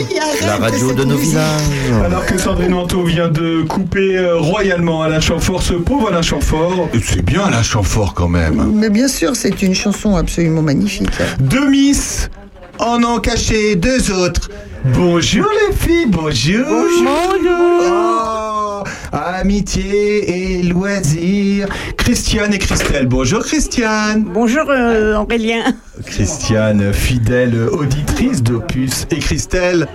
[SPEAKER 3] la radio de nos villages.
[SPEAKER 8] Alors que Sandrine Manteau vient de couper euh, royalement Alain Chamfort, ce pauvre Alain Chamfort.
[SPEAKER 2] C'est bien Alain Chamfort quand même.
[SPEAKER 1] Mais bien sûr, c'est une chanson absolument magnifique.
[SPEAKER 8] Deux Miss en ont caché deux autres. Bonjour les filles, bonjour. Oh, amitié et loisirs. Christiane et Christelle. Bonjour Christiane.
[SPEAKER 9] Bonjour Aurélien.
[SPEAKER 8] Christiane, fidèle auditrice d'Opus. Et Christelle,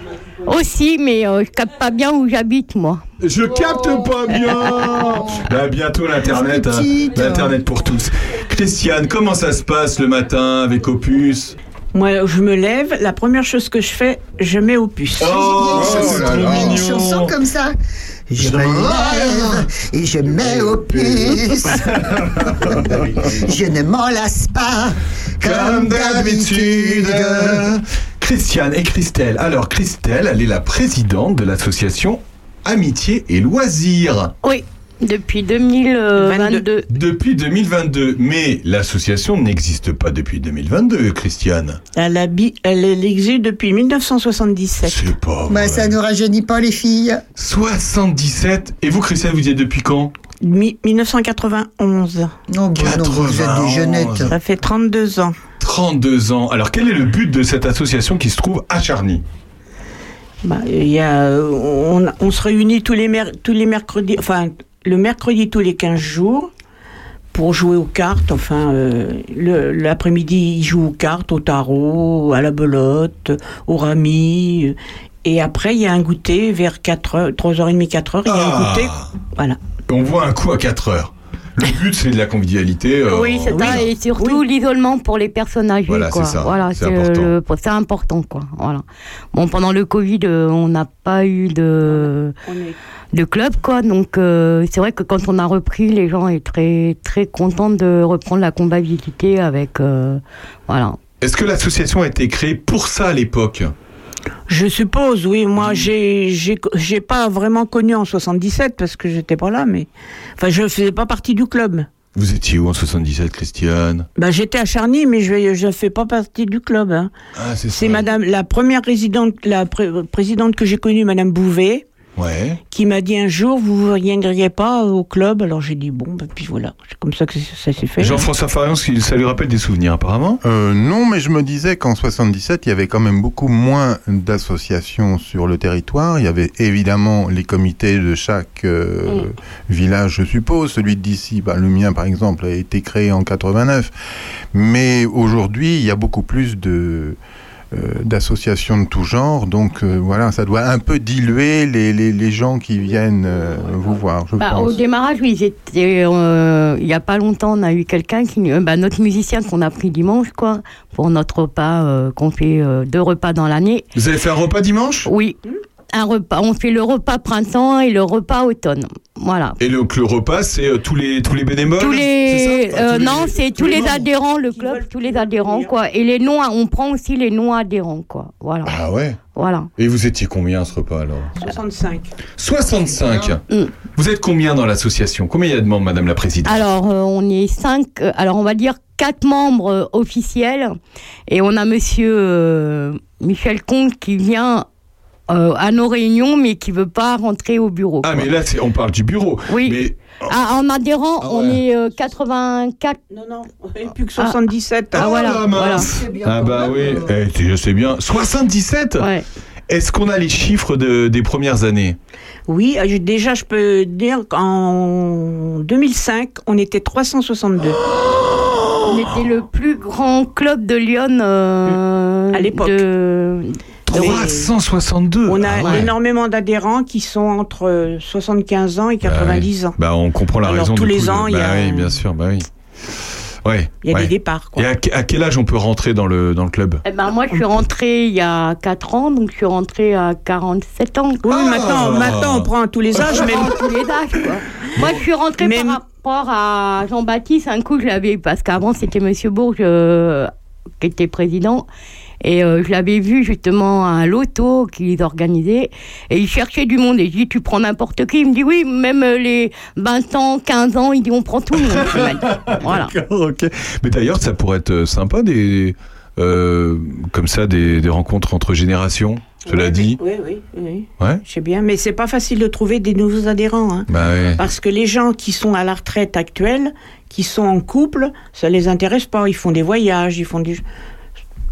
[SPEAKER 9] Aussi, mais euh, je capte pas bien où j'habite, moi.
[SPEAKER 8] je capte pas bien. Bah, bientôt l'internet, hein. l'internet pour tous. Christiane, comment ça se passe le matin avec Opus
[SPEAKER 9] Moi, je me lève, la première chose que je fais, je mets au puce.
[SPEAKER 8] Oh,
[SPEAKER 1] c'est
[SPEAKER 8] là là.
[SPEAKER 1] Une chanson comme ça. Je me
[SPEAKER 2] Ah.
[SPEAKER 1] lève et je
[SPEAKER 9] Eh
[SPEAKER 1] mets au puce. je ne m'en lasse pas
[SPEAKER 8] Comme d'habitude. Christiane et Christelle. Alors Christelle, elle est la présidente de l'association Amitié et Loisirs
[SPEAKER 9] Oui, depuis 2022.
[SPEAKER 2] Depuis 2022. Mais l'association n'existe pas depuis 2022, Christiane.
[SPEAKER 9] Elle, habite, elle est existe depuis 1977.
[SPEAKER 2] C'est pas
[SPEAKER 1] Bah, ça ne rajeunit pas les filles.
[SPEAKER 2] 77. Et vous, Christiane, vous y êtes depuis quand
[SPEAKER 9] Mi- 1991.
[SPEAKER 1] Non,
[SPEAKER 2] non, vous êtes des jeunettes.
[SPEAKER 9] Ça fait 32 ans.
[SPEAKER 2] 32 ans. Alors, quel est le but de cette association qui se trouve à Charny
[SPEAKER 9] Bah, il y a, euh, on, on se réunit tous les, mer- tous les mercredis, enfin, le mercredi tous les 15 jours pour jouer aux cartes. Enfin, euh, le- l'après-midi, ils jouent aux cartes, au tarot, à la belote, au rami. Et après, il y a un goûter vers 4 3h30, 4h. Il y a un
[SPEAKER 2] Ah.
[SPEAKER 9] goûter. Voilà.
[SPEAKER 2] On voit un coup à 4 heures. Le but, c'est de la convivialité. euh,
[SPEAKER 13] Oui, c'est ça, et surtout l'isolement pour les personnes âgées.
[SPEAKER 2] Voilà,
[SPEAKER 13] quoi.
[SPEAKER 2] c'est ça,
[SPEAKER 13] Voilà,
[SPEAKER 2] c'est
[SPEAKER 13] c'est
[SPEAKER 2] important.
[SPEAKER 13] le- c'est important, quoi. Voilà. Bon, pendant le Covid, euh, on n'a pas eu de, de club, quoi. Donc, euh, c'est vrai que quand on a repris, les gens étaient très, très contents de reprendre la combativité avec. euh, voilà.
[SPEAKER 2] Est-ce que l'association a été créée pour ça à l'époque
[SPEAKER 9] Je suppose, oui. Moi, j'ai, j'ai, j'ai pas vraiment connu en 77 parce que j'étais pas là, mais. Enfin, je faisais pas partie du club.
[SPEAKER 2] Vous étiez où en 77, Christiane
[SPEAKER 9] Bah, j'étais à Charny, mais je ne fais pas partie du club. hein.
[SPEAKER 2] Ah, c'est
[SPEAKER 9] C'est madame, la première résidente, la pré- présidente que j'ai connue, madame Bouvet,
[SPEAKER 2] Ouais.
[SPEAKER 9] qui m'a dit un jour, vous ne viendriez pas au club. Alors j'ai dit, bon, bah, puis voilà, c'est comme ça que ça s'est fait.
[SPEAKER 2] Jean-François Farion, ça lui rappelle des souvenirs apparemment
[SPEAKER 4] Euh, Non, mais je me disais qu'en 77, il y avait quand même beaucoup moins d'associations sur le territoire. Il y avait évidemment les comités de chaque euh, village, je suppose. Celui d'ici, bah, le mien par exemple, a été créé en 89. Mais aujourd'hui, il y a beaucoup plus de euh, d'associations de tout genre, donc euh, voilà, ça doit un peu diluer les, les, les gens qui viennent euh, vous voir, je
[SPEAKER 13] Bah,
[SPEAKER 4] pense.
[SPEAKER 13] au démarrage, oui, j'étais, euh, il y a pas longtemps, on a eu quelqu'un qui, euh, bah, notre musicien qu'on a pris dimanche, quoi, pour notre repas, euh, qu'on fait euh, deux repas dans l'année.
[SPEAKER 2] Vous avez fait un repas dimanche
[SPEAKER 13] Oui, un repas. On fait le repas printemps et le repas automne. Voilà.
[SPEAKER 2] Et le, le repas, c'est euh, tous, les, tous les bénévoles
[SPEAKER 13] Tous les,
[SPEAKER 2] c'est ça Enfin,
[SPEAKER 13] euh,
[SPEAKER 2] tous les-
[SPEAKER 13] non, c'est tous les adhérents, le club, tous les adhérents, quoi. Et les non, on prend aussi les non adhérents, quoi. Voilà.
[SPEAKER 2] Ah ouais
[SPEAKER 13] Voilà.
[SPEAKER 2] Et vous étiez combien à ce repas alors
[SPEAKER 9] 65.
[SPEAKER 2] 65
[SPEAKER 13] Mm.
[SPEAKER 2] Vous êtes combien dans l'association Combien il y a de membres, madame la présidente
[SPEAKER 13] Alors, euh, on est cinq. euh, alors, on va dire quatre membres euh, officiels. Et on a monsieur euh, Michel Comte qui vient euh, à nos réunions, mais qui veut pas rentrer au bureau.
[SPEAKER 2] Ah,
[SPEAKER 13] quoi.
[SPEAKER 2] mais là, c'est- on parle du bureau. Oui. Mais
[SPEAKER 13] Ah, en adhérent, on est euh, 84.
[SPEAKER 9] Non, non, plus que 77.
[SPEAKER 13] Ah, voilà.
[SPEAKER 2] Ah,
[SPEAKER 13] voilà.
[SPEAKER 2] mince. Ah bah oui, Eh, tu- je sais bien. 77 Est-ce qu'on a les chiffres de- des premières années
[SPEAKER 9] Oui, euh, je- déjà, je peux dire qu'en 2005, on était 362.
[SPEAKER 13] On était le plus grand club de Lyon euh, à l'époque.
[SPEAKER 2] Ah, 362
[SPEAKER 9] On a
[SPEAKER 2] Ah ouais.
[SPEAKER 9] énormément d'adhérents qui sont entre euh, 75 ans et 90 ans.
[SPEAKER 2] Bah, on comprend la
[SPEAKER 9] Alors,
[SPEAKER 2] raison.
[SPEAKER 9] tous
[SPEAKER 2] du
[SPEAKER 9] les
[SPEAKER 2] coup, de-
[SPEAKER 9] ans, il y
[SPEAKER 2] bah
[SPEAKER 9] a-
[SPEAKER 2] oui, bien sûr, bah oui. Ouais,
[SPEAKER 9] Il y a
[SPEAKER 2] ouais.
[SPEAKER 9] des départs.
[SPEAKER 2] Et à, que- à quel âge on peut rentrer dans le, dans le club
[SPEAKER 13] Eh ben, moi, je suis rentrée il y a 4 ans, donc je suis rentrée à 47 ans.
[SPEAKER 9] Oui, maintenant, maintenant, on prend tous les âges, mais-
[SPEAKER 13] On prend tous les âges, quoi. Moi, je suis rentrée par rapport à Jean-Baptiste. Un coup, je l'avais, parce qu'avant, c'était Monsieur Bourges euh, qui était président. Et euh, je l'avais vu justement à l'auto qu'ils organisaient. Et ils cherchaient du monde. Et je dis, tu prends n'importe qui. Il me dit, oui, même euh, les 20 ans, 15 ans, il dit, on prend tout le monde. Il m'a dit. voilà.
[SPEAKER 2] D'accord, ok. Mais d'ailleurs, euh, ça pourrait être sympa des. euh, comme ça, des, des rencontres entre générations. Cela
[SPEAKER 9] Oui,
[SPEAKER 2] dit.
[SPEAKER 9] Oui, oui, oui.
[SPEAKER 2] Ouais.
[SPEAKER 9] Je sais bien, mais c'est pas facile de trouver des nouveaux adhérents. hein.
[SPEAKER 2] Bah ouais.
[SPEAKER 9] Parce que les gens qui sont à la retraite actuelle, qui sont en couple, ça les intéresse pas. Ils font des voyages, ils font du.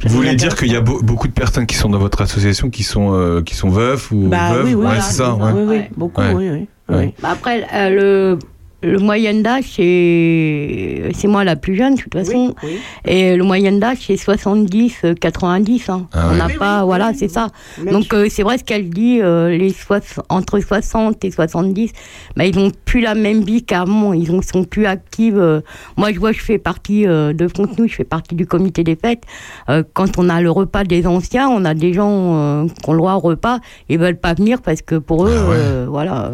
[SPEAKER 2] Vous voulez dire qu'il y a beau- beaucoup de personnes qui sont dans votre association qui sont, euh, qui sont veufs ou
[SPEAKER 9] Bah
[SPEAKER 2] veuves
[SPEAKER 9] oui, oui,
[SPEAKER 2] Ouais,
[SPEAKER 9] voilà,
[SPEAKER 2] c'est ça.
[SPEAKER 9] oui,
[SPEAKER 2] ouais.
[SPEAKER 9] oui, beaucoup,
[SPEAKER 2] Ouais.
[SPEAKER 9] oui, oui.
[SPEAKER 2] Ouais.
[SPEAKER 13] Bah après, euh, le, le moyen d'âge, c'est c'est moi la plus jeune, de toute façon. Et le moyen d'âge, c'est 70, euh, 90. hein.
[SPEAKER 2] Ah
[SPEAKER 13] On
[SPEAKER 2] ouais.
[SPEAKER 13] n'a
[SPEAKER 2] Oui,
[SPEAKER 13] pas, voilà, c'est ça. Donc, euh, c'est vrai ce qu'elle dit, euh, les soix- entre 60 et 70, bah, ils n'ont plus la même vie qu'avant. Ils ne sont plus actifs. euh. moi, je vois, je fais partie euh, de Contenu, je fais partie du comité des fêtes. Euh, quand on a le repas des anciens, on a des gens euh, qui ont le droit au repas, ils veulent pas venir parce que
[SPEAKER 2] Ah
[SPEAKER 13] pour eux, euh, voilà.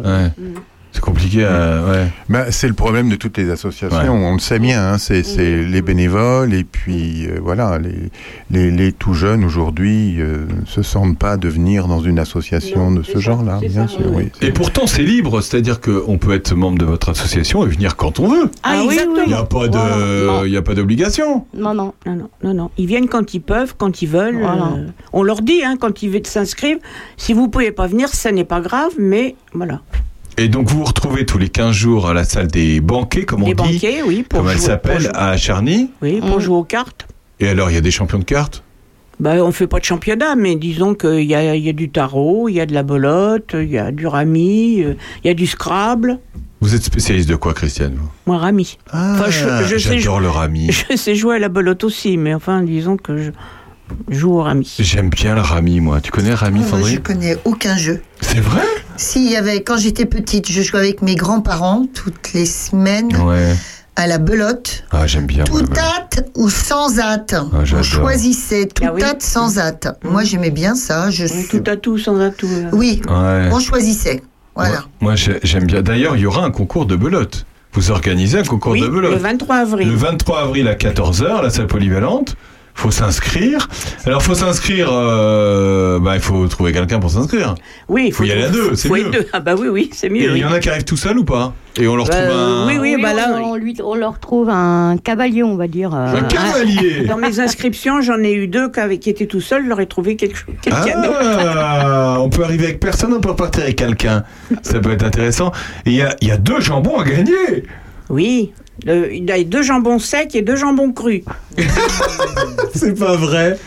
[SPEAKER 2] C'est compliqué. euh,
[SPEAKER 4] Bah, c'est le problème de toutes les associations.
[SPEAKER 2] Ouais.
[SPEAKER 4] On le sait bien. hein, c'est c'est les bénévoles et puis euh, voilà, les, les, les tout jeunes aujourd'hui euh, se sentent pas devenir dans une association de ce genre-là. Bien sûr, oui.
[SPEAKER 2] Et pourtant, c'est libre, c'est-à-dire qu'on peut être membre de votre association et venir quand on veut.
[SPEAKER 9] Ah, Ah oui, exactement. oui.
[SPEAKER 2] Il n'y a pas de- il y a pas d'obligation.
[SPEAKER 13] Non, non.
[SPEAKER 9] Non, non, non, non. Ils viennent quand ils peuvent, quand ils veulent.
[SPEAKER 13] Voilà.
[SPEAKER 9] euh, on leur dit, hein, quand ils veulent s'inscrivent, si vous pouvez pas venir, ça n'est pas grave, mais voilà.
[SPEAKER 2] Et donc, vous vous retrouvez tous les 15 jours à la salle des banquets, comme on
[SPEAKER 9] Les
[SPEAKER 2] dit.
[SPEAKER 9] banquets, oui, pour
[SPEAKER 2] Comme elle
[SPEAKER 9] jouer- pour
[SPEAKER 2] s'appelle,
[SPEAKER 9] jouer.
[SPEAKER 2] à Charny.
[SPEAKER 9] Oui, pour
[SPEAKER 13] Mm.
[SPEAKER 9] jouer aux cartes.
[SPEAKER 2] Et alors, il y a des champions de cartes
[SPEAKER 9] Bah, on fait pas de championnat, mais disons qu'il y a, il y a du tarot, il y a de la belote, il y a du rami, euh, il y a du scrabble.
[SPEAKER 2] Vous êtes spécialiste de quoi, Christiane vous
[SPEAKER 9] Moi, rami. je, je sais
[SPEAKER 2] Ah, J'adore
[SPEAKER 9] jou-
[SPEAKER 2] le rami.
[SPEAKER 9] Je sais jouer à la belote aussi, mais enfin, disons que je joue au rami.
[SPEAKER 2] J'aime bien le rami, moi. Tu connais le rami,
[SPEAKER 1] Ah, Moi, je
[SPEAKER 2] Sandrine
[SPEAKER 1] connais aucun jeu.
[SPEAKER 2] C'est vrai
[SPEAKER 1] Si, il y avait, quand j'étais petite, je jouais avec mes grands-parents toutes les semaines
[SPEAKER 2] Ouais.
[SPEAKER 1] à la belote.
[SPEAKER 2] Ah, j'aime bien. moi,
[SPEAKER 1] Tout
[SPEAKER 2] le rami.
[SPEAKER 1] hâte ou sans hâte On
[SPEAKER 2] j'adore.
[SPEAKER 1] choisissait tout hâte sans hâte. Moi, j'aimais bien ça. Je Tout
[SPEAKER 9] atout sans atout.
[SPEAKER 1] Oui,
[SPEAKER 2] Ouais.
[SPEAKER 1] on choisissait. Voilà.
[SPEAKER 2] Moi, j'ai- j'aime bien. D'ailleurs, il y aura un concours de belote. Vous organisez un concours
[SPEAKER 9] Oui,
[SPEAKER 2] de belote.
[SPEAKER 9] le 23 avril.
[SPEAKER 2] Le 23 avril à 14h, la salle polyvalente. Faut s'inscrire. Alors, faut s'inscrire. euh, bah, il faut trouver quelqu'un pour s'inscrire.
[SPEAKER 9] Oui, il
[SPEAKER 2] faut y aller à deux. C'est
[SPEAKER 9] faut y
[SPEAKER 2] mieux.
[SPEAKER 9] aller à deux. Ah bah oui, oui, c'est
[SPEAKER 2] Et
[SPEAKER 9] mieux.
[SPEAKER 2] il
[SPEAKER 9] oui.
[SPEAKER 2] y en a qui arrivent tout seuls ou pas Et on leur trouve un.
[SPEAKER 9] bah là,
[SPEAKER 13] on, on lui, on leur trouve un cavalier, on va dire. euh,
[SPEAKER 9] Dans mes inscriptions, j'en ai eu deux qui, avaient- qui étaient tout seuls, j'aurais trouvé quelque chose. quelqu'un d'autre.
[SPEAKER 2] Ah, on peut arriver avec personne, on peut repartir avec quelqu'un. Ça peut être intéressant. Et il y a, il y a deux jambons à gagner.
[SPEAKER 9] Oui, le- il a deux jambons secs et deux jambons crus.
[SPEAKER 2] C'est pas vrai.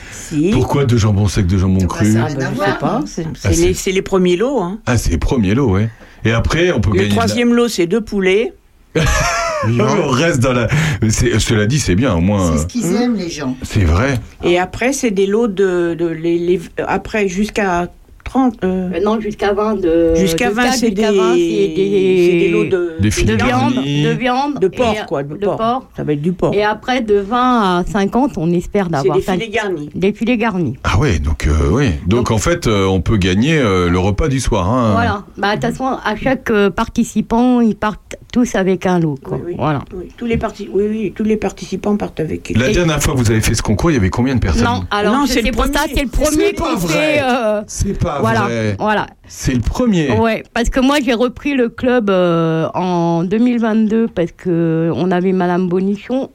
[SPEAKER 2] Pourquoi deux jambons secs, deux jambons crus
[SPEAKER 9] Ah bah, je sais pas, c'est c'est
[SPEAKER 2] Ah,
[SPEAKER 9] les, c'est les premiers lots. hein.
[SPEAKER 2] Ah, c'est les premiers lots, ouais. Et après, on peut
[SPEAKER 9] Le
[SPEAKER 2] gagner. de la-
[SPEAKER 9] troisième lot, c'est deux poulets.
[SPEAKER 2] on reste dans la. mais c'est- Cela dit, c'est bien, au moins. euh,
[SPEAKER 1] Qu'ils aiment les gens.
[SPEAKER 2] C'est vrai.
[SPEAKER 9] Hum. Et après, c'est des lots de. de- les, les- après, jusqu'à 30. euh,
[SPEAKER 13] Non, jusqu'à 20 de.
[SPEAKER 9] Jusqu'à
[SPEAKER 13] de
[SPEAKER 9] 20,
[SPEAKER 13] cadre,
[SPEAKER 9] c'est
[SPEAKER 13] jusqu'à
[SPEAKER 9] des-
[SPEAKER 13] 20, c'est des,
[SPEAKER 9] c'est des lots de- Des filets
[SPEAKER 13] de
[SPEAKER 9] de
[SPEAKER 13] viande,
[SPEAKER 9] riz.
[SPEAKER 13] de viande,
[SPEAKER 9] De porc,
[SPEAKER 13] et-
[SPEAKER 9] quoi, de porc.
[SPEAKER 13] porc.
[SPEAKER 9] ça va être du porc.
[SPEAKER 13] Et après, de 20 à 50, on espère d'avoir.
[SPEAKER 9] des
[SPEAKER 13] cinq-
[SPEAKER 9] filets garnis.
[SPEAKER 13] Des filets garnis.
[SPEAKER 2] Ah ouais, donc euh, ouais. Donc en fait, euh, on peut gagner euh, le repas du soir.
[SPEAKER 9] Ah.
[SPEAKER 2] hein.
[SPEAKER 13] Voilà. Bah, de toute façon, à chaque euh, participant, ils partent tous avec un lot. Quoi. Voilà.
[SPEAKER 9] Oui, tous les, parti- oui, oui, tous les participants partent avec.
[SPEAKER 2] La
[SPEAKER 9] Et-
[SPEAKER 2] dernière fois que vous avez fait ce concours, il y avait combien de personnes
[SPEAKER 13] Non, alors
[SPEAKER 9] Non,
[SPEAKER 13] je
[SPEAKER 9] c'est
[SPEAKER 13] sais
[SPEAKER 9] le
[SPEAKER 13] pour ça,
[SPEAKER 9] premier.
[SPEAKER 13] c'est le premier
[SPEAKER 9] C'est pas
[SPEAKER 13] qu'on
[SPEAKER 9] vrai.
[SPEAKER 13] fait. euh,
[SPEAKER 2] C'est pas
[SPEAKER 9] Ah,
[SPEAKER 13] voilà,
[SPEAKER 2] vrai.
[SPEAKER 13] Voilà.
[SPEAKER 2] C'est le premier.
[SPEAKER 13] Ouais, parce que moi j'ai repris le club euh, en 2022 parce que on avait Madame Bonichon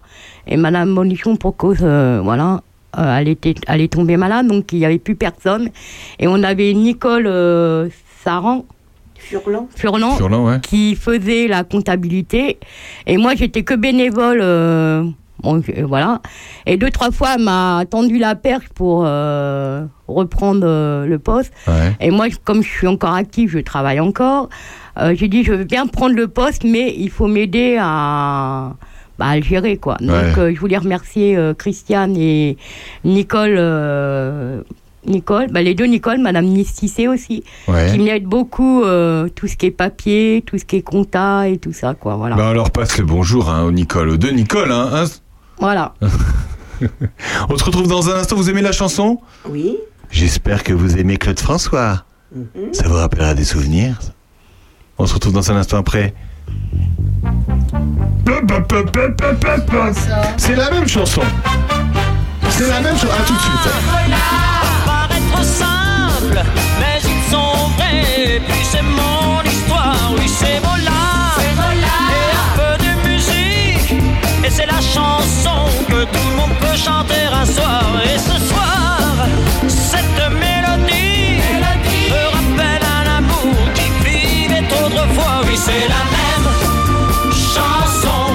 [SPEAKER 13] et Madame Bonichon pour cause euh, voilà. euh, elle, était, elle est tombée malade, donc il n'y avait plus personne. Et on avait Nicole euh, Saran,
[SPEAKER 9] Furlan.
[SPEAKER 13] Furlan,
[SPEAKER 2] Furlan, ouais.
[SPEAKER 13] qui faisait la comptabilité. Et moi, j'étais que bénévole. euh, bon, je- euh, voilà. Et deux, trois fois, elle m'a tendu la perche pour euh, reprendre euh, le poste. Et moi, je- comme je suis encore active, je travaille encore. euh, j'ai dit, je veux bien prendre le poste, mais il faut m'aider à, bah, à le gérer. Quoi. Donc,
[SPEAKER 14] Ouais.
[SPEAKER 13] euh, je voulais remercier euh, Christiane et Nicole. euh, Nicole, bah, les deux Nicole, Madame Nistissé aussi,
[SPEAKER 2] Ouais.
[SPEAKER 13] qui m'aide beaucoup euh, tout ce qui est papier, tout ce qui est compta et tout ça, quoi. Voilà.
[SPEAKER 2] Bah alors passe le bonjour hein, au Nicole, aux deux Nicole. Hein, hein.
[SPEAKER 13] Voilà.
[SPEAKER 2] On se retrouve dans un instant. Vous aimez la chanson
[SPEAKER 9] Oui.
[SPEAKER 2] J'espère que vous aimez Claude François. Ça vous rappellera des souvenirs. On se retrouve dans un instant après. C'est la même chanson. C'est la même chose. À tout de suite.
[SPEAKER 7] paraître simple, mais ils sont vrais. Et puis c'est mon histoire, oui c'est Mola. Et un peu de musique, et c'est la chanson que tout le monde peut chanter un soir. Et ce soir, cette mélodie, oui c'est la même chanson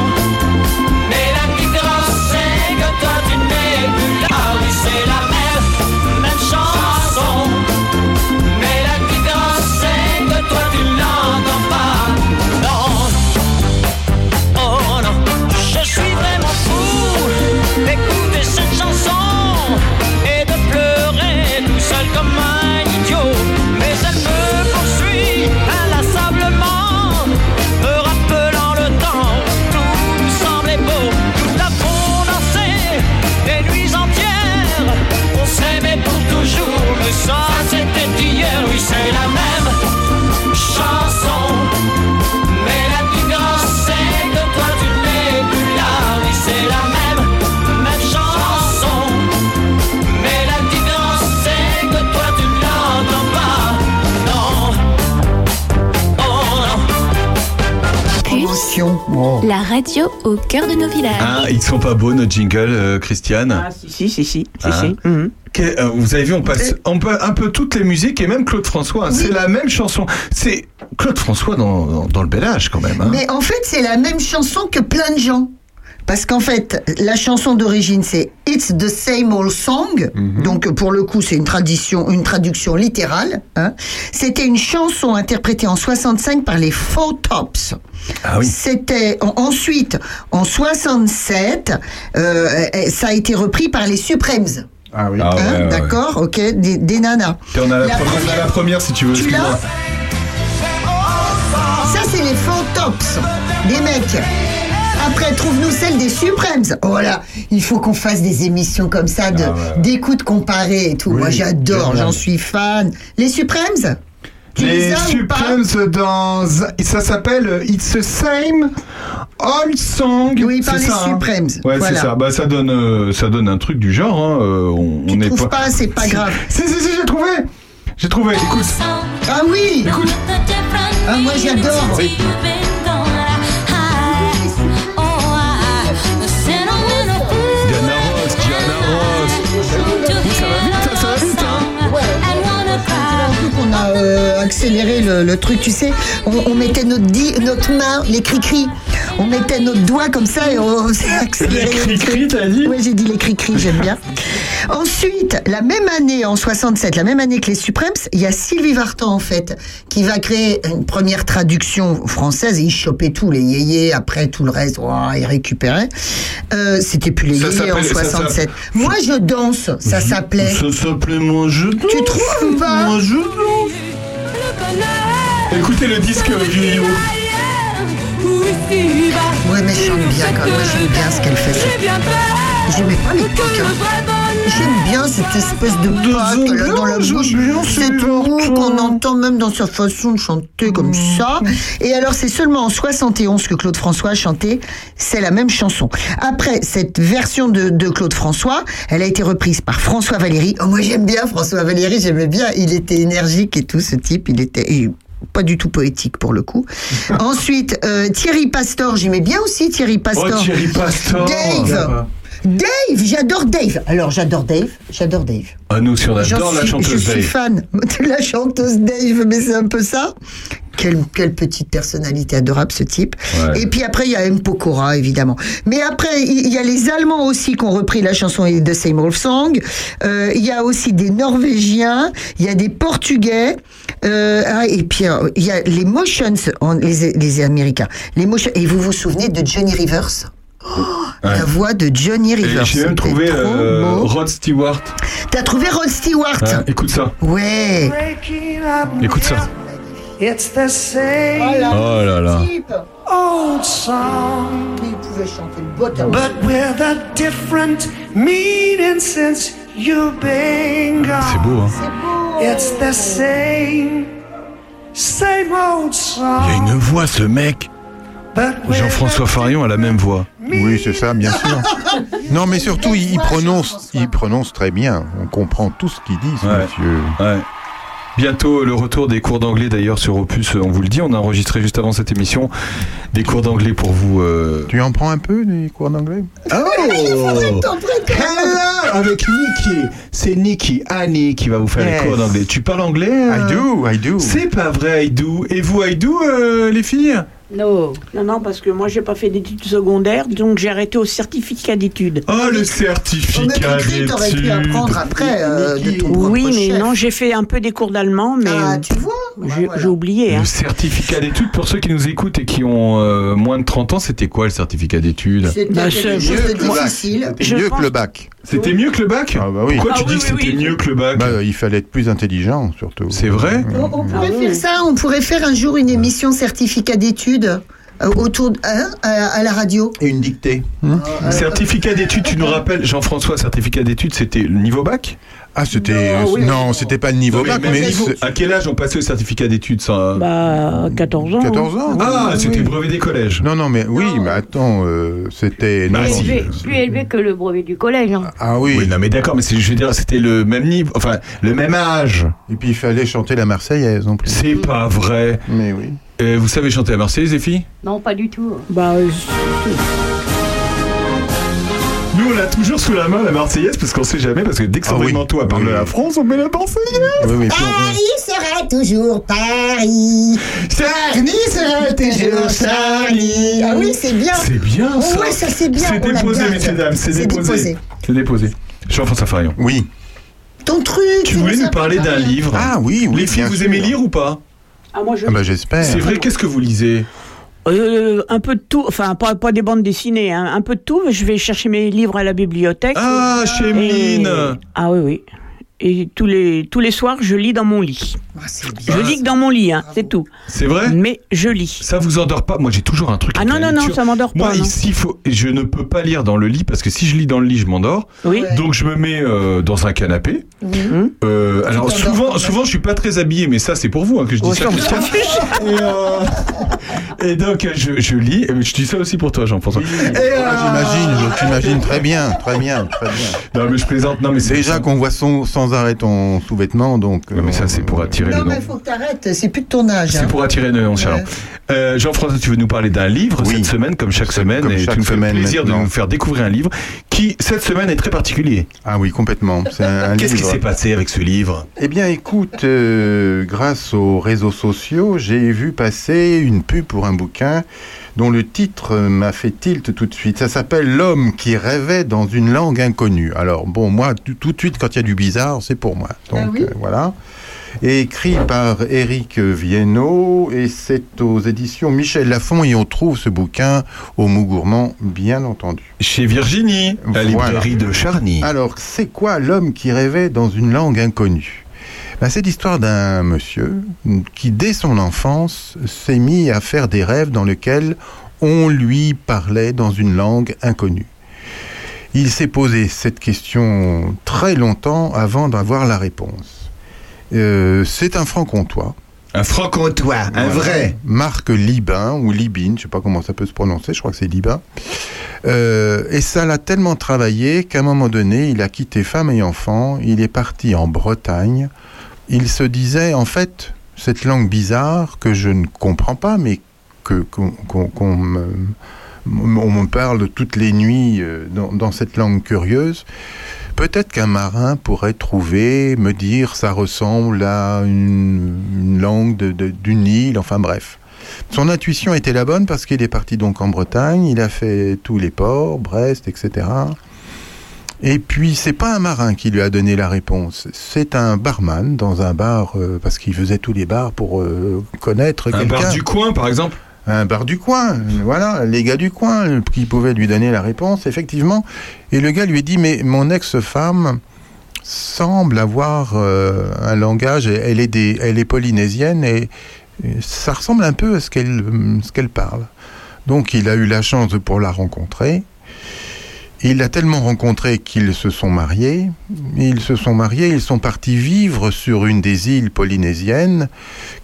[SPEAKER 7] Mais la différence c'est que toi tu n'es plus là Ah Oui c'est la même, même chanson Mais la différence c'est que toi tu n'entends pas Non, oh non Je suis vraiment fou d'écouter cette chanson Et de pleurer tout seul comme un idiot Mais elle me poursuit inlassablement Me rappelant le temps où tout nous semblait beau Nous l'avons dansé des nuits entières On s'aimait pour toujours mais ça c'était hier Oui c'est la même chanson mais la différence c'est que toi tu n'es plus là Oui c'est la même, même chanson Mais la différence c'est que toi tu ne l'entends pas Non, oh non
[SPEAKER 1] Promotion.
[SPEAKER 9] Oh.
[SPEAKER 14] La radio au cœur de nos villages.
[SPEAKER 2] Ah, ils sont pas beaux nos jingles, euh, Christiane
[SPEAKER 9] Si, si, Ah, si.
[SPEAKER 2] Hein Que- euh, vous avez vu, on passe on peut, un peu toutes les musiques et même Claude François. hein, C'est la même chanson. C'est Claude François dans, dans, dans le bel âge quand même. hein.
[SPEAKER 1] Mais en fait, c'est la même chanson que plein de gens. Parce qu'en fait, la chanson d'origine, c'est It's the same old song.
[SPEAKER 2] Mhm.
[SPEAKER 1] Donc, pour le coup, c'est une tradition, une traduction littérale. hein. C'était une chanson interprétée en 65 par les Four Tops.
[SPEAKER 2] Ah
[SPEAKER 1] C'était en- ensuite, en 67, euh, euh, ça a été repris par les Supremes.
[SPEAKER 4] Ah oui.
[SPEAKER 2] Ah ouais,
[SPEAKER 1] Hein,
[SPEAKER 2] ouais, ouais.
[SPEAKER 1] D'accord, ok, des, des nanas.
[SPEAKER 2] Et on a la,
[SPEAKER 1] La
[SPEAKER 2] première, on a la première, si tu veux.
[SPEAKER 1] Tu l'as
[SPEAKER 2] excuse-moi.
[SPEAKER 1] Ça, c'est les faux tops des mecs. Après, trouve-nous celle des Supremes. Oh là, il faut qu'on fasse des émissions comme ça
[SPEAKER 8] Ah
[SPEAKER 1] de- d'écoute comparée et tout. Moi, j'adore, j'en suis fan. Les Supremes Tu les
[SPEAKER 8] Les
[SPEAKER 1] as ou pas
[SPEAKER 8] Supremes dans. Ça s'appelle euh, It's the Same Old Song.
[SPEAKER 1] Oui, par
[SPEAKER 8] C'est
[SPEAKER 1] les
[SPEAKER 8] ça, hein.
[SPEAKER 1] Supremes.
[SPEAKER 2] Ouais,
[SPEAKER 1] Voilà.
[SPEAKER 2] c'est ça. Bah, ça donne, euh, ça donne un truc du genre. hein, euh, on, on est
[SPEAKER 1] Trouve pas, c'est pas grave.
[SPEAKER 8] Si, si, si, j'ai trouvé J'ai trouvé, écoute.
[SPEAKER 1] Ah oui Ah, moi, j'adore
[SPEAKER 8] Oh,
[SPEAKER 7] Diana Ross, Diana Ross. Oh, Ça va vite, ça va vite, hein
[SPEAKER 1] On a euh, accéléré le, le truc, tu sais. On, on mettait notre, di- notre main, les cri-cri. On mettait notre doigt comme ça et on s'est accéléré. Les cri-cri,
[SPEAKER 2] t'as dit
[SPEAKER 1] Oui, j'ai dit les cri-cri, j'aime bien. Ensuite, la même année, en 67, la même année que les Supremes, il y a Sylvie Vartan, en fait, qui va créer une première traduction française. Et il chopait tout, les yéyés, après tout le reste, ouah, il récupérait. Euh, C'était plus les
[SPEAKER 2] Ça
[SPEAKER 1] yéyés en
[SPEAKER 2] s'appelle- ça
[SPEAKER 1] 67.
[SPEAKER 2] s'appelle-
[SPEAKER 1] Moi, je danse, ça s'appelait.
[SPEAKER 2] Ça s'appelait Moi je danse.
[SPEAKER 1] Tu trouves ou pas
[SPEAKER 2] Moi je danse. Écoutez le disque euh, vieillot.
[SPEAKER 1] Ouais, mais je chante bien quand même. Moi, j'aime bien ce qu'elle fait. J'aimais pas les coques. hein. J'aime bien cette espèce de pâte là, dans la bouche. C'est tout qu'on entend même dans sa façon de chanter comme ça. Et alors, c'est seulement en 71 que Claude François a chanté. C'est la même chanson. Après, cette version de, de Claude François, elle a été reprise par François Valéry. Oh, moi, j'aime bien François Valéry. J'aimais bien. Il était énergique et tout, ce type. Il était... et pas du tout poétique pour le coup. Ensuite, euh, Thierry Pastor, j'aimais bien aussi Thierry Pastor.
[SPEAKER 2] Oh, Thierry Pastor.
[SPEAKER 1] Dave. Dave, j'adore Dave. Alors j'adore Dave, j'adore Dave.
[SPEAKER 2] Ah, nous, si on
[SPEAKER 1] J'en
[SPEAKER 2] adore la
[SPEAKER 1] suis-
[SPEAKER 2] chanteuse
[SPEAKER 1] Je suis
[SPEAKER 2] Dave.
[SPEAKER 1] fan de la chanteuse Dave, mais c'est un peu ça. Quelle, quelle petite personnalité adorable ce type.
[SPEAKER 2] Ouais.
[SPEAKER 1] Et puis après, il y a M. Pokora, évidemment. Mais après, il il y a les Allemands aussi qui ont repris la chanson de Same Old Song. Euh, il y a aussi des Norvégiens, il y a des Portugais. Euh, ah, et puis, euh, il y a les Motions, en- les, les Américains. Les motions, et vous vous souvenez de Johnny Rivers Oh,
[SPEAKER 2] Ouais.
[SPEAKER 1] La voix de Johnny Rivers.
[SPEAKER 2] Et j'ai même
[SPEAKER 1] C'était
[SPEAKER 2] trouvé
[SPEAKER 1] trop
[SPEAKER 2] euh,
[SPEAKER 1] beau.
[SPEAKER 2] Rod Stewart.
[SPEAKER 1] T'as trouvé Rod Stewart
[SPEAKER 2] Ah, écoute ça.
[SPEAKER 1] Ouais.
[SPEAKER 2] Écoute ça.
[SPEAKER 7] It's the same
[SPEAKER 2] Oh là là.
[SPEAKER 7] old song. But with a different meaning since you've been gone.
[SPEAKER 2] C'est beau, hein.
[SPEAKER 7] It's the same, same old
[SPEAKER 2] Il a
[SPEAKER 7] song.
[SPEAKER 2] une voix, ce mec. Jean-François Farion a la même voix.
[SPEAKER 4] Oui, c'est ça, bien sûr. non, mais surtout, il, il prononce, il prononce très bien. On comprend tout ce qu'il dit, ce monsieur.
[SPEAKER 2] Bientôt le retour des cours d'anglais d'ailleurs sur Opus, on vous le dit, on a enregistré juste avant cette émission des cours d'anglais pour vous. euh,
[SPEAKER 4] Tu en prends un peu des cours d'anglais
[SPEAKER 8] Oh
[SPEAKER 15] t'en
[SPEAKER 8] Hello Avec Nikki. C'est Nikki, Annie, qui va vous faire
[SPEAKER 2] Yes.
[SPEAKER 8] les cours d'anglais. Tu parles anglais I
[SPEAKER 4] do, I do.
[SPEAKER 8] C'est pas vrai, I do. Et vous, I do, euh, les filles
[SPEAKER 9] Non. Non, non, parce que moi, j'ai pas fait d'études secondaires, donc j'ai arrêté au certificat d'études.
[SPEAKER 2] Oh, le
[SPEAKER 9] certificat
[SPEAKER 15] écrit, t'aurais pu apprendre après euh, de ton propre
[SPEAKER 9] Oui, mais
[SPEAKER 15] chef.
[SPEAKER 9] non, j'ai fait un peu des cours d'allemand, mais.
[SPEAKER 15] Ah, tu vois
[SPEAKER 9] J'ai j'ai oublié. hein.
[SPEAKER 2] Le certificat d'études, pour ceux qui nous écoutent et qui ont euh, moins de 30 ans, c'était quoi le certificat d'études
[SPEAKER 15] C'était
[SPEAKER 9] Bah, quelque c'est chose mieux de que le bac. difficile. C'était Je mieux que pense- le
[SPEAKER 4] bac.
[SPEAKER 2] C'était mieux que le bac
[SPEAKER 4] Ah bah oui.
[SPEAKER 2] Pourquoi tu dis que c'était mieux que le bac
[SPEAKER 4] Bah, Il fallait être plus intelligent, surtout.
[SPEAKER 2] C'est vrai
[SPEAKER 15] On, on pourrait faire ça, on pourrait faire un jour une émission certificat d'études euh, autour de- hein, à, à la radio.
[SPEAKER 4] Et une dictée.
[SPEAKER 2] Ah, Certificat d'études, tu nous rappelles, Jean-François, certificat d'études, c'était le niveau bac
[SPEAKER 4] Ah, c'était. Non, oui. non, c'était pas le niveau bac, mais c'est-
[SPEAKER 2] à quel âge on passait au certificat d'études ça
[SPEAKER 9] Bah, 14 ans.
[SPEAKER 4] 14 ans.
[SPEAKER 2] Ah,
[SPEAKER 4] oui,
[SPEAKER 2] c'était
[SPEAKER 4] oui.
[SPEAKER 2] le brevet des collèges.
[SPEAKER 4] Non, non, mais oui, mais attends, euh, c'était. non,
[SPEAKER 13] Plus
[SPEAKER 4] non.
[SPEAKER 13] élevé, plus élevé que le brevet du collège. hein.
[SPEAKER 4] Ah oui.
[SPEAKER 2] Oui, non, mais d'accord, mais c'est- je veux dire, c'était le même niveau, enfin, le même âge.
[SPEAKER 4] Et puis il fallait chanter la Marseillaise en plus.
[SPEAKER 2] C'est pas vrai.
[SPEAKER 4] Mais oui.
[SPEAKER 2] vous savez chanter la Marseillaise, les filles
[SPEAKER 13] Non, pas du tout.
[SPEAKER 9] Bah, euh,
[SPEAKER 2] Nous, on a toujours sous la main la Marseillaise parce qu'on sait jamais, parce que dès que Sandrine Manteau parle de la France, on met la Marseillaise.
[SPEAKER 4] Ah Oui, oui,
[SPEAKER 2] Ah,
[SPEAKER 15] Paris sera toujours Paris. Sarni sera toujours Sarni. Ah oui, c'est bien.
[SPEAKER 2] C'est bien, ça.
[SPEAKER 15] Ouais, ça c'est bien.
[SPEAKER 2] C'est
[SPEAKER 15] on la
[SPEAKER 2] déposé,
[SPEAKER 15] garde.
[SPEAKER 2] messieurs, dames, c'est déposé. C'est déposé. Jean-François Farion.
[SPEAKER 4] Oui.
[SPEAKER 15] Ton truc.
[SPEAKER 2] Tu voulais nous parler d'un livre.
[SPEAKER 4] Ah oui, oui.
[SPEAKER 2] Les filles,
[SPEAKER 4] bien
[SPEAKER 2] vous
[SPEAKER 4] sûr.
[SPEAKER 2] aimez lire ou pas
[SPEAKER 9] Ah, moi, je.
[SPEAKER 4] Ah bah j'espère.
[SPEAKER 2] C'est vrai, qu'est-ce que vous lisez
[SPEAKER 9] Euh, un peu de tout, enfin pas, pas des bandes dessinées, hein, un peu de tout. Je vais chercher mes livres à la bibliothèque.
[SPEAKER 2] Ah, chez Mine.
[SPEAKER 9] Ah oui, oui. Et tous les, tous les soirs, je lis dans mon lit.
[SPEAKER 15] Ah,
[SPEAKER 9] Je lis que dans mon lit, hein, c'est tout.
[SPEAKER 2] C'est vrai
[SPEAKER 9] Mais je lis.
[SPEAKER 2] Ça vous endort pas Moi, j'ai toujours un truc.
[SPEAKER 9] Ah
[SPEAKER 2] avec
[SPEAKER 9] non,
[SPEAKER 2] la
[SPEAKER 9] non, non,
[SPEAKER 2] lecture.
[SPEAKER 9] ça m'endort
[SPEAKER 2] Moi,
[SPEAKER 9] pas, non.
[SPEAKER 2] ici, faut... je ne peux pas lire dans le lit parce que si je lis dans le lit, je m'endors.
[SPEAKER 9] Oui.
[SPEAKER 2] Donc, je me mets euh, dans un canapé.
[SPEAKER 7] Mmh.
[SPEAKER 2] Euh, alors,
[SPEAKER 8] t'endors
[SPEAKER 2] souvent, souvent, je suis pas très habillé, mais ça, c'est pour vous hein, que je dis
[SPEAKER 8] Oh,
[SPEAKER 2] ça.
[SPEAKER 8] ça, on
[SPEAKER 2] Christian.
[SPEAKER 8] s'en
[SPEAKER 2] Et, euh, et donc, euh, je, je lis. Et Je dis ça aussi pour toi, Jean-François.
[SPEAKER 4] Ah, J'imagine, je t'imagine très bien, très bien, très bien.
[SPEAKER 2] Non, mais je plaisante. Non, mais
[SPEAKER 4] Déjà qu'on voit son, sans arrêt ton sous-vêtement, donc. euh,
[SPEAKER 2] mais ça, c'est pour attirer
[SPEAKER 15] Non, mais faut que t'arrêtes, c'est plus de ton âge.
[SPEAKER 2] C'est
[SPEAKER 15] hein.
[SPEAKER 2] pour attirer nos mon cher. Euh, Jean-François, tu veux nous parler d'un livre cette semaine, comme chaque semaine,
[SPEAKER 4] comme
[SPEAKER 2] et
[SPEAKER 4] chaque
[SPEAKER 2] tu nous fais le
[SPEAKER 4] semaine
[SPEAKER 2] plaisir de
[SPEAKER 4] maintenant.
[SPEAKER 2] nous faire découvrir un livre qui, cette semaine, est très particulier.
[SPEAKER 4] Ah oui, complètement. C'est un- un
[SPEAKER 2] Qu'est-ce qui
[SPEAKER 4] livre.
[SPEAKER 2] s'est passé avec ce livre
[SPEAKER 4] Eh bien, écoute, euh, grâce aux réseaux sociaux, j'ai vu passer une pub pour un bouquin dont le titre euh, m'a fait tilt tout de suite. Ça s'appelle L'homme qui rêvait dans une langue inconnue. Alors, bon, moi, tout tout de suite, quand il y a du bizarre, c'est pour moi. Donc, euh, voilà. Et écrit par Éric Viennot, et c'est aux éditions Michel Lafon, et on trouve ce bouquin au Mou Gourmand, bien entendu.
[SPEAKER 2] Chez Virginie, à la
[SPEAKER 4] Voilà.
[SPEAKER 2] librairie de Charny.
[SPEAKER 4] Alors, c'est quoi l'homme qui rêvait dans une langue inconnue Ben, C'est l'histoire d'un monsieur qui, dès son enfance, s'est mis à faire des rêves dans lesquels on lui parlait dans une langue inconnue. Il s'est posé cette question très longtemps avant d'avoir la réponse. Euh, c'est un franc-comtois.
[SPEAKER 2] Un franc-comtois, un vrai.
[SPEAKER 4] Marc Libin ou Libin, je ne sais pas comment ça peut se prononcer, je crois que c'est Libin. Euh, et ça l'a tellement travaillé qu'à un moment donné, il a quitté femme et enfant, il est parti en Bretagne. Il se disait, en fait, cette langue bizarre que je ne comprends pas, mais que, qu'on, qu'on- qu'on me, on me parle toutes les nuits euh, dans, dans cette langue curieuse, peut-être qu'un marin pourrait trouver, me dire, ça ressemble à une, une langue de- de- d'une île, enfin bref. Son intuition était la bonne parce qu'il est parti donc en Bretagne, il a fait tous les ports, Brest, etc. Et puis, c'est pas un marin qui lui a donné la réponse. C'est un barman dans un bar, euh, parce qu'il faisait tous les bars pour euh, connaître
[SPEAKER 2] Un
[SPEAKER 4] quelqu'un.
[SPEAKER 2] bar du coin, par exemple
[SPEAKER 4] Un bar du coin, voilà, les gars du coin euh, qui pouvaient lui donner la réponse, effectivement. Et le gars lui a dit, mais mon ex-femme semble avoir euh, un langage, elle- elle est, des, elle est polynésienne et et ça ressemble un peu à ce qu'elle hum, ce qu'elle parle. Donc il a eu la chance de pour la rencontrer. Il l'a tellement rencontrée qu'ils se sont mariés. Ils se sont mariés, ils sont partis vivre sur une des îles polynésiennes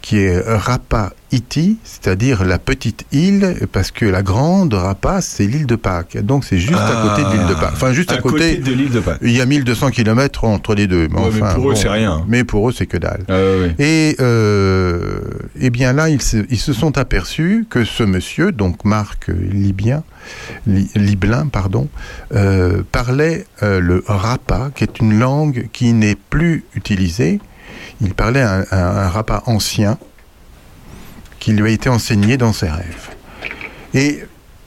[SPEAKER 4] qui est Rapa Iti, c'est-à-dire la petite île, parce que la grande rapace, c'est l'île de Pâques. Donc c'est juste à côté de l'île de Pâques. Enfin, juste à, côté,
[SPEAKER 2] Ah. de l'île de Pâques.
[SPEAKER 4] Il y a 1200 km entre les deux. Mais,
[SPEAKER 2] Ouais, mais
[SPEAKER 4] enfin,
[SPEAKER 2] pour eux,
[SPEAKER 4] bon.
[SPEAKER 2] c'est rien.
[SPEAKER 4] Mais pour eux, c'est que dalle.
[SPEAKER 2] Euh, oui.
[SPEAKER 4] Et euh, eh bien là, ils se, ils se sont aperçus que ce monsieur, donc Marc Libien, Li- Liblin, pardon, euh, parlait euh, le rapa, qui est une langue qui n'est plus utilisée. Il parlait un, un- un rapa ancien qui lui a été enseigné dans ses rêves. Et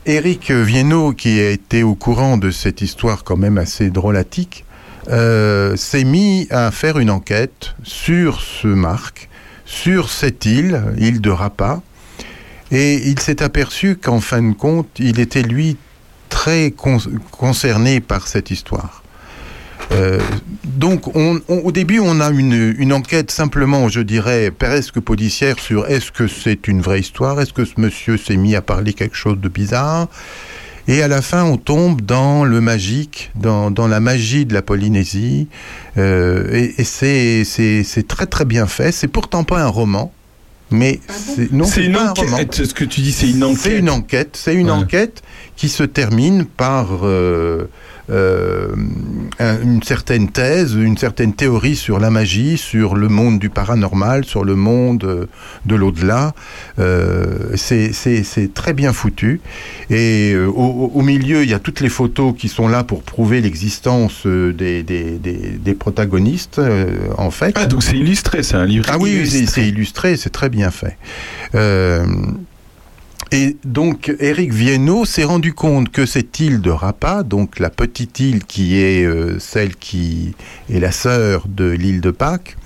[SPEAKER 4] Éric Viennot, qui a été au courant de cette histoire quand même assez drôlatique, euh, s'est mis à faire une enquête sur ce Marc, sur cette île, île de Rapa, et il s'est aperçu qu'en fin de compte, il était lui très con- concerné par cette histoire. Euh, donc, on- on- au début, on a une, une enquête simplement, je dirais, presque policière sur est-ce que c'est une vraie histoire, est-ce que ce monsieur s'est mis à parler quelque chose de bizarre. Et à la fin, on tombe dans le magique, dans, dans la magie de la Polynésie. Euh, et et c'est- c'est c'est très très bien fait. C'est pourtant pas un roman, mais c'est- non,
[SPEAKER 2] C'est
[SPEAKER 4] c'est
[SPEAKER 2] une
[SPEAKER 4] pas un
[SPEAKER 2] enquête.
[SPEAKER 4] roman.
[SPEAKER 2] Ce que tu dis, c'est une enquête.
[SPEAKER 4] C'est une enquête. C'est une enquête qui se termine par euh, euh, un- une certaine thèse, une certaine théorie sur la magie, sur le monde du paranormal, sur le monde euh, de l'au-delà. Euh, c'est- c'est c'est très bien foutu. Et euh, au, au milieu, il y a toutes les photos qui sont là pour prouver l'existence euh, des, des- des- des protagonistes, euh, en fait.
[SPEAKER 2] Ah, donc c'est illustré, c'est un livre.
[SPEAKER 4] Ah oui, oui, c'est-
[SPEAKER 2] illustré.
[SPEAKER 4] c'est illustré, c'est très bien fait. Euh, et donc, Éric Viennot s'est rendu compte que cette île de Rapa, donc la petite île qui est euh, celle qui est la sœur de l'île de Pâques,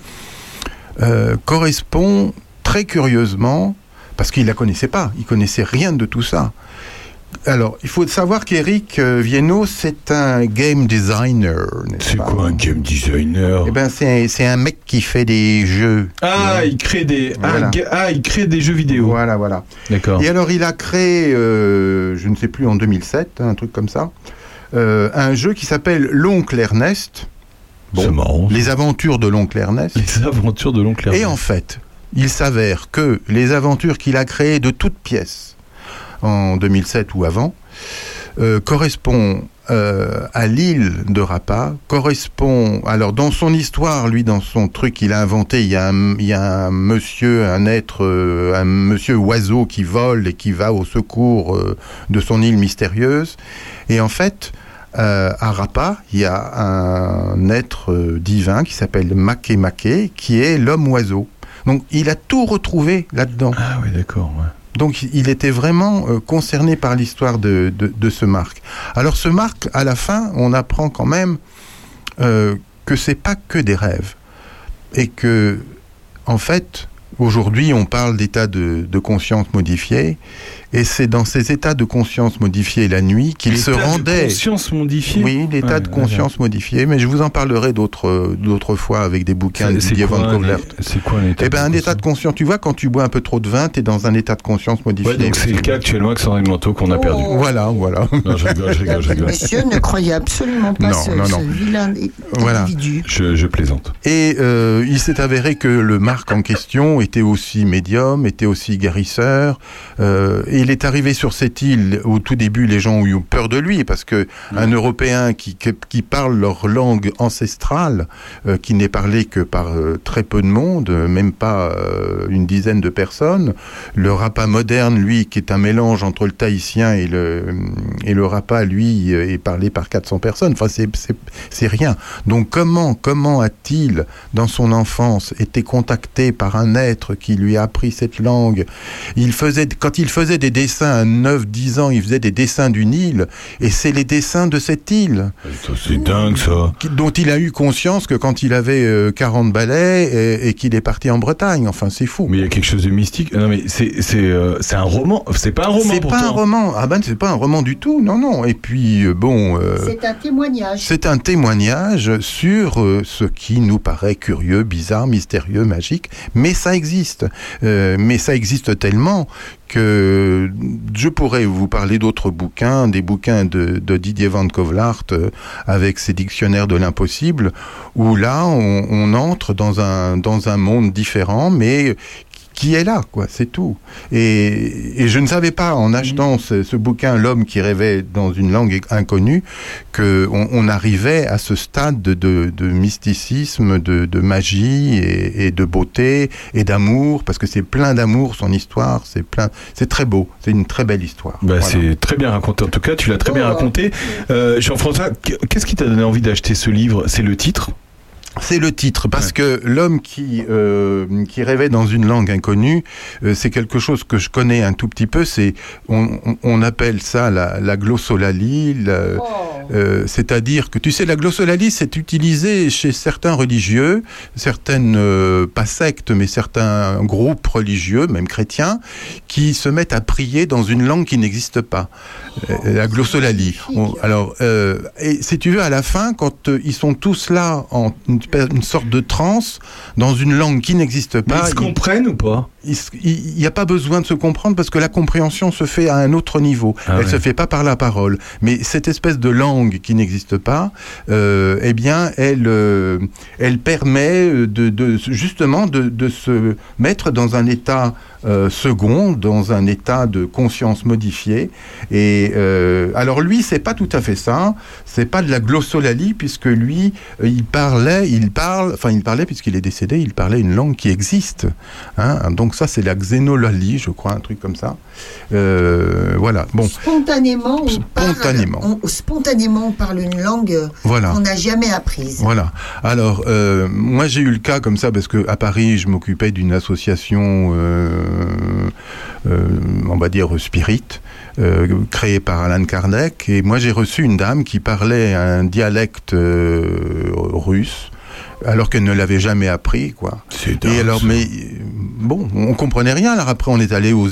[SPEAKER 4] euh, correspond très curieusement, parce qu'il ne la connaissait pas, il connaissait rien de tout ça. Alors, il faut savoir qu'Éric euh, Viennot, c'est un game designer. C'est quoi un
[SPEAKER 2] game designer
[SPEAKER 4] Eh ben, c'est un- c'est un mec qui fait des jeux.
[SPEAKER 2] Ah, il crée des. ah,
[SPEAKER 4] Voilà.
[SPEAKER 2] ga- Ah, il crée des jeux vidéo.
[SPEAKER 4] Voilà, voilà.
[SPEAKER 2] D'accord.
[SPEAKER 4] Et alors, il a créé, euh, je ne sais plus, en 2007, hein, un truc comme ça, euh, un jeu qui s'appelle L'Oncle Ernest.
[SPEAKER 2] C'est marrant.
[SPEAKER 4] Les aventures de l'Oncle Ernest.
[SPEAKER 2] Les aventures de l'oncle
[SPEAKER 4] Et en fait, il s'avère que les aventures qu'il a créées de toutes pièces, en 2007 ou avant, euh, correspond euh, à l'île de Rapa, correspond... Alors, dans son histoire, lui, dans son truc qu'il a inventé, il y a un, il y a un monsieur, un être, euh, un monsieur oiseau qui vole et qui va au secours euh, de son île mystérieuse. Et en fait... euh, à Rapa, il y a un être euh, divin qui s'appelle Make Make, qui est l'homme oiseau. Donc il a tout retrouvé là-dedans.
[SPEAKER 2] Ah oui, d'accord. ouais.
[SPEAKER 4] Donc il- il était vraiment euh, concerné par l'histoire de, de- de ce Marc. Alors ce Marc, à la fin, on apprend quand même euh, que c'est pas que des rêves et que en fait aujourd'hui on parle d'état de, de conscience modifié et c'est dans ces états de conscience modifiés la nuit qu'il se
[SPEAKER 2] L'état de
[SPEAKER 4] rendait
[SPEAKER 2] conscience modifiée
[SPEAKER 4] oui l'état
[SPEAKER 2] Ouais,
[SPEAKER 4] de conscience modifié mais je vous en parlerai d'autres d'autres fois avec des bouquins
[SPEAKER 2] C'est-
[SPEAKER 4] de
[SPEAKER 2] c'est
[SPEAKER 4] Didier
[SPEAKER 2] quoi
[SPEAKER 4] Van
[SPEAKER 2] un-
[SPEAKER 4] Kovlert
[SPEAKER 2] C'est quoi un état
[SPEAKER 4] eh ben, un état de conscience, tu vois, quand tu bois un peu trop de vin, tu es dans un état de conscience modifié.
[SPEAKER 2] Ouais, donc c'est le cas actuellement avec Sandrine Manteau qu'on a perdu.
[SPEAKER 4] Voilà, voilà.
[SPEAKER 2] Non, je rigole, je rigole, je rigole.
[SPEAKER 1] Oh. Monsieur ne croyait absolument pas
[SPEAKER 4] Non,
[SPEAKER 1] ce,
[SPEAKER 4] non,
[SPEAKER 1] ce
[SPEAKER 4] non.
[SPEAKER 1] vilain é-
[SPEAKER 4] Voilà.
[SPEAKER 1] individu.
[SPEAKER 2] Je, je plaisante.
[SPEAKER 4] Et euh, il s'est avéré que le Marc en question était aussi médium, était aussi guérisseur. Euh, et il est arrivé sur cette île au tout début, les gens ont eu peur de lui parce que un Européen qui, qui- qui parle leur langue ancestrale, euh, qui n'est parlé que par euh, très peu de monde, euh, même pas euh, une dizaine de personnes. Le Rapa moderne, lui, qui est un mélange entre le Tahitien et le et le Rapa, lui, euh, est parlé par 400 personnes. Enfin, c'est c'est- c'est rien. Donc comment comment a-t-il dans son enfance été contacté par un être qui lui a appris cette langue Il faisait quand il faisait des dessins à 9 10 ans, il faisait des dessins d'une île et c'est les dessins de cette île
[SPEAKER 2] C'est dingue ça. Bah,
[SPEAKER 4] qui- dont il a eu conscience que quand il avait euh, 40 balais et, et qu'il est parti en Bretagne. Enfin, c'est fou.
[SPEAKER 2] Mais il y a quelque chose de mystique. Non, mais c'est c'est, euh, c'est un roman. C'est pas un roman
[SPEAKER 4] C'est pas un
[SPEAKER 2] pourtant.
[SPEAKER 4] roman. Ah ben, c'est pas un roman du tout. Non, non. Et puis euh, bon. euh,
[SPEAKER 1] C'est un témoignage.
[SPEAKER 4] C'est un témoignage sur euh, ce qui nous paraît curieux, bizarre, mystérieux, magique, mais ça existe. Euh, mais ça existe tellement que je pourrais vous parler d'autres bouquins, des bouquins de, de Didier Van Kovlart euh, avec ses dictionnaires de l'impossible, où là on, on entre dans un, dans un monde différent, mais qui est là, quoi, c'est tout. Et, et je ne savais pas, en achetant ce, ce bouquin, L'homme qui rêvait dans une langue inconnue, qu'on on arrivait à ce stade de, de- de mysticisme, de, de magie et, et de beauté et d'amour, parce que c'est plein d'amour, son histoire, c'est plein, c'est très beau, c'est une très belle histoire.
[SPEAKER 2] Bah, C'est très bien raconté. En tout cas, tu l'as très bien raconté. Euh, Jean-François, qu'est-ce qui t'a donné envie d'acheter ce livre C'est le titre
[SPEAKER 4] C'est le titre, parce que l'homme qui, euh, qui rêvait dans une langue inconnue, euh, c'est quelque chose que je connais un tout petit peu, c'est, on, on- on appelle ça la, la glossolalie, la- euh, c'est-à-dire que, tu sais, la glossolalie, c'est utilisé chez certains religieux, certaines, euh, pas sectes, mais certains groupes religieux, même chrétiens, qui se mettent à prier dans une langue qui n'existe pas, Euh, la glossolalie. On- alors, euh, et si tu veux, à la fin, quand euh, ils sont tous là en une, pa- une sorte de transe dans une langue qui n'existe pas,
[SPEAKER 2] ils se comprennent ou pas
[SPEAKER 4] ils se- Il n'y a pas besoin de se comprendre parce que la compréhension se fait à un autre niveau.
[SPEAKER 2] Ah
[SPEAKER 4] Elle
[SPEAKER 2] ouais.
[SPEAKER 4] se fait pas par la parole, mais cette espèce de langue qui n'existe pas, euh, eh bien, elle, euh, elle permet euh, de, de- justement de, de se mettre dans un état euh, second, dans un état de conscience modifiée. Et euh, alors lui, c'est pas tout à fait ça. C'est pas de la glossolalie puisque lui, euh, il parlait, il parle, enfin il parlait puisqu'il est décédé, il parlait une langue qui existe. hein. Donc ça, c'est la xénolalie, je crois, un truc comme ça. Euh, voilà. Bon.
[SPEAKER 15] Spontanément, on parle-
[SPEAKER 4] Spontanément.
[SPEAKER 15] on- spontanément, on parle une langue euh,
[SPEAKER 4] Voilà.
[SPEAKER 15] qu'on n'a jamais apprise.
[SPEAKER 4] Voilà. Alors, euh, moi, j'ai eu le cas comme ça parce que à Paris, je m'occupais d'une association, euh, euh, on va dire spirit, euh, créée par Alan Kardec. Et moi, j'ai reçu une dame qui parlait un dialecte euh, russe. Alors qu'elle ne l'avait jamais appris, quoi. Et alors, mais euh, bon, on comprenait rien. Alors après, on est allé aux,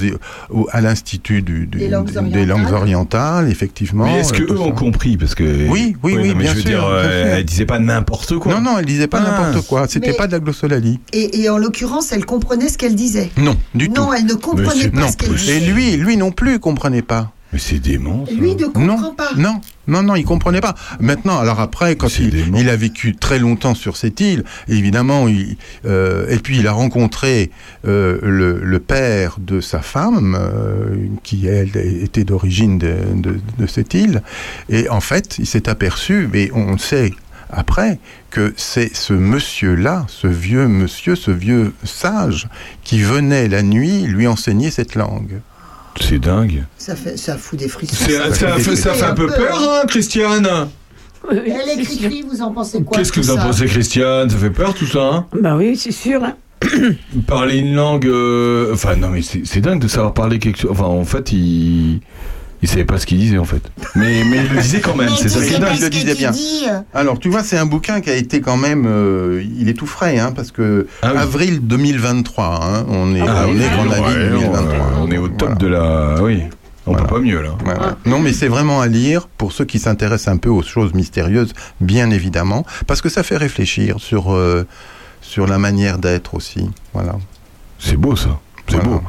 [SPEAKER 4] au- à l'institut du- du- des, langues orientales, effectivement.
[SPEAKER 2] Mais est-ce que
[SPEAKER 4] euh, tout
[SPEAKER 2] eux ont
[SPEAKER 4] ça.
[SPEAKER 2] compris Parce que
[SPEAKER 4] Oui, oui, oui,
[SPEAKER 2] non, mais
[SPEAKER 4] bien
[SPEAKER 2] je veux
[SPEAKER 4] sûr,
[SPEAKER 2] Dire, euh,
[SPEAKER 4] bien sûr.
[SPEAKER 2] Elle disait pas n'importe quoi.
[SPEAKER 4] Non, non, elle disait pas
[SPEAKER 2] Ah.
[SPEAKER 4] n'importe quoi. C'était
[SPEAKER 15] Mais-
[SPEAKER 4] pas de la glossolalie.
[SPEAKER 15] Et, et en l'occurrence, elle comprenait ce qu'elle disait.
[SPEAKER 4] Non, du tout.
[SPEAKER 15] Non, elle ne comprenait pas
[SPEAKER 4] non.
[SPEAKER 15] ce qu'elle disait.
[SPEAKER 4] Et lui, lui non plus, il comprenait pas.
[SPEAKER 2] Mais c'est dément.
[SPEAKER 15] Lui ne comprend
[SPEAKER 4] Non,
[SPEAKER 15] pas.
[SPEAKER 4] non, non, non, il comprenait pas. Maintenant, alors après, quand il, il a vécu très longtemps sur cette île, évidemment, il, euh, et puis il a rencontré euh, le, le père de sa femme, euh, qui elle était d'origine de, de- de cette île, et en fait, il s'est aperçu, mais on le sait après que c'est ce monsieur-là, ce vieux monsieur, ce vieux sage, qui venait la nuit lui enseigner cette langue.
[SPEAKER 2] C'est dingue.
[SPEAKER 15] Ça, fait, ça fout des frissons.
[SPEAKER 2] C'est- ça, fait, ça fait un peu peur, hein, Christiane
[SPEAKER 15] Elle écrit, vous en pensez quoi
[SPEAKER 2] Qu'est-ce que
[SPEAKER 15] de
[SPEAKER 2] vous en
[SPEAKER 15] ça
[SPEAKER 2] pensez, Christiane Ça fait peur tout ça hein
[SPEAKER 9] Bah oui, c'est sûr. hein.
[SPEAKER 2] Parler une langue. euh, Enfin, non, mais c'est c'est dingue de savoir parler quelque chose. Enfin, en fait, il. Il savait pas ce qu'il disait en fait. Mais, mais il le disait quand même, c'est ça qui est dingue.
[SPEAKER 4] il le disait bien. Alors, tu vois, c'est un bouquin qui a été quand même. euh, il est tout frais, hein, parce que avril 2023, hein, on est,
[SPEAKER 2] Ah
[SPEAKER 4] on
[SPEAKER 2] oui,
[SPEAKER 4] est dans la
[SPEAKER 2] ouais,
[SPEAKER 4] ligne
[SPEAKER 2] on-
[SPEAKER 4] 2023.
[SPEAKER 2] on est au top de la. Oui, on peut pas mieux là.
[SPEAKER 4] Non, mais c'est vraiment à lire pour ceux qui s'intéressent un peu aux choses mystérieuses, bien évidemment, parce que ça fait réfléchir sur, euh, sur la manière d'être aussi. Voilà.
[SPEAKER 2] C'est beau ça. C'est beau.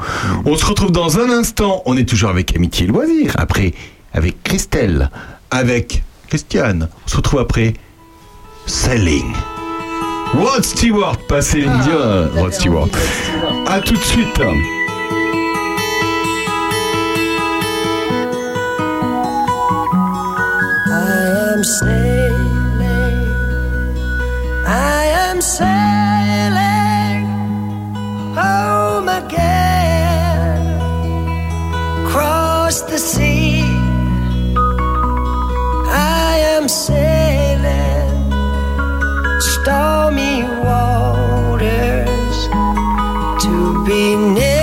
[SPEAKER 2] On se retrouve dans un instant. On est toujours avec Amitié et Loisirs. Après, avec Christelle. Avec Christiane. On se retrouve après Selling. Rod Stewart. Pas Céline
[SPEAKER 16] Ah,
[SPEAKER 2] Dion, Rod Stewart. A tout de suite.
[SPEAKER 17] I am sailing, I am sailing home again. Cross the sea, I am sailing stormy waters to be near.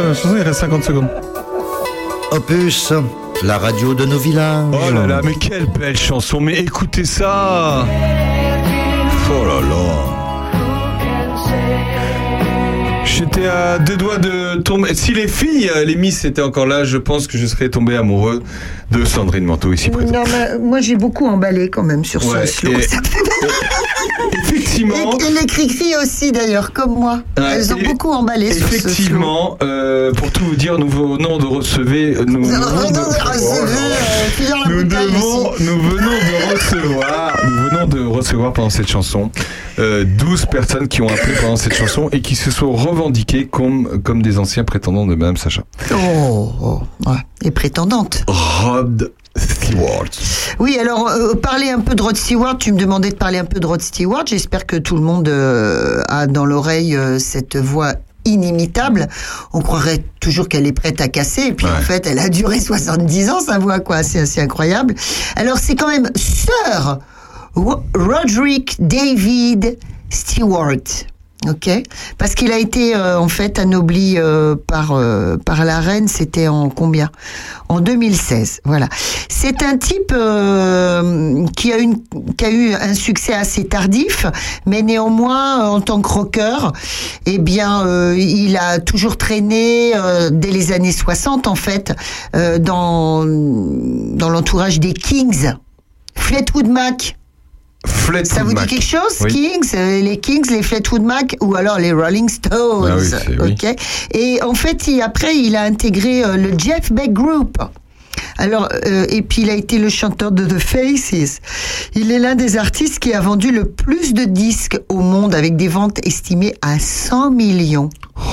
[SPEAKER 7] Oh,
[SPEAKER 16] la chanson, il reste 50 secondes.
[SPEAKER 3] Opus, la radio de nos villages.
[SPEAKER 2] Oh là là, mais quelle belle chanson, mais écoutez ça Oh là là J'étais à deux doigts de tomber. Si les filles, euh, les Miss étaient encore là, je pense que je serais tombé amoureux de Sandrine Manteau ici présente.
[SPEAKER 1] Non, mais moi j'ai beaucoup emballé quand même sur
[SPEAKER 2] Ouais,
[SPEAKER 1] ce slow.
[SPEAKER 2] et-
[SPEAKER 1] Effectivement. Et, et les cri aussi d'ailleurs, comme moi.
[SPEAKER 2] Ouais,
[SPEAKER 1] Elles ont
[SPEAKER 2] et-
[SPEAKER 1] beaucoup emballé sur ce slow.
[SPEAKER 2] Effectivement, euh, pour tout vous dire, nouveau nom de recevez. euh, Nous, nous,
[SPEAKER 1] nom de
[SPEAKER 2] nous-
[SPEAKER 1] recevez,
[SPEAKER 2] Oh là là. Nous devons- nous venons de recevoir, nous venons de recevoir pendant cette chanson euh, 12 personnes qui ont appelé pendant cette chanson et qui se sont revendiquées comme, comme des anciens prétendants de Madame Sacha.
[SPEAKER 1] Oh, oh, ouais. Et prétendante.
[SPEAKER 2] Rod Stewart.
[SPEAKER 1] Oui, alors, euh, parler un peu de Rod Stewart. Tu me demandais de parler un peu de Rod Stewart. J'espère que tout le monde euh, a dans l'oreille euh, cette voix inimitable. On croirait toujours qu'elle est prête à casser. Et puis, en fait, elle a duré 70 ans, sa voix, quoi. C'est assez incroyable. Alors, c'est quand même Sir Ro- Roderick David Stewart. Ok, parce qu'il a été euh, en fait anobli euh, par euh, par la reine. C'était en combien En 2016. Voilà. C'est un type euh, qui a une qui a eu un succès assez tardif, mais néanmoins euh, en tant que rocker, eh bien euh, il a toujours traîné euh, dès les années 60 en fait euh, dans dans l'entourage des Kings. Fleetwood Mac. Ça vous dit quelque chose,
[SPEAKER 7] Oui.
[SPEAKER 1] Kings, euh, les Kings, les Fleetwood Mac ou alors les Rolling Stones,
[SPEAKER 7] Ah oui, c'est- oui.
[SPEAKER 1] ok. Et en fait, il- après, il a intégré euh, le Jeff Beck Group. Alors, euh, et puis il a été le chanteur de The Faces. Il est l'un des artistes qui a vendu le plus de disques au monde, avec des ventes estimées à 100 millions.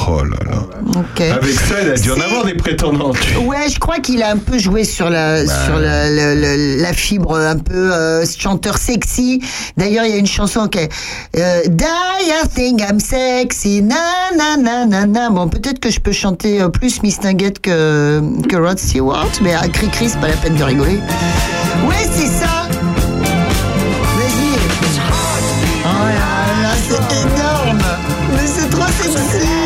[SPEAKER 2] Oh là là.
[SPEAKER 1] Ok.
[SPEAKER 2] Avec ça, il a dû en avoir des prétendants. tu-
[SPEAKER 1] Ouais, je crois qu'il a un peu joué sur la sur la, la- la- la fibre un peu euh, chanteur sexy. D'ailleurs, il y a une chanson qui est euh, Die I think I'm sexy na na na na na. Bon, peut-être que je peux chanter euh, plus Miss Nugget que que Rod Stewart, mais à cri cri, c'est pas la peine de rigoler. Ouais, c'est ça. Vas-y. Oh là là, c'est énorme. Mais c'est trop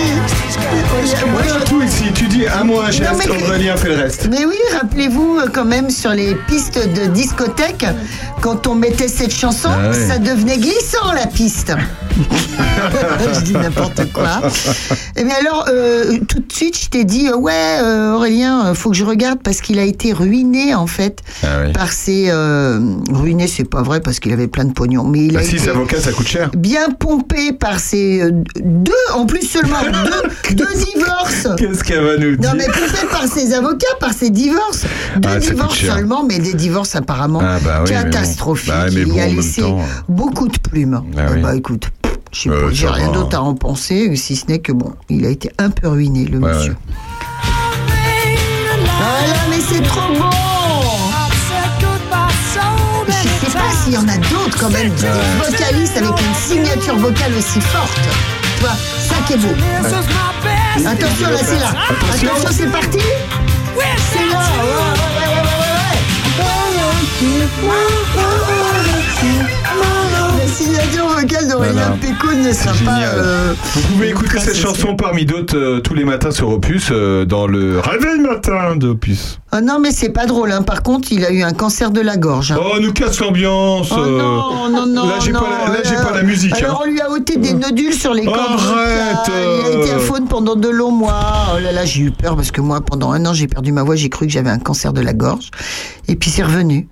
[SPEAKER 1] sexy.
[SPEAKER 2] Moi, j'ai tout ici. Tu dis à moi un
[SPEAKER 1] Non,
[SPEAKER 2] geste,
[SPEAKER 1] mais-
[SPEAKER 2] Aurélien fait le reste.
[SPEAKER 1] Mais oui, rappelez-vous euh, quand même sur les pistes de discothèque, quand on mettait cette chanson,
[SPEAKER 7] Ah ouais.
[SPEAKER 1] ça devenait glissant la piste. Je dis n'importe quoi. Et Eh bien alors, euh, tout de suite, je t'ai dit, euh, ouais, euh, Aurélien, euh, faut que je regarde parce qu'il a été ruiné en fait
[SPEAKER 2] Ah oui.
[SPEAKER 1] par ses euh, ruiné, c'est pas vrai parce qu'il avait plein de pognon, mais il
[SPEAKER 2] Bah
[SPEAKER 1] a
[SPEAKER 2] si,
[SPEAKER 1] été
[SPEAKER 2] c'est avocat, ça coûte cher.
[SPEAKER 1] bien pompé par ses euh, deux, en plus seulement deux, deux divorces.
[SPEAKER 2] Qu'est-ce qu'elle va nous dire
[SPEAKER 1] Non, mais pompé par ses avocats, par ses divorces. Deux
[SPEAKER 2] Ah, ça coûte
[SPEAKER 1] divorces
[SPEAKER 2] cher.
[SPEAKER 1] seulement, mais des divorces apparemment
[SPEAKER 2] Ah, bah oui, mais bon.
[SPEAKER 1] catastrophiques.
[SPEAKER 2] Bah oui, mais
[SPEAKER 1] Il
[SPEAKER 2] bon, en
[SPEAKER 1] a
[SPEAKER 2] même
[SPEAKER 1] laissé
[SPEAKER 2] temps, euh.
[SPEAKER 1] beaucoup de plumes.
[SPEAKER 2] Ah
[SPEAKER 1] Ah
[SPEAKER 2] oui.
[SPEAKER 1] Bah écoute, je sais
[SPEAKER 2] Euh,
[SPEAKER 1] pas, j'ai
[SPEAKER 2] ça
[SPEAKER 1] rien
[SPEAKER 2] va.
[SPEAKER 1] d'autre à en penser, si ce n'est que bon, il a été un peu ruiné, le
[SPEAKER 2] Ouais,
[SPEAKER 1] monsieur.
[SPEAKER 2] ouais.
[SPEAKER 1] Ah là, mais c'est trop bon Je sais pas s'il y en a d'autres quand même, des
[SPEAKER 7] Ouais.
[SPEAKER 1] vocalistes avec une signature vocale aussi forte. Tu vois, ça qui est beau. Attention, là, c'est là.
[SPEAKER 7] Attention.
[SPEAKER 1] Attention, c'est parti. C'est là. La signature vocale d'Aurélien
[SPEAKER 2] Voilà.
[SPEAKER 1] Pécoune ne sera pas. euh,
[SPEAKER 2] Vous pouvez écouter cette
[SPEAKER 1] c'est-
[SPEAKER 2] chanson parmi d'autres euh, tous les matins sur Opus euh, dans le réveil matin d'Opus.
[SPEAKER 1] Ah non, mais c'est pas drôle. hein. Par contre, il a eu un cancer de la gorge. hein.
[SPEAKER 2] Oh, nous casse l'ambiance. euh.
[SPEAKER 1] Oh non, non, non.
[SPEAKER 2] Là, j'ai
[SPEAKER 1] non,
[SPEAKER 2] pas, la- là, j'ai
[SPEAKER 1] alors-
[SPEAKER 2] pas la musique.
[SPEAKER 1] Alors,
[SPEAKER 2] hein.
[SPEAKER 1] on lui a ôté des nodules sur les cordes
[SPEAKER 2] Arrête,
[SPEAKER 1] vocales. Il a été à
[SPEAKER 2] euh.
[SPEAKER 1] faune pendant de longs mois. Oh là là, j'ai eu peur parce que moi, pendant un an, j'ai perdu ma voix. J'ai cru que j'avais un cancer de la gorge. Et puis, c'est revenu.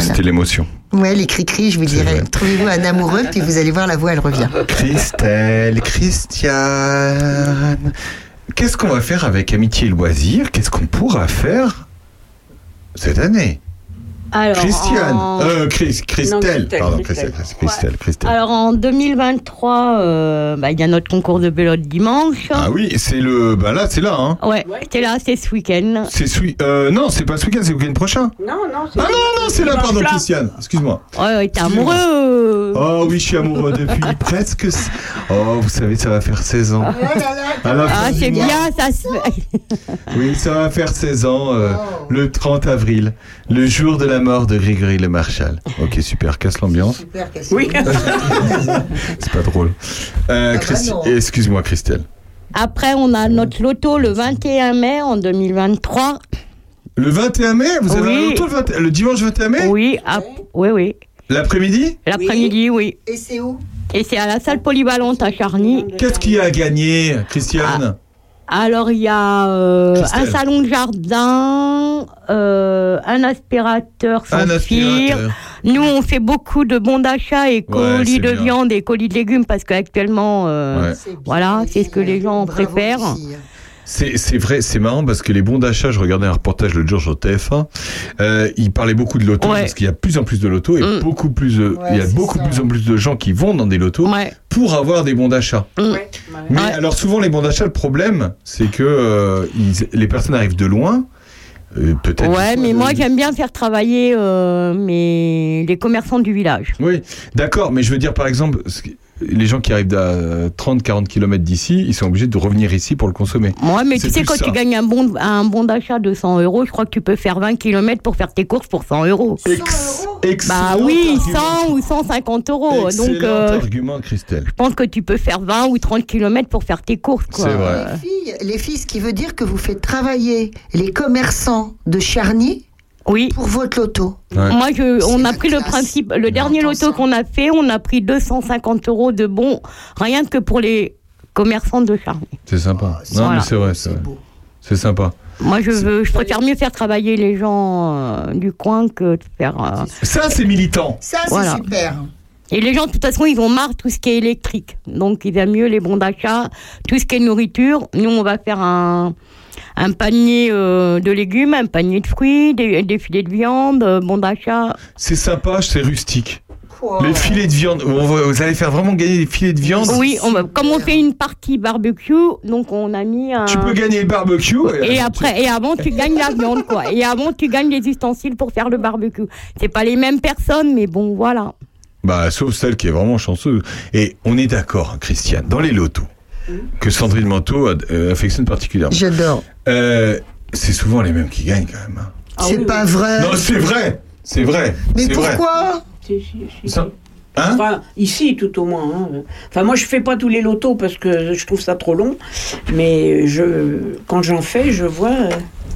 [SPEAKER 2] C'était l'émotion.
[SPEAKER 1] Ouais, les cri-cri, je vous dirais. Trouvez-vous un amoureux, puis vous allez voir, la voix, elle revient.
[SPEAKER 2] Christelle, Christiane. Qu'est-ce qu'on va faire avec Amitié et Loisirs Qu'est-ce qu'on pourra faire cette année
[SPEAKER 13] Alors,
[SPEAKER 2] Christiane.
[SPEAKER 13] en-
[SPEAKER 2] Euh, Chris- Christelle.
[SPEAKER 13] Christelle,
[SPEAKER 2] Pardon,
[SPEAKER 13] Christelle.
[SPEAKER 2] Christelle. Christelle, Christelle.
[SPEAKER 13] Alors en 2023, euh, bah, il y a notre concours de vélo de dimanche.
[SPEAKER 2] Ah oui, c'est le. Bah là, c'est là, hein.
[SPEAKER 13] Ouais, t'es là, c'est ce week-end.
[SPEAKER 2] C'est ce week- euh, non, c'est pas ce week-end, c'est le week-end prochain.
[SPEAKER 13] Non, non,
[SPEAKER 2] Ah non, non, c'est là, pardon, Christiane. Excuse-moi.
[SPEAKER 13] Ouais, ouais, t'es
[SPEAKER 2] Excuse-moi.
[SPEAKER 13] amoureux.
[SPEAKER 2] Oh oui, je suis amoureux depuis presque. s- Oh, vous savez, ça va faire 16 ans. À la fin
[SPEAKER 13] Ah,
[SPEAKER 2] du
[SPEAKER 13] c'est
[SPEAKER 2] mois.
[SPEAKER 13] bien, ça se fait.
[SPEAKER 2] Oui, ça va faire 16 ans, euh, le 30 avril, le jour de la mort de Grégory Le Marchal. Ok, super, casse l'ambiance.
[SPEAKER 18] Oui.
[SPEAKER 2] C'est pas drôle. Euh, Christi- Excuse-moi, Christelle.
[SPEAKER 13] Après, on a notre loto le 21 mai en 2023.
[SPEAKER 2] Le 21 mai Vous avez un loto le, 20 le dimanche 21 mai
[SPEAKER 13] Oui, à- oui, oui.
[SPEAKER 2] L'après-midi
[SPEAKER 13] L'après-midi, oui.
[SPEAKER 15] Et c'est où
[SPEAKER 13] Et c'est à la salle polyvalente à Charny.
[SPEAKER 2] Qu'est-ce qu'il y a à gagner, Christiane
[SPEAKER 13] Alors, il y a euh, un
[SPEAKER 2] Christelle.
[SPEAKER 13] salon de jardin, euh, un aspirateur sans
[SPEAKER 2] Un aspirateur.
[SPEAKER 13] fil. Nous, on fait beaucoup de bons d'achat et colis
[SPEAKER 2] c'est
[SPEAKER 13] de
[SPEAKER 2] bien.
[SPEAKER 13] viande et colis de légumes parce qu'actuellement, euh,
[SPEAKER 2] Ouais. C'est
[SPEAKER 13] voilà, c'est ce que les gens préfèrent.
[SPEAKER 2] C'est c'est vrai, c'est marrant parce que les bons d'achat, je regardais un reportage le jour sur TF1, euh, ils parlaient beaucoup de loto parce qu'il y a de plus en plus de loto et
[SPEAKER 13] Mm.
[SPEAKER 2] beaucoup plus, de- il y a beaucoup plus en plus de gens qui vont dans des lotos pour avoir des bons d'achat.
[SPEAKER 13] Mm.
[SPEAKER 2] Mais alors souvent les bons d'achat, le problème, c'est que euh, ils- les personnes arrivent de loin, euh, peut-être.
[SPEAKER 13] Ouais, mais moi, j'aime bien faire travailler euh, mes... les commerçants du village.
[SPEAKER 2] Oui, d'accord, mais je veux dire par exemple, ce qui- les gens qui arrivent euh, à 30-40 km d'ici, ils sont obligés de revenir ici pour le consommer.
[SPEAKER 13] Moi, mais
[SPEAKER 2] C'est
[SPEAKER 13] tu sais,
[SPEAKER 2] plus
[SPEAKER 13] quand
[SPEAKER 2] ça.
[SPEAKER 13] tu gagnes un bon, un bon d'achat de 100 euros, je crois que tu peux faire 20 km pour faire tes courses pour 100 euros. Bah oui, 100 ou 150 euros. Donc,
[SPEAKER 2] Excellent
[SPEAKER 13] euh,
[SPEAKER 2] argument, Christelle.
[SPEAKER 13] je pense que tu peux faire 20 ou 30 km pour faire tes courses. quoi. Euh,
[SPEAKER 2] C'est vrai.
[SPEAKER 15] Les filles, les filles, ce qui veut dire que vous faites travailler les commerçants de Charny pour votre loto.
[SPEAKER 13] Moi, je, on a pris le principe. Le dernier loto qu'on a fait, on a pris 250 euros de bons, rien que pour les commerçants de Charny.
[SPEAKER 2] C'est
[SPEAKER 15] Ah,
[SPEAKER 2] sympa.
[SPEAKER 13] c'est-
[SPEAKER 2] non,
[SPEAKER 13] voilà.
[SPEAKER 2] mais c'est vrai, c'est vrai. C'est sympa.
[SPEAKER 13] Moi, je, veux, je préfère mieux faire travailler les gens euh, du coin que de faire. euh,
[SPEAKER 2] Ça, c'est militant.
[SPEAKER 15] Ça, c'est
[SPEAKER 13] Voilà.
[SPEAKER 15] super.
[SPEAKER 13] Et les gens, de toute façon, ils ont marre de tout ce qui est électrique. Donc, ils aiment mieux les bons d'achat, tout ce qui est nourriture. Nous, on va faire un, un panier euh, de légumes, un panier de fruits, des, des filets de viande, euh, bons d'achat.
[SPEAKER 2] C'est sympa, c'est rustique. Les filets de viande, on va- vous allez faire vraiment gagner des filets de viande.
[SPEAKER 13] Oui, on va- comme on fait une partie barbecue, donc on a mis un.
[SPEAKER 2] Tu peux gagner le barbecue.
[SPEAKER 13] Et après, et avant, tu gagnes la viande, quoi. Et avant, tu gagnes les ustensiles pour faire le barbecue. C'est pas les mêmes personnes, mais bon, voilà.
[SPEAKER 2] Bah, sauf celle qui est vraiment chanceuse. Et on est d'accord, hein, Christiane, dans les lotos, que Sandrine Manteau ad- euh, affectionne particulièrement.
[SPEAKER 15] Mmh. J'adore.
[SPEAKER 2] Euh, c'est souvent les mêmes qui gagnent, quand même. hein.
[SPEAKER 1] Ah
[SPEAKER 15] c'est pas vrai.
[SPEAKER 2] Non, c'est vrai. C'est vrai.
[SPEAKER 15] Euh. Mais
[SPEAKER 2] c'est vrai.
[SPEAKER 15] pourquoi
[SPEAKER 9] Si, si, si.
[SPEAKER 2] Ça- hein
[SPEAKER 9] Enfin, ici tout au moins. hein. Enfin, moi je fais pas tous les lotos parce que je trouve ça trop long, mais je, quand j'en fais, je vois. euh,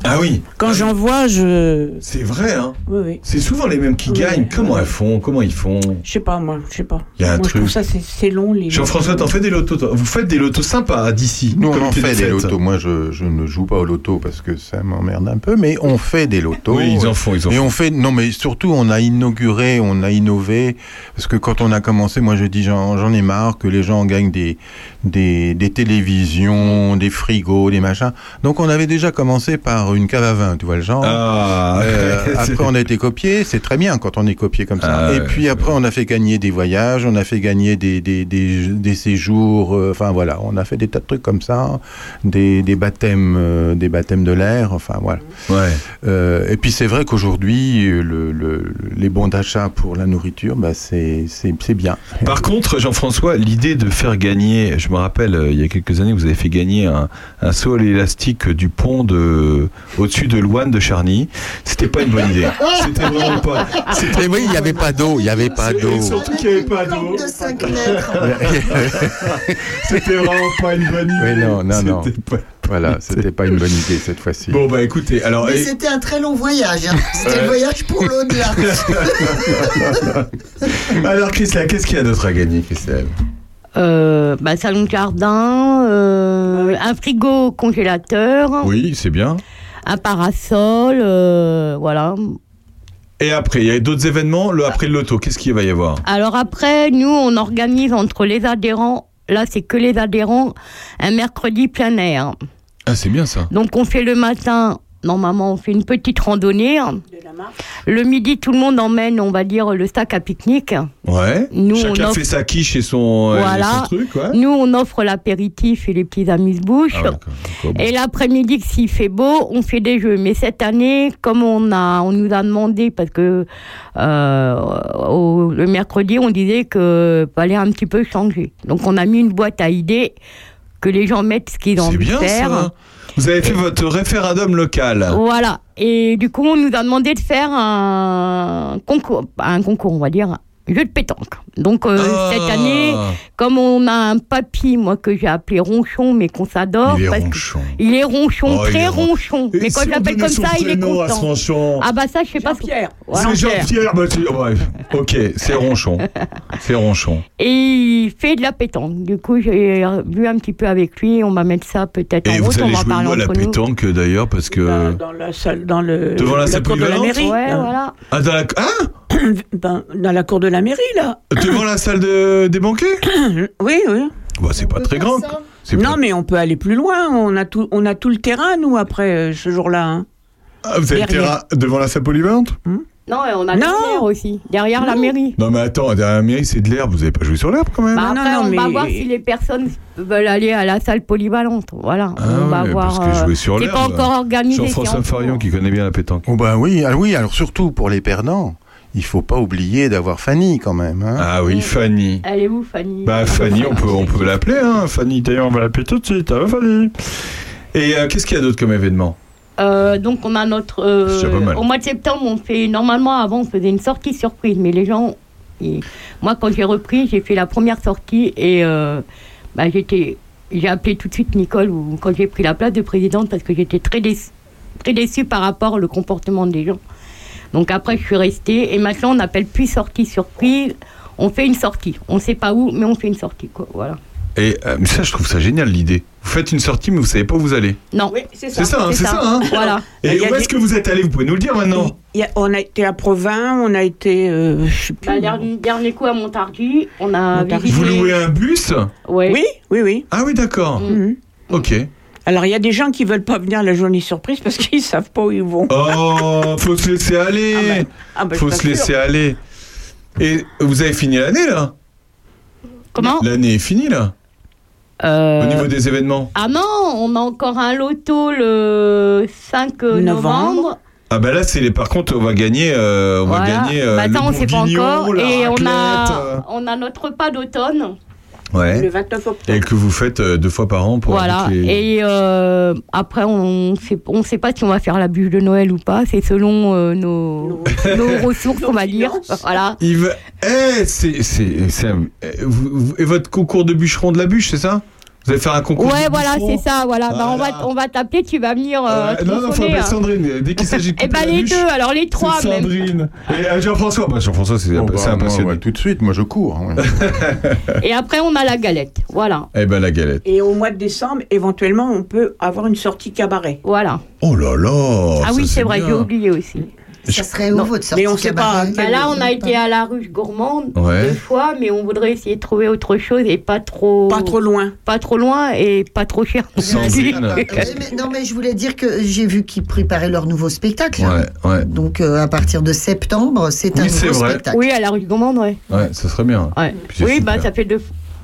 [SPEAKER 2] Ah oui.
[SPEAKER 9] Quand j'en vois, je.
[SPEAKER 2] C'est vrai, hein.
[SPEAKER 9] Oui, oui.
[SPEAKER 2] C'est souvent les mêmes qui
[SPEAKER 9] Oui.
[SPEAKER 2] gagnent. Comment elles font Comment ils font
[SPEAKER 9] Je sais pas, moi, je sais pas.
[SPEAKER 2] Il y a un
[SPEAKER 9] moi,
[SPEAKER 2] truc.
[SPEAKER 9] Je trouve ça, c'est- c'est long. Les...
[SPEAKER 2] Jean-François, t'en fais des lotos toi Vous faites des lotos sympas hein, d'ici
[SPEAKER 4] Nous, on
[SPEAKER 2] comme
[SPEAKER 4] en
[SPEAKER 2] tu
[SPEAKER 4] fait
[SPEAKER 2] le
[SPEAKER 4] des
[SPEAKER 2] fais.
[SPEAKER 4] lotos. Moi, je, je ne joue pas au loto parce que ça m'emmerde un peu, mais on fait des lotos.
[SPEAKER 2] Oui, ils en font, ils en
[SPEAKER 4] et
[SPEAKER 2] font.
[SPEAKER 4] on fait, non, mais surtout, on a inauguré, on a innové, parce que quand on a commencé, moi, je dis, j'en j'en ai marre que les gens gagnent des, des, des télévisions, des frigos, des machins. Donc, on avait déjà commencé par une cave à vin, tu vois le genre.
[SPEAKER 2] Ah,
[SPEAKER 4] Euh,
[SPEAKER 2] ouais, c'est-
[SPEAKER 4] après, on a été copié, c'est très bien quand on est copié comme ça.
[SPEAKER 2] Ah,
[SPEAKER 4] et
[SPEAKER 2] ouais,
[SPEAKER 4] puis après, on a fait gagner des voyages, on a fait gagner des, des, des, des séjours, euh, enfin voilà, on a fait des tas de trucs comme ça, des, des baptêmes, euh, des baptêmes de l'air, enfin voilà. Euh, et puis c'est vrai qu'aujourd'hui, euh, le, le- les bons d'achat pour la nourriture, bah, c'est c'est- c'est bien.
[SPEAKER 2] Par contre, Jean-François, l'idée de faire gagner, je me rappelle, euh, il y a quelques années, vous avez fait gagner un, un saut à l'élastique du pont de au-dessus de Loine de Charny. C'était pas une bonne idée. C'était vraiment pas.
[SPEAKER 4] C'était oui, il n'y avait pas d'eau, il n'y avait pas d'eau.
[SPEAKER 2] Surtout qu'il n'y avait pas d'eau. C'était vraiment pas une bonne idée.
[SPEAKER 4] Oui, non, non, non.
[SPEAKER 2] C'était pas-
[SPEAKER 4] Voilà, c'était pas une bonne idée cette fois-ci.
[SPEAKER 2] Bon bah écoutez, alors.
[SPEAKER 15] Mais
[SPEAKER 2] et-
[SPEAKER 15] c'était un très long voyage. hein. C'était
[SPEAKER 2] Ouais.
[SPEAKER 15] le voyage pour l'au-delà.
[SPEAKER 2] Alors Christelle, qu'est-ce qu'il y a d'autre à gagner, Christelle
[SPEAKER 13] Euh, bah, salon de jardin, euh, un frigo congélateur,
[SPEAKER 2] Oui, c'est bien.
[SPEAKER 13] un parasol, euh, voilà.
[SPEAKER 2] Et après, il y a d'autres événements. Le après le loto, qu'est-ce qu'il va y avoir
[SPEAKER 13] Alors après, nous, on organise entre les adhérents, là c'est que les adhérents, un mercredi plein air.
[SPEAKER 2] Ah, c'est bien ça.
[SPEAKER 13] Donc on fait le matin, normalement on fait une petite randonnée. Le midi, tout le monde emmène, on va dire, le sac à pique-nique.
[SPEAKER 2] Ouais.
[SPEAKER 13] Nous,
[SPEAKER 2] Chacun
[SPEAKER 13] on offre-
[SPEAKER 2] fait sa quiche et son, euh, son
[SPEAKER 13] voilà.
[SPEAKER 2] truc, ouais.
[SPEAKER 13] Nous, on offre l'apéritif et les petits amuse-bouches.
[SPEAKER 2] Ah ouais, d'accord,
[SPEAKER 13] et l'après-midi, que s'il fait beau, on fait des jeux. Mais cette année, comme on, a, on nous a demandé, parce que euh, au- le mercredi, on disait que fallait un petit peu changer. Donc, on a mis une boîte à idées que les gens mettent ce qu'ils ont
[SPEAKER 2] C'est
[SPEAKER 13] envie de
[SPEAKER 2] bien
[SPEAKER 13] faire.
[SPEAKER 2] ça. Vous avez fait votre référendum local.
[SPEAKER 13] Voilà. Et du coup, on nous a demandé de faire un bah, concours, un concours, on va dire, jeu de pétanque. Donc euh,
[SPEAKER 2] Ah.
[SPEAKER 13] cette année, comme on a un papy, moi que j'ai appelé Ronchon, mais qu'on s'adore.
[SPEAKER 2] Il est
[SPEAKER 13] parce que-
[SPEAKER 2] ronchon.
[SPEAKER 13] Il est ronchon,
[SPEAKER 2] Oh, il
[SPEAKER 13] très
[SPEAKER 2] est ron-
[SPEAKER 13] ronchon.
[SPEAKER 2] Et
[SPEAKER 13] Mais quand
[SPEAKER 2] si
[SPEAKER 13] je
[SPEAKER 2] on
[SPEAKER 13] l'appelle
[SPEAKER 2] donnait
[SPEAKER 13] comme
[SPEAKER 2] son
[SPEAKER 13] ça, il est
[SPEAKER 2] prénom à
[SPEAKER 13] content.
[SPEAKER 2] ce ronchon
[SPEAKER 13] Ah bah ça, je sais pas. Pierre.
[SPEAKER 2] C'est Jean-Pierre. bah, tu- ouais. Ok, c'est ronchon. C'est ronchon.
[SPEAKER 13] Et il fait de la pétanque. Du coup, j'ai vu un petit peu avec lui. On va mettre ça peut-être Bah, en
[SPEAKER 2] Et
[SPEAKER 13] route.
[SPEAKER 2] vous allez
[SPEAKER 13] on va
[SPEAKER 2] jouer
[SPEAKER 13] parler
[SPEAKER 2] où à la
[SPEAKER 13] entre nous.
[SPEAKER 2] pétanque d'ailleurs Parce que.
[SPEAKER 9] Dans la salle, dans le.
[SPEAKER 2] Devant la salle
[SPEAKER 9] cour de la
[SPEAKER 2] polyvalente
[SPEAKER 9] mairie.
[SPEAKER 2] Ouais,
[SPEAKER 13] voilà.
[SPEAKER 2] Ah, dans la. Hein
[SPEAKER 9] ben, Dans la cour de la mairie, là.
[SPEAKER 2] Devant la salle de... des banquets
[SPEAKER 9] Oui, oui.
[SPEAKER 2] Bah, c'est pas très grand. C'est
[SPEAKER 9] Non, mais on peut aller plus loin. On a tout, on a tout le terrain, nous, après euh, ce jour-là. hein.
[SPEAKER 2] Ah, vous avez le
[SPEAKER 9] Derrière.
[SPEAKER 2] terrain devant la salle polyvalente
[SPEAKER 13] Hmm. Non, et on a
[SPEAKER 9] Non.
[SPEAKER 13] le maire aussi, derrière la
[SPEAKER 9] Non.
[SPEAKER 13] mairie.
[SPEAKER 2] Non, mais attends, derrière la mairie, c'est de l'herbe. Vous avez pas joué sur l'herbe quand même
[SPEAKER 13] Bah
[SPEAKER 9] non,
[SPEAKER 13] après,
[SPEAKER 9] non,
[SPEAKER 13] on va
[SPEAKER 9] mais-
[SPEAKER 13] voir si les personnes veulent aller à la salle polyvalente. Voilà, on va
[SPEAKER 2] Ah, ouais,
[SPEAKER 13] voir.
[SPEAKER 2] parce que jouer sur
[SPEAKER 13] c'est
[SPEAKER 2] l'herbe,
[SPEAKER 13] euh,
[SPEAKER 2] hein.
[SPEAKER 13] pas encore organisé. c'est
[SPEAKER 2] Jean-François
[SPEAKER 13] en cours.
[SPEAKER 2] Farion qui connaît bien la pétanque.
[SPEAKER 4] Oh bah oui, ah oui, alors surtout pour les perdants, il faut pas oublier d'avoir Fanny quand même. hein.
[SPEAKER 2] Ah oui, Fanny.
[SPEAKER 13] Elle est où, Fanny
[SPEAKER 2] Bah Fanny, on peut, on peut l'appeler, hein. Fanny, d'ailleurs, on va l'appeler tout de suite, hein, Fanny. Et euh, qu'est-ce qu'il y a d'autre comme événement
[SPEAKER 13] Euh, donc on a notre euh,
[SPEAKER 2] C'est déjà pas mal.
[SPEAKER 13] au mois de septembre on fait normalement avant on faisait une sortie surprise mais les gens ils- moi quand j'ai repris j'ai fait la première sortie et euh, bah, j'étais j'ai appelé tout de suite Nicole ou- quand j'ai pris la place de présidente parce que j'étais très déçue très déçue par rapport au comportement des gens donc après je suis restée et maintenant on n'appelle plus sortie surprise on fait une sortie on sait pas où mais on fait une sortie quoi voilà
[SPEAKER 2] Et euh, mais ça, je trouve ça génial, l'idée. Vous faites une sortie, mais vous savez pas où vous allez.
[SPEAKER 13] non
[SPEAKER 9] c'est
[SPEAKER 2] ça. C'est ça, hein, c'est ça, hein.
[SPEAKER 13] voilà
[SPEAKER 9] Il
[SPEAKER 2] Et
[SPEAKER 9] Bah, y a
[SPEAKER 2] où est-ce
[SPEAKER 9] des-
[SPEAKER 2] que vous êtes allé Vous pouvez nous le dire maintenant.
[SPEAKER 9] Il y a- on a été à Provins, on a été. euh, je sais plus.
[SPEAKER 13] Bah, dernier, dernier coup à Montargis, on a
[SPEAKER 9] Montargis.
[SPEAKER 2] Vous
[SPEAKER 13] visité-
[SPEAKER 2] louez un bus
[SPEAKER 13] Ouais. Mm.
[SPEAKER 9] Oui, oui, oui.
[SPEAKER 2] Ah oui, d'accord.
[SPEAKER 9] Mhm.
[SPEAKER 2] Ok.
[SPEAKER 9] Alors, il y a des gens qui veulent pas venir la journée surprise parce qu'ils savent pas où ils vont.
[SPEAKER 2] Oh, faut se laisser aller.
[SPEAKER 9] Ah bah- ah bah, je
[SPEAKER 2] faut
[SPEAKER 9] suis
[SPEAKER 2] se
[SPEAKER 9] pas
[SPEAKER 2] laisser
[SPEAKER 9] sûre.
[SPEAKER 2] aller. Et vous avez fini l'année là
[SPEAKER 13] Comment
[SPEAKER 2] L'année est finie là.
[SPEAKER 13] Euh,
[SPEAKER 2] Au niveau des événements.
[SPEAKER 13] Ah non, on a encore un loto le 5 novembre.
[SPEAKER 9] Novembre.
[SPEAKER 2] Ah bah là c'est les. Par contre on va gagner. euh, on
[SPEAKER 13] Voilà.
[SPEAKER 2] va gagner. euh,
[SPEAKER 13] Bah,
[SPEAKER 2] le
[SPEAKER 13] ça, on sait pas
[SPEAKER 2] bourguignon,
[SPEAKER 13] encore.
[SPEAKER 2] la
[SPEAKER 13] Et on
[SPEAKER 2] raclette,
[SPEAKER 13] a,
[SPEAKER 2] euh.
[SPEAKER 13] on a notre repas d'automne.
[SPEAKER 9] Le
[SPEAKER 2] Ouais.
[SPEAKER 9] 29 octobre.
[SPEAKER 2] Et que vous faites euh, deux fois par an pour.
[SPEAKER 13] Voilà.
[SPEAKER 2] avec les-
[SPEAKER 13] Et euh, après, on sait, on sait pas si on va faire la bûche de Noël ou pas. C'est selon euh, nos, nos ressources, on va dire. Voilà.
[SPEAKER 2] Il va- Eh, c'est, c'est, c'est un- eh, vous- vous- et votre concours de bûcheron de la bûche, c'est ça Vous allez faire un concours
[SPEAKER 13] Ouais,
[SPEAKER 2] de
[SPEAKER 13] voilà,
[SPEAKER 2] bûcheron
[SPEAKER 13] c'est ça. Voilà. Bah, on
[SPEAKER 2] Voilà.
[SPEAKER 13] va, on va t'appeler, tu vas venir. Euh,
[SPEAKER 2] Euh, non, non, faut
[SPEAKER 13] tronçonner,
[SPEAKER 2] appeler
[SPEAKER 13] hein.
[SPEAKER 2] Sandrine. Dès qu'il s'agit de
[SPEAKER 13] Eh ben,
[SPEAKER 2] couper la
[SPEAKER 13] les
[SPEAKER 2] bûche,
[SPEAKER 13] deux, alors les trois,
[SPEAKER 2] c'est
[SPEAKER 13] même.
[SPEAKER 2] Sandrine. Et euh, Jean-François, bah, Jean-François, c'est,
[SPEAKER 4] Oh bah,
[SPEAKER 2] c'est
[SPEAKER 4] moi,
[SPEAKER 2] impressionnant.
[SPEAKER 4] ouais, tout de suite, moi je cours. hein. ouais.
[SPEAKER 13] Et après, on a la galette. Voilà.
[SPEAKER 2] Eh ben, la galette.
[SPEAKER 9] Et au mois de décembre, éventuellement, on peut avoir une sortie cabaret.
[SPEAKER 13] Voilà.
[SPEAKER 2] Oh là là
[SPEAKER 13] ah
[SPEAKER 2] ça,
[SPEAKER 13] oui, c'est vrai, j'ai
[SPEAKER 2] bien.
[SPEAKER 13] oublié aussi.
[SPEAKER 1] Ça serait où votre sortie
[SPEAKER 9] Mais on sait pas.
[SPEAKER 1] cabaret
[SPEAKER 9] hein,
[SPEAKER 13] Bah
[SPEAKER 9] quel-
[SPEAKER 13] là, on a été à la ruche gourmande
[SPEAKER 2] Ouais.
[SPEAKER 13] deux fois, mais on voudrait essayer de trouver autre chose et pas trop,
[SPEAKER 9] Pas trop loin.
[SPEAKER 13] pas trop loin et pas trop cher.
[SPEAKER 2] Sandrine.
[SPEAKER 1] Oui, mais- non, mais je voulais dire que j'ai vu qu'ils préparaient leur nouveau spectacle. hein.
[SPEAKER 2] Ouais, ouais.
[SPEAKER 1] Donc, euh, à partir de septembre, c'est un
[SPEAKER 2] Oui, c'est
[SPEAKER 1] nouveau
[SPEAKER 2] vrai.
[SPEAKER 1] spectacle.
[SPEAKER 13] Oui, à la ruche gourmande, ouais.
[SPEAKER 2] Ouais, ça serait bien.
[SPEAKER 13] Ouais.
[SPEAKER 2] Puis c'est
[SPEAKER 13] Oui,
[SPEAKER 2] super.
[SPEAKER 13] bah ça fait deux.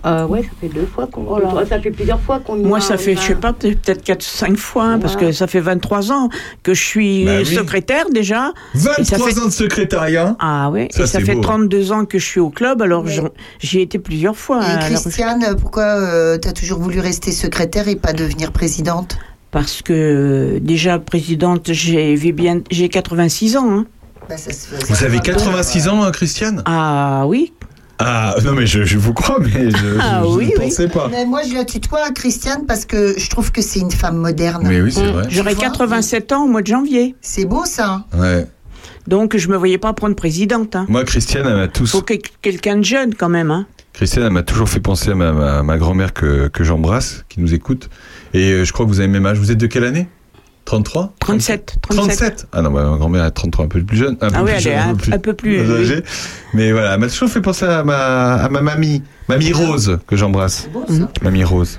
[SPEAKER 13] euh, ouais, ça fait deux fois qu'on.
[SPEAKER 9] Oh là.
[SPEAKER 13] ça fait plusieurs fois qu'on. y
[SPEAKER 9] Moi,
[SPEAKER 13] va, on
[SPEAKER 9] ça
[SPEAKER 13] y
[SPEAKER 9] fait,
[SPEAKER 13] va.
[SPEAKER 9] je sais pas, peut- peut-être 4 5 fois, hein, parce
[SPEAKER 13] Voilà.
[SPEAKER 9] que ça fait 23 ans que je suis
[SPEAKER 2] Bah oui.
[SPEAKER 9] secrétaire déjà. Et ça
[SPEAKER 2] 23
[SPEAKER 9] fait-
[SPEAKER 2] ans de secrétariat.
[SPEAKER 9] Ah oui,
[SPEAKER 2] Ça,
[SPEAKER 9] et ça
[SPEAKER 2] c'est
[SPEAKER 9] fait
[SPEAKER 2] beau.
[SPEAKER 9] 32 ans que je suis au club, alors j'en- j'y ai été plusieurs fois. hein,
[SPEAKER 1] Et
[SPEAKER 9] à la revue.
[SPEAKER 1] Christiane, pourquoi euh, t'as toujours voulu rester secrétaire et pas devenir présidente
[SPEAKER 9] parce que euh, déjà présidente, j'ai vu bien, j'ai 86 ans. hein.
[SPEAKER 1] Bah, ça se- ça
[SPEAKER 2] Vous
[SPEAKER 1] se
[SPEAKER 2] avez
[SPEAKER 1] voit pas.
[SPEAKER 2] 86 ans, hein, Christiane
[SPEAKER 9] Ah oui,
[SPEAKER 2] Ah, non, mais je, je vous crois, mais je ne
[SPEAKER 9] Ah oui, oui.
[SPEAKER 2] pensais pas.
[SPEAKER 1] Mais moi, je la tutoie, Christiane, parce que je trouve que c'est une femme moderne.
[SPEAKER 2] Mais oui, c'est
[SPEAKER 13] Mm.
[SPEAKER 2] vrai.
[SPEAKER 9] j'aurai
[SPEAKER 1] Tu vois,
[SPEAKER 9] 87 ans au mois de janvier,
[SPEAKER 1] C'est beau, ça.
[SPEAKER 2] Ouais.
[SPEAKER 9] donc je me voyais pas prendre présidente. Hein.
[SPEAKER 2] Moi, Christiane, elle m'a tous.
[SPEAKER 9] Faut que quelqu'un de jeune quand même. Hein.
[SPEAKER 2] Christiane, elle m'a toujours fait penser à ma, ma- ma grand-mère que, que j'embrasse, qui nous écoute. Et euh, je crois que vous avez le même âge. Vous êtes de quelle année 33
[SPEAKER 9] 37, 37.
[SPEAKER 2] 37 Ah non, bah, ma grand-mère a 33, un peu plus jeune. Un peu
[SPEAKER 9] Ah oui,
[SPEAKER 2] plus
[SPEAKER 9] elle
[SPEAKER 2] jeune,
[SPEAKER 9] est un, un peu plus. oui.
[SPEAKER 2] âgée. Mais voilà, elle m'a toujours fait penser à ma, à ma mamie, mamie Rose, que j'embrasse. Mamie Rose.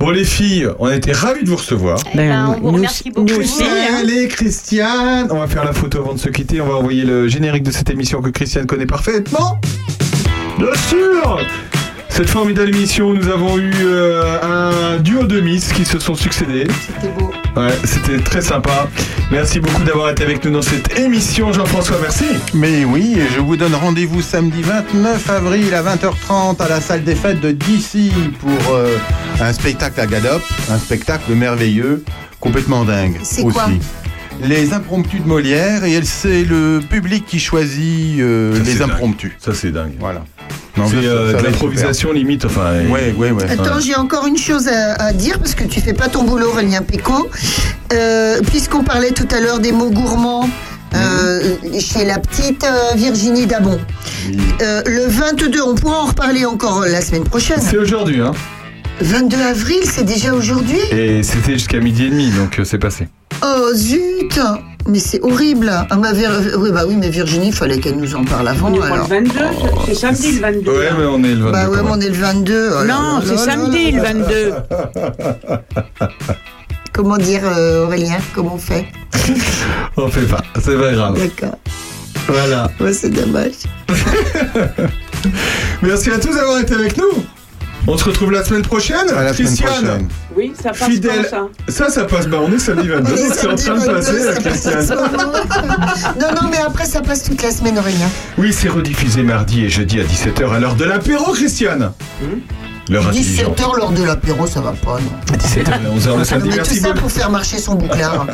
[SPEAKER 2] Bon, les filles, on a été ravis de vous recevoir.
[SPEAKER 13] Eh ben, on
[SPEAKER 9] Ben,
[SPEAKER 13] vous
[SPEAKER 9] nous
[SPEAKER 13] remercie
[SPEAKER 9] aussi-
[SPEAKER 13] beaucoup.
[SPEAKER 9] nous aussi,
[SPEAKER 13] hein.
[SPEAKER 2] Allez Christiane On va faire la photo avant de se quitter, on va envoyer le générique de cette émission que Christiane connaît parfaitement. Bien sûr Cette formidable émission, nous avons eu euh, un duo de Miss qui se sont succédés.
[SPEAKER 1] C'était beau.
[SPEAKER 2] Ouais, c'était très sympa. Merci beaucoup d'avoir été avec nous dans cette émission, Jean-François, merci.
[SPEAKER 4] Mais oui, et je vous donne rendez-vous samedi 29 avril à 20h30 à la salle des fêtes de DC pour euh, un spectacle à Gadop, un spectacle merveilleux, complètement dingue
[SPEAKER 1] C'est
[SPEAKER 4] aussi.
[SPEAKER 1] quoi
[SPEAKER 4] les impromptus de Molière et elle, c'est le public qui choisit euh,
[SPEAKER 2] Ça, c'est
[SPEAKER 4] les
[SPEAKER 2] dingue.
[SPEAKER 4] impromptus.
[SPEAKER 2] Ça, c'est dingue.
[SPEAKER 4] Voilà.
[SPEAKER 2] C'est
[SPEAKER 4] ça, ça, ça
[SPEAKER 2] euh, de
[SPEAKER 4] va être
[SPEAKER 2] l'improvisation limite. Enfin,
[SPEAKER 4] Ouais, ouais, ouais.
[SPEAKER 1] Attends, j'ai encore une chose à, à dire parce que tu fais pas ton boulot, Aurélien Péco. Euh, Puisqu'on parlait tout à l'heure des mots gourmands. euh, chez la petite euh, Virginie Dabon. Euh, le 22, on pourra en reparler encore la semaine prochaine.
[SPEAKER 2] C'est aujourd'hui, hein.
[SPEAKER 1] 22 avril, c'est déjà aujourd'hui
[SPEAKER 2] Et c'était jusqu'à midi et demi, donc euh, c'est passé.
[SPEAKER 1] Oh zut Mais c'est horrible ah, bah, Vir- oui, bah oui, mais Virginie, fallait qu'elle nous en parle avant.
[SPEAKER 9] On est
[SPEAKER 1] alors.
[SPEAKER 9] le 22, c'est- c'est samedi le 22.
[SPEAKER 2] Ouais, mais on est Oh, le 22.
[SPEAKER 1] Bah ouais, mais on est le 22. oh là
[SPEAKER 9] Non,
[SPEAKER 1] là
[SPEAKER 9] c'est
[SPEAKER 1] là
[SPEAKER 9] samedi le
[SPEAKER 1] là là.
[SPEAKER 9] 22.
[SPEAKER 1] Comment dire, euh, Aurélien Comment on fait
[SPEAKER 2] On fait pas, c'est pas grave.
[SPEAKER 1] D'accord.
[SPEAKER 2] Voilà.
[SPEAKER 1] Ouais, c'est dommage.
[SPEAKER 2] Merci à tous d'avoir été avec nous. On se retrouve la semaine prochaine.
[SPEAKER 4] À la semaine
[SPEAKER 2] Christiane.
[SPEAKER 4] prochaine.
[SPEAKER 9] Oui, ça passe
[SPEAKER 2] Fidèle.
[SPEAKER 9] comme ça.
[SPEAKER 2] Ça, ça passe. Bah, on est samedi 22, donc c'est en train de passer, là, Christiane.
[SPEAKER 1] non, non, mais après, ça passe toute la semaine, Aurélien.
[SPEAKER 2] Oui, c'est rediffusé mardi et jeudi à 17h à l'heure de l'apéro, Christiane.
[SPEAKER 9] Hmm.
[SPEAKER 2] L'heure intelligente.
[SPEAKER 1] 17h lors de l'apéro, ça va pas, non
[SPEAKER 2] 17h et 11h le samedi.
[SPEAKER 1] Mais tout
[SPEAKER 2] Merci
[SPEAKER 1] ça
[SPEAKER 2] beaucoup.
[SPEAKER 1] pour faire marcher son bouclard.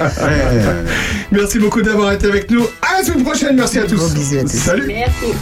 [SPEAKER 2] Merci beaucoup d'avoir été avec nous. À la semaine prochaine. Merci à tous.
[SPEAKER 1] Gros bisous à tous.
[SPEAKER 2] Salut.
[SPEAKER 13] Merci.